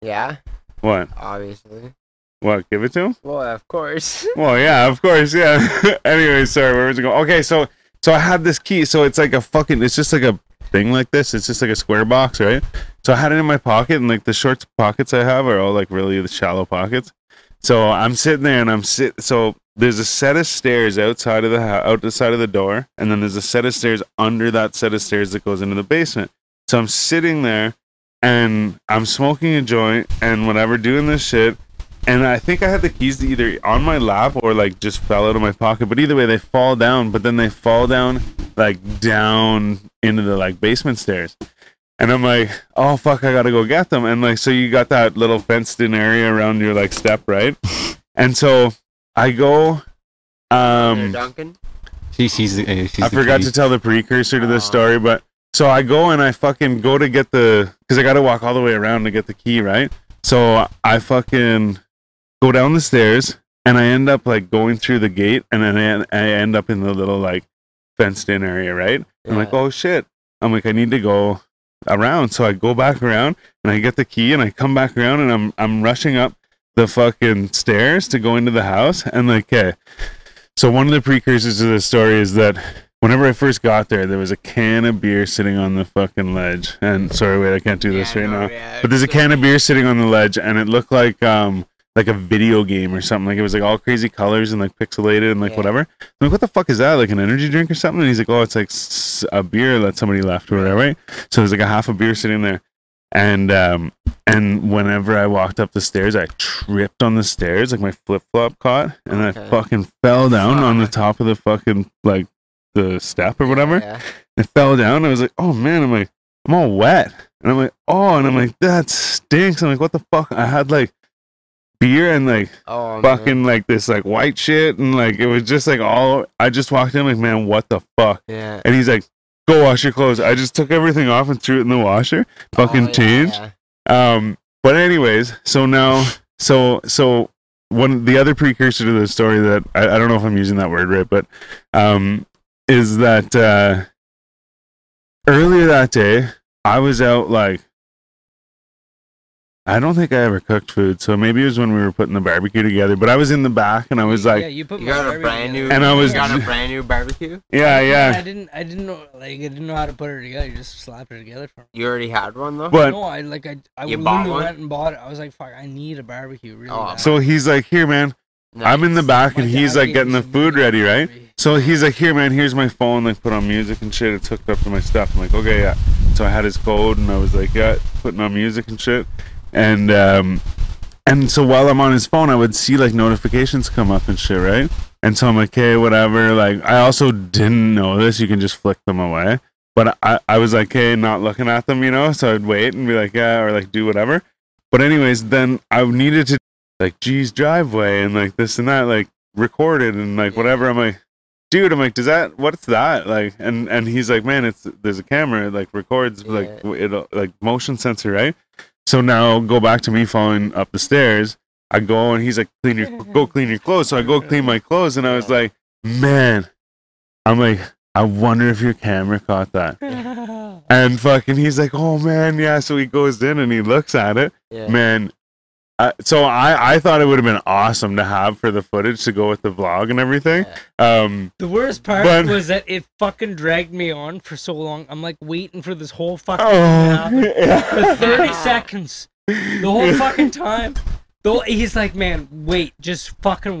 Speaker 1: Yeah,
Speaker 2: What?
Speaker 1: obviously.
Speaker 2: What? Give it to him.
Speaker 1: Well, of course.
Speaker 2: Well, yeah, of course, yeah. [laughs] anyway, sorry, where was it going? Okay, so so I had this key, so it's like a fucking, it's just like a thing like this. It's just like a square box, right? So I had it in my pocket, and like the short pockets I have are all like really the shallow pockets. So I'm sitting there, and I'm sit. So there's a set of stairs outside of the house, outside of the door, and then there's a set of stairs under that set of stairs that goes into the basement. So I'm sitting there, and I'm smoking a joint and whatever, doing this shit and I think I had the keys to either on my lap or like just fell out of my pocket. But either way, they fall down. But then they fall down like down into the like basement stairs. And I'm like, oh fuck, I gotta go get them. And like, so you got that little fenced in area around your like step, right? And so I go.
Speaker 1: There,
Speaker 2: Um,
Speaker 1: Duncan.
Speaker 4: She sees the. uh, she's
Speaker 2: I
Speaker 4: the
Speaker 2: forgot
Speaker 4: key.
Speaker 2: to tell the precursor to this
Speaker 1: Aw.
Speaker 2: story, but so I go and I fucking go to get the because I got to walk all the way around to get the key, right? So I fucking go down the stairs and I end up like going through the gate and then I, I end up in the little like fenced in area, right? I'm like,
Speaker 1: Yeah.
Speaker 2: oh shit. I'm like, I need to go around. So I go back around and I get the key and I come back around and I'm I'm rushing up the fucking stairs to go into the house and like okay. So one of the precursors to this story is that whenever I first got there, there was a can of beer sitting on the fucking ledge. And sorry, wait, I can't do this
Speaker 1: Yeah,
Speaker 2: right
Speaker 1: no,
Speaker 2: now.
Speaker 1: yeah,
Speaker 2: But there's a
Speaker 1: so-
Speaker 2: can of beer sitting on the ledge, and it looked like um like a video game or something. Like it was like all crazy colors and like pixelated and like
Speaker 1: Yeah.
Speaker 2: whatever. I'm like, what the fuck is that? Like an energy drink or something? And he's like, oh, it's like s- a beer that somebody left or whatever. Right? So there's like a half a beer sitting there, and um and whenever I walked up the stairs, I tripped on the stairs, like my flip flop caught, and I
Speaker 1: Okay.
Speaker 2: fucking fell down on the top of the fucking like the step or whatever.
Speaker 1: Yeah.
Speaker 2: It fell down. I was like, oh man, I'm like, I'm all wet. And I'm like, oh, and I'm like, that stinks. I'm like, what the fuck? I had like beer and like
Speaker 1: Oh man.
Speaker 2: fucking like this like white shit. And like, it was just like all, I just walked in like, man, what the fuck?
Speaker 1: Yeah.
Speaker 2: And he's like, go wash your clothes. I just took everything off and threw it in the washer, fucking
Speaker 1: Oh, yeah,
Speaker 2: changed.
Speaker 1: yeah.
Speaker 2: Um, but anyways, so now, so so one the other precursor to the story that I, I don't know if I'm using that word right, but um, is that uh, earlier that day I was out like I don't think I ever cooked food, so maybe it was when we were putting the barbecue together. But I was in the back and I was
Speaker 5: yeah,
Speaker 2: like,
Speaker 5: you put
Speaker 1: You
Speaker 5: my
Speaker 1: got a
Speaker 5: barbecue
Speaker 1: brand new.
Speaker 5: together.
Speaker 2: And I was-
Speaker 1: You got a brand new barbecue.
Speaker 2: yeah,
Speaker 5: I
Speaker 2: yeah.
Speaker 5: didn't. I didn't know. Like I didn't know how to put it together. You just slapped it together for me.
Speaker 1: You already had one though.
Speaker 2: But
Speaker 5: no, I like I. I
Speaker 1: You bought
Speaker 5: literally
Speaker 1: one?
Speaker 5: went and bought it. I was like, fuck, I need a barbecue. Really.
Speaker 1: Oh,
Speaker 5: bad.
Speaker 2: so he's like, here, man. I'm in the
Speaker 1: Nice.
Speaker 2: back and
Speaker 5: My
Speaker 2: he's
Speaker 5: dad
Speaker 2: like
Speaker 5: gave
Speaker 2: getting
Speaker 5: me
Speaker 2: the
Speaker 5: some
Speaker 2: food
Speaker 5: really
Speaker 2: ready,
Speaker 5: good
Speaker 2: right?
Speaker 5: barbecue.
Speaker 2: So he's like, here, man, here's my phone. Like, put on music and shit. It's hooked up to my stuff. I'm like, okay, yeah. So I had his code and I was like, yeah, putting on music and shit. And, um, and so while I'm on his phone, I would see like notifications come up and shit, right? And so I'm like, okay, whatever. Like, I also didn't know this. You can just flick them away. But I, I was like, hey, not looking at them, you know? So I'd wait and be like, yeah, or like do whatever. But, anyways, then I needed to like G's driveway and like this and that, like recorded and like whatever. I'm like, dude, I'm like, does that what's that like? And and he's like, man, it's there's a camera, it like records like
Speaker 1: Yeah.
Speaker 2: w- it'll like motion sensor, right? So now go back to me falling up the stairs. I go and he's like, clean your go clean your clothes. So I go clean my clothes and I was like, man, I'm like, I wonder if your camera caught that. And fucking, he's like, oh man, yeah. So he goes in and he looks at it
Speaker 1: Yeah.
Speaker 2: man uh, so I, I thought it would have been awesome to have for the footage to go with the vlog and everything um
Speaker 5: The worst part
Speaker 2: But-
Speaker 5: was that it fucking dragged me on for so long. I'm like waiting for this whole fucking
Speaker 2: oh
Speaker 5: thing to happen.
Speaker 2: [laughs] yeah.
Speaker 5: for 30 seconds. The whole fucking time. Though he's like, man, wait, just fucking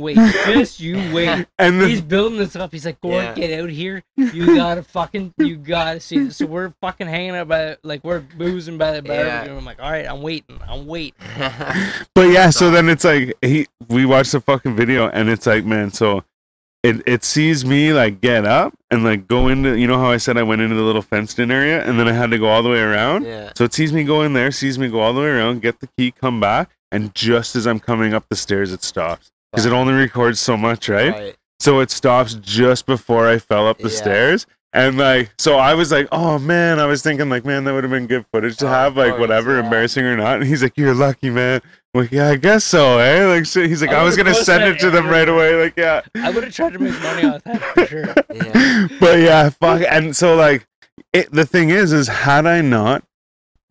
Speaker 2: [laughs]
Speaker 5: wait, just you wait.
Speaker 2: and
Speaker 5: He's
Speaker 2: the,
Speaker 5: building this up. He's like, Gord,
Speaker 1: Yeah.
Speaker 5: get out here. You
Speaker 1: [laughs]
Speaker 5: gotta fucking, you gotta see this. So we're fucking hanging out by, like, we're boozing by the
Speaker 1: Yeah.
Speaker 5: barbecue. I'm like, all right, I'm waiting, I'm waiting.
Speaker 2: but yeah so then it's like he we watched the fucking video and it's like man so it, it sees me like get up and like go into you know how I said I went into the little fenced in area and then I had to go all the way around
Speaker 1: [laughs] yeah.
Speaker 2: So it sees me go in there, sees me go all the way around, get the key, come back, and just as I'm coming up the stairs, it stops because it only records so much, right?
Speaker 1: Right.
Speaker 2: So it stops just before I fell up the
Speaker 1: Yeah.
Speaker 2: stairs. And like, so I was like, oh man, I was thinking like, man, that would have been good footage to
Speaker 1: Oh,
Speaker 2: have,
Speaker 1: of
Speaker 2: like
Speaker 1: course,
Speaker 2: whatever,
Speaker 1: yeah.
Speaker 2: embarrassing or not. And he's like, you're lucky, man. I'm like, yeah, I guess so, eh? Like, shit. he's like,
Speaker 5: I
Speaker 1: Oh,
Speaker 2: I, was
Speaker 5: would've
Speaker 2: gonna
Speaker 5: posted
Speaker 2: send
Speaker 5: that
Speaker 2: it to them
Speaker 5: everywhere.
Speaker 2: right away. Like, yeah [laughs]
Speaker 5: I would have tried to make money off that for
Speaker 1: [laughs]
Speaker 5: sure.
Speaker 1: Yeah.
Speaker 2: but yeah, fuck. And so like, it, the thing is, is had I not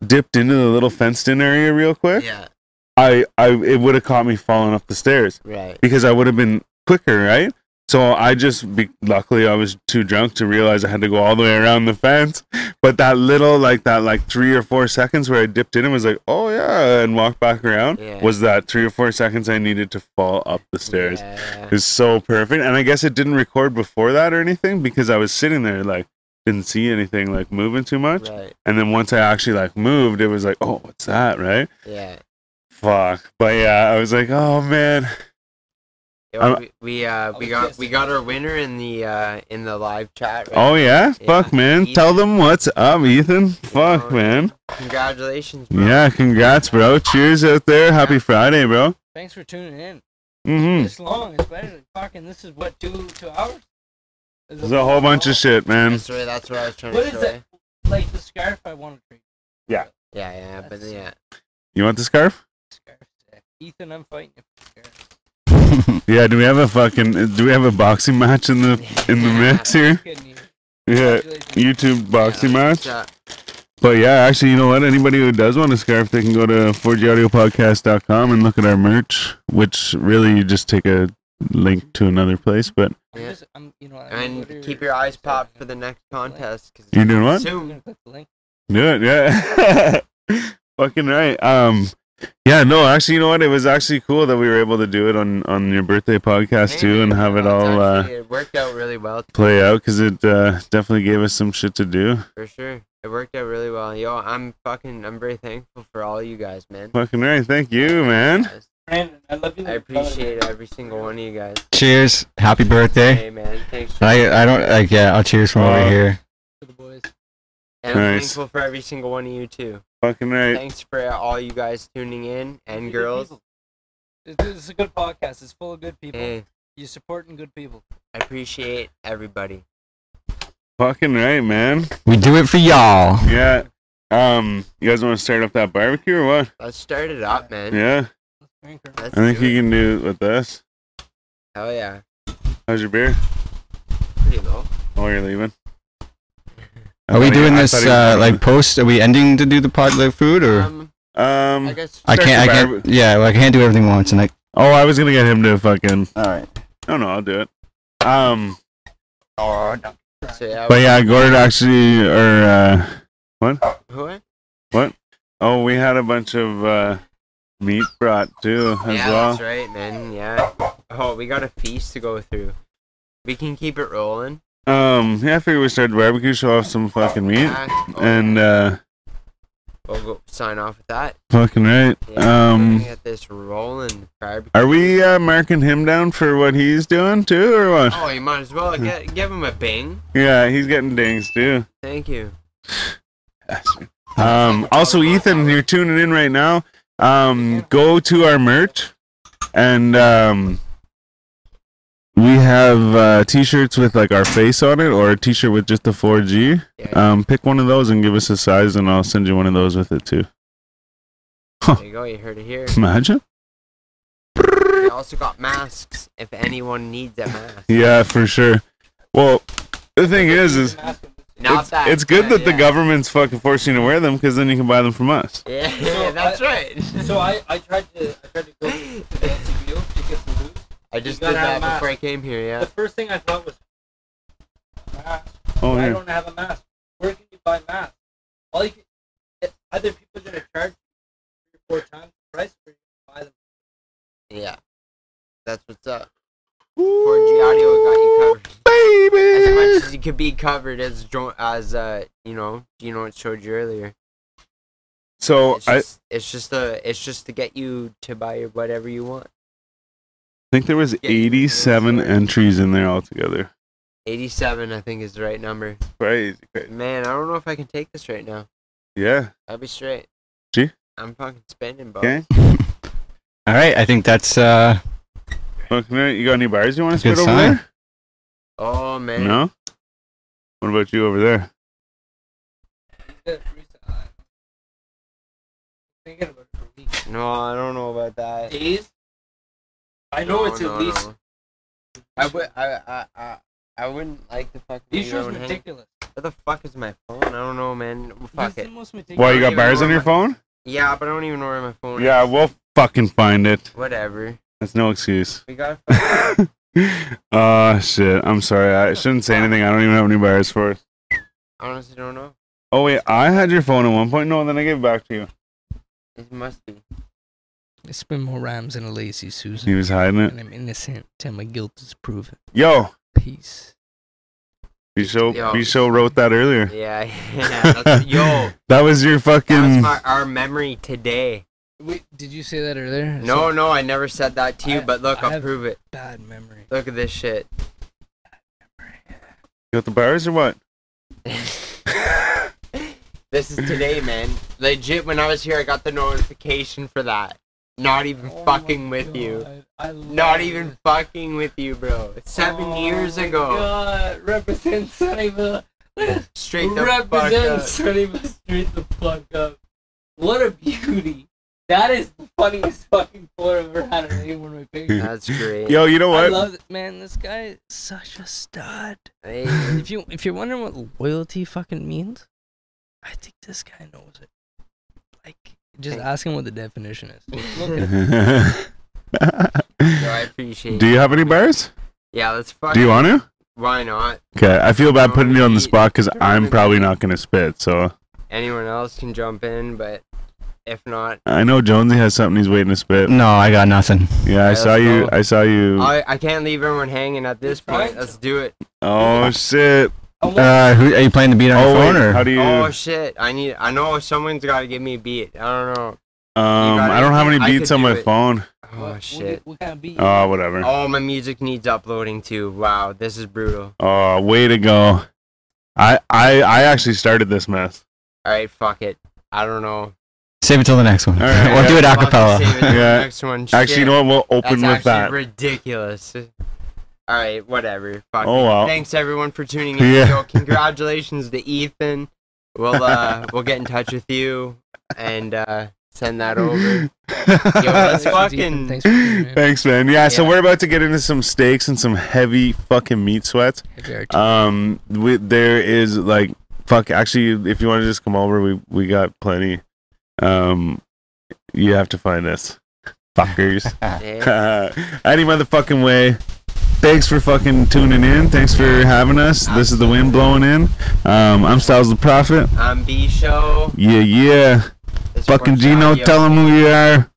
Speaker 2: dipped into the little fenced-in area real quick,
Speaker 1: Yeah.
Speaker 2: I, I, it would have caught me falling up the stairs
Speaker 1: Right.
Speaker 2: because I would have been quicker, right? So I just, be, luckily, I was too drunk to realize I had to go all the way around the fence. But that little, like that, like three or four seconds where I dipped in and was like, oh yeah, and walked back around,
Speaker 1: Yeah.
Speaker 2: was that three or four seconds I needed to fall up the stairs
Speaker 1: Yeah.
Speaker 2: is so perfect. And I guess it didn't record before that or anything because I was sitting there like didn't see anything like moving too much.
Speaker 1: Right.
Speaker 2: And then once I actually like moved, it was like, oh, what's that, right?
Speaker 1: Yeah.
Speaker 2: Fuck. But yeah, I was like, oh man,
Speaker 1: Yeah,
Speaker 2: I'm-
Speaker 1: we we, uh, we
Speaker 5: was
Speaker 1: got
Speaker 5: just
Speaker 1: we
Speaker 5: about
Speaker 1: got
Speaker 5: to-
Speaker 1: our winner in the uh, in the live chat. Right
Speaker 2: oh yeah,
Speaker 1: Yeah.
Speaker 2: fuck man, tell them what's up, Ethan. Fuck man,
Speaker 1: now. Congratulations, bro.
Speaker 2: yeah, congrats, bro. Cheers out there. Happy Friday, bro.
Speaker 5: Thanks for tuning in.
Speaker 1: Hmm.
Speaker 2: Mm-hmm.
Speaker 5: This long, it's better than fucking. This is what two two hours.
Speaker 2: There's a whole bunch of shit, man.
Speaker 1: That's what, that's what I was trying
Speaker 5: What
Speaker 1: to
Speaker 5: is
Speaker 1: show.
Speaker 5: that?
Speaker 1: you.
Speaker 5: Like the scarf, I want to trade.
Speaker 1: Yeah, yeah, but
Speaker 5: That's-
Speaker 1: yeah,
Speaker 2: You want the scarf?
Speaker 5: Scarf. today. Ethan, I'm fighting you. for the scarf.
Speaker 2: Yeah. Do we have a fucking? Do we have a boxing match in the in the mix here?
Speaker 5: Just kidding you.
Speaker 2: Yeah.
Speaker 5: Congratulations.
Speaker 2: YouTube boxing
Speaker 1: yeah,
Speaker 2: match.
Speaker 1: that's what's up.
Speaker 2: But yeah, actually, you know what? Anybody who does want a scarf, they can go to 4Gaudiopodcast.com and look at our merch, which really you just take a link to another place. But
Speaker 5: I'm
Speaker 1: Yeah.
Speaker 5: just- I'm- you know what, I'm gonna go to
Speaker 1: And keep your
Speaker 5: website
Speaker 1: eyes
Speaker 5: right
Speaker 1: popped for
Speaker 5: now.
Speaker 1: the next contest. 'cause
Speaker 2: you doing what?
Speaker 5: I'm
Speaker 1: Soon.
Speaker 5: gonna click the link.
Speaker 2: Do it, yeah. [laughs] Fucking right. Um, yeah, no, actually, you know what? It was actually cool that we were able to do it on on your birthday podcast too, and have it
Speaker 1: It's
Speaker 2: all uh,
Speaker 1: actually- it worked out really well
Speaker 2: play out because it uh, definitely gave us some shit to do.
Speaker 1: for sure. It worked out really well. Yo, I'm fucking, I'm very thankful for all you guys, man.
Speaker 2: Fucking right. Thank you, man.
Speaker 1: Guys,
Speaker 5: Brandon, I love you.
Speaker 1: I appreciate every single one of you guys.
Speaker 4: Cheers. Happy birthday.
Speaker 1: Hey, man, thanks. For
Speaker 4: I I don't like yeah, I'll cheers from
Speaker 2: Oh.
Speaker 4: over here.
Speaker 5: To the boys.
Speaker 1: and I'm
Speaker 2: Nice.
Speaker 1: thankful for every single one of you too.
Speaker 2: Fucking right.
Speaker 1: Thanks for all you guys tuning in
Speaker 5: You're
Speaker 1: and
Speaker 5: good
Speaker 1: girls.
Speaker 5: people. This this is a good podcast. It's full of good people.
Speaker 1: Hey,
Speaker 5: You're supporting good people.
Speaker 1: I appreciate everybody.
Speaker 2: Fucking right, man.
Speaker 4: We do it for y'all.
Speaker 2: Yeah. Um, you guys want to start up that barbecue or what?
Speaker 1: Let's start it up, man.
Speaker 2: Yeah.
Speaker 5: Let's drink her.
Speaker 1: Let's
Speaker 2: I think
Speaker 1: do
Speaker 2: you
Speaker 1: it.
Speaker 2: can do it with this.
Speaker 1: Hell yeah.
Speaker 2: How's your beer?
Speaker 1: Pretty low.
Speaker 2: Oh, you're leaving. I
Speaker 4: Are
Speaker 2: thought
Speaker 4: we
Speaker 2: he-
Speaker 4: doing
Speaker 2: I
Speaker 4: this
Speaker 2: thought he was
Speaker 4: uh,
Speaker 2: leaving.
Speaker 4: like post? Are we ending to do the pot like food or?
Speaker 1: Um,
Speaker 2: Um,
Speaker 1: I guess.
Speaker 4: I
Speaker 2: Search
Speaker 4: can't. I
Speaker 2: the
Speaker 4: can't. Yeah, well, I can't do everything once, and I.
Speaker 2: oh, I was gonna get him to fucking.
Speaker 4: All right.
Speaker 2: No, no, I'll do it. Um,
Speaker 1: So, yeah,
Speaker 2: but yeah, Gord actually, or uh,
Speaker 1: who am I?
Speaker 2: oh, we had a bunch of uh, meat brought too as
Speaker 1: yeah,
Speaker 2: well.
Speaker 1: that's right, man. Yeah. Oh, we got a feast to go through. We can keep it rolling.
Speaker 2: Um, yeah, I figured we started barbecue, show off some fucking meat,
Speaker 1: Yeah.
Speaker 2: and uh,
Speaker 1: We'll go sign off with that.
Speaker 2: fucking right.
Speaker 1: Yeah, we're
Speaker 2: Um,
Speaker 1: gonna get this rolling. Barb-
Speaker 2: are we uh, marking him down for what he's doing too, or what?
Speaker 1: Oh, you might as
Speaker 2: [laughs]
Speaker 1: well get, give him a bing.
Speaker 2: Yeah, he's getting dings too.
Speaker 1: Thank you.
Speaker 2: Um, also, Ethan, you're tuning in right now. Um, go to our merch, and um, we have uh, t-shirts with like our face on it, or a t-shirt with just the 4G.
Speaker 1: Yeah,
Speaker 2: Um, pick one of those and give us a size, and I'll send you one of those with it too. [laughs]
Speaker 1: there you go. You heard it here.
Speaker 2: Imagine.
Speaker 1: We also got masks. If anyone needs a mask.
Speaker 2: Yeah, for sure. Well, the thing is, is
Speaker 1: Not
Speaker 2: it's,
Speaker 1: that.
Speaker 2: it's good
Speaker 1: but
Speaker 2: that the
Speaker 1: yeah.
Speaker 2: government's fucking forcing you to wear them because then you can buy them from us.
Speaker 1: [laughs] Yeah, that's right.
Speaker 10: So I, I tried to I tried to go
Speaker 1: [gasps]
Speaker 10: to the fancy meal to get some booze.
Speaker 1: I just
Speaker 10: You gotta
Speaker 1: did
Speaker 10: have
Speaker 1: that
Speaker 10: a
Speaker 1: before I came here.
Speaker 10: The
Speaker 1: Yeah.
Speaker 10: first thing I thought was mask.
Speaker 2: Oh,
Speaker 10: I
Speaker 2: here.
Speaker 10: don't have a mask. Where can you buy masks? All you can, it- other people are gonna charge you three or four times the price for you to buy them.
Speaker 1: Yeah. That's what's up. 4G audio got you covered. as much as you could be covered as jo- as uh you know you know it showed you earlier.
Speaker 2: So
Speaker 1: It's
Speaker 2: Oh, I
Speaker 1: just, it's just a it's just to get you to buy your whatever you want.
Speaker 2: think there was
Speaker 1: Yeah, you can do
Speaker 2: 87
Speaker 1: it.
Speaker 2: entries in there altogether.
Speaker 1: Eighty seven I think is the right number.
Speaker 2: Crazy, crazy.
Speaker 1: Man, I don't know if I can take this right now.
Speaker 2: Yeah.
Speaker 1: I'll be straight.
Speaker 2: Gee.
Speaker 1: I'm fucking spending both.
Speaker 2: Okay.
Speaker 4: All right. I think that's uh
Speaker 2: Fucking right. You got any bars you want to spit
Speaker 4: Good
Speaker 2: over
Speaker 4: sign.
Speaker 2: there?
Speaker 1: Oh man.
Speaker 2: No. What about you over there?
Speaker 10: Instead of freestyle. I'm thinking about it for weeks.
Speaker 1: No, I don't know about that.
Speaker 10: Days. I know it's at least.
Speaker 1: I would I I I I wouldn't like the fucking.
Speaker 10: These shows ridiculous.
Speaker 1: What the fuck is my phone? I don't know, man. Fuck
Speaker 5: He's
Speaker 1: it.
Speaker 5: the most
Speaker 2: Why
Speaker 5: meticulous.
Speaker 2: you got bars on your phone?
Speaker 1: Yeah, but I don't even know where my phone is.
Speaker 2: Yeah, we'll fucking find it.
Speaker 1: Whatever.
Speaker 2: That's no excuse. [laughs]
Speaker 1: We got.
Speaker 2: oh shit. I'm sorry. I shouldn't say anything. I don't even have any bars for it.
Speaker 1: honestly don't know.
Speaker 2: Oh wait, I had your phone at one point. No, then I gave it back to you.
Speaker 1: It must
Speaker 2: [laughs]
Speaker 1: be.
Speaker 5: It's been more rhymes than a lazy Susan.
Speaker 2: He was hiding it.
Speaker 5: And I'm innocent till my guilt is proven.
Speaker 2: Yo,
Speaker 5: Peace.
Speaker 2: Bichot,
Speaker 1: Yo.
Speaker 2: Bichot wrote that earlier.
Speaker 1: Yeah. [laughs] yeah
Speaker 2: [laughs]
Speaker 1: that's, yo,
Speaker 2: that was your
Speaker 1: that's
Speaker 2: fucking.
Speaker 1: my, our memory today.
Speaker 5: Wait, did you say that earlier? It's
Speaker 1: No,
Speaker 5: a
Speaker 1: no, I never said that to you,
Speaker 5: I-
Speaker 1: but look,
Speaker 5: I
Speaker 1: I'll
Speaker 5: have-
Speaker 1: prove it.
Speaker 5: bad memory.
Speaker 1: Look at this shit.
Speaker 2: You got the bars or what?
Speaker 1: This
Speaker 2: [clears throat]
Speaker 1: is today, man. Legit, when I was here, I got the notification for that. Not even
Speaker 2: Oh
Speaker 1: fucking with you.
Speaker 10: Oh I
Speaker 1: Not even fucking with you, bro. Seven
Speaker 2: Oh
Speaker 10: Seven
Speaker 1: years ago.
Speaker 10: God, represent Sunnyville.
Speaker 1: Straight the fuck up.
Speaker 10: represent Sunnyville Street the fuck up. What a beauty. That is the funniest fucking photo I've ever had in any one of my pictures.
Speaker 1: That's great.
Speaker 2: Yo, you know
Speaker 5: I
Speaker 2: what?
Speaker 5: love it, man. This guy is such a stud.
Speaker 1: Hey,
Speaker 5: If you if you're wondering what loyalty fucking means, I think this guy knows it. Like, just ask him what the definition is.
Speaker 2: [laughs]
Speaker 5: Look,
Speaker 1: yo, I appreciate
Speaker 2: Do
Speaker 1: it.
Speaker 2: you have any bars?
Speaker 1: Yeah, let's fuck.
Speaker 2: Do you want to?
Speaker 1: Why not?
Speaker 2: Okay, I feel bad putting you on the spot because I'm probably not gonna spit. So
Speaker 1: Anyone else can jump in, but if not,
Speaker 2: I know Jonesy has something he's waiting to spit.
Speaker 4: no. I got nothing.
Speaker 2: Yeah, I
Speaker 1: let's
Speaker 2: saw you.
Speaker 1: go.
Speaker 2: I saw you.
Speaker 1: I, I can't leave everyone hanging at this point. Let's do it.
Speaker 2: Oh shit!
Speaker 4: Uh, who are you playing the beat on
Speaker 2: Oh
Speaker 4: your phone
Speaker 2: wait,
Speaker 4: or?
Speaker 2: how do you?
Speaker 1: Oh
Speaker 2: Um,
Speaker 1: shit! I need. I know someone's got to give me a beat. I don't know.
Speaker 2: um, I don't have any
Speaker 1: I could
Speaker 2: beats on
Speaker 1: do
Speaker 2: my
Speaker 1: it.
Speaker 2: phone.
Speaker 1: Oh shit!
Speaker 10: What kind of beat?
Speaker 2: Oh whatever.
Speaker 1: Oh, my music needs uploading too. Wow, this is brutal.
Speaker 2: Oh, way to go! I I I actually started this mess.
Speaker 1: All right, fuck it. I don't know.
Speaker 4: Save it till the next one.
Speaker 2: All right,
Speaker 4: or
Speaker 2: yeah.
Speaker 4: do it a
Speaker 1: Fucking save it
Speaker 4: cappella.
Speaker 1: till the
Speaker 2: [laughs] Yeah.
Speaker 1: Next one.
Speaker 2: Actually, you
Speaker 1: Shit.
Speaker 2: know what? We'll open
Speaker 1: That's
Speaker 2: with
Speaker 1: actually
Speaker 2: that.
Speaker 1: ridiculous. All right, whatever. Fuck
Speaker 2: Oh
Speaker 1: it.
Speaker 2: well.
Speaker 1: Thanks everyone for tuning in.
Speaker 2: Yeah.
Speaker 1: Yo, congratulations to Ethan. We'll uh we'll get in touch with you and uh send
Speaker 2: [laughs]
Speaker 1: that over. Yo, let's fucking
Speaker 5: Ethan, thanks for [laughs] being here.
Speaker 2: Thanks, man. Yeah, so
Speaker 1: Yeah.
Speaker 2: we're about to get into some steaks and some heavy fucking meat sweats.
Speaker 5: If you're a
Speaker 2: Um, we, there is like fuck. Actually, if you want to just come over, we we got plenty. Um, You have to find this. Fuckers. [laughs]
Speaker 1: Yeah.
Speaker 2: Any motherfucking way. Thanks for fucking tuning in. Thanks for having us. This is the wind blowing in. Um, I'm Styles the Prophet.
Speaker 1: I'm B Show.
Speaker 2: Yeah, yeah. Fucking Gino, tell him who you are.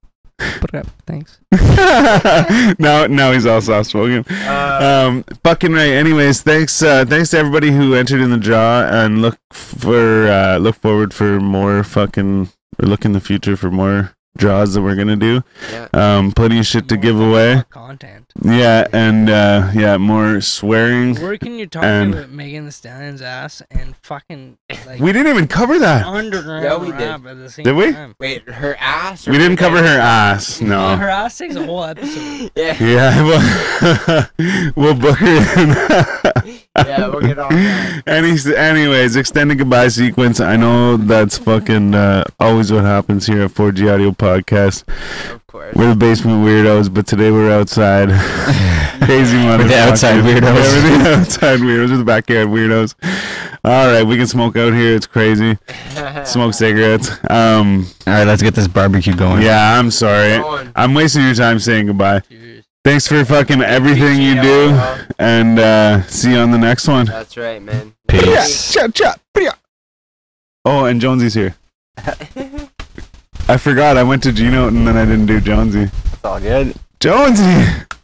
Speaker 5: Thanks.
Speaker 2: [laughs] now, now he's all soft spoken.
Speaker 1: Uh,
Speaker 2: [laughs] um, fucking right. Anyways, thanks, uh, thanks to everybody who entered in the draw and look for, uh, look forward for more fucking, or look in the future for more draws that we're gonna do.
Speaker 1: Yeah.
Speaker 2: Um, plenty of shit to give away.
Speaker 5: Content.
Speaker 2: Yeah, and uh, yeah, more swearing.
Speaker 5: Where can you talk
Speaker 2: And-
Speaker 5: about Megan the Stallion's ass and fucking
Speaker 2: [laughs]
Speaker 5: like
Speaker 2: We didn't even cover that.
Speaker 5: underground
Speaker 1: Yeah, we did.
Speaker 5: rap at the same
Speaker 2: Did we?
Speaker 5: time?
Speaker 1: Wait, her ass? or
Speaker 2: We didn't cover her ass.
Speaker 5: Well,
Speaker 2: No.
Speaker 5: her ass takes a whole episode.
Speaker 1: [laughs] Yeah,
Speaker 2: Yeah, [laughs] we'll, [laughs] we'll book her in. [laughs]
Speaker 1: yeah, we'll get on that.
Speaker 2: Any, anyways, extended goodbye sequence. I know that's fucking uh, always what happens here at 4G Audio Podcast.
Speaker 1: Of course. [laughs]
Speaker 2: We're the basement weirdos, but today we're
Speaker 4: [laughs]
Speaker 2: outside. Crazy motherfuckers.
Speaker 4: the outside weirdos.
Speaker 2: Yeah, we're the
Speaker 4: [laughs]
Speaker 2: outside weirdos. We're the backyard weirdos. All right, we can smoke out here. It's crazy. Smoke cigarettes. Um,
Speaker 4: All right, let's get this barbecue going.
Speaker 2: yeah, I'm sorry.
Speaker 1: Going.
Speaker 2: I'm wasting your time saying goodbye.
Speaker 1: Cheers.
Speaker 2: Thanks for fucking everything you do, and uh, see you on the next one.
Speaker 1: That's right, man.
Speaker 4: Peace.
Speaker 2: Cha cha. Oh, and Jonesy's here. I forgot. I went to Gino and then I didn't do Jonesy.
Speaker 4: It's all good.
Speaker 2: Jonesy.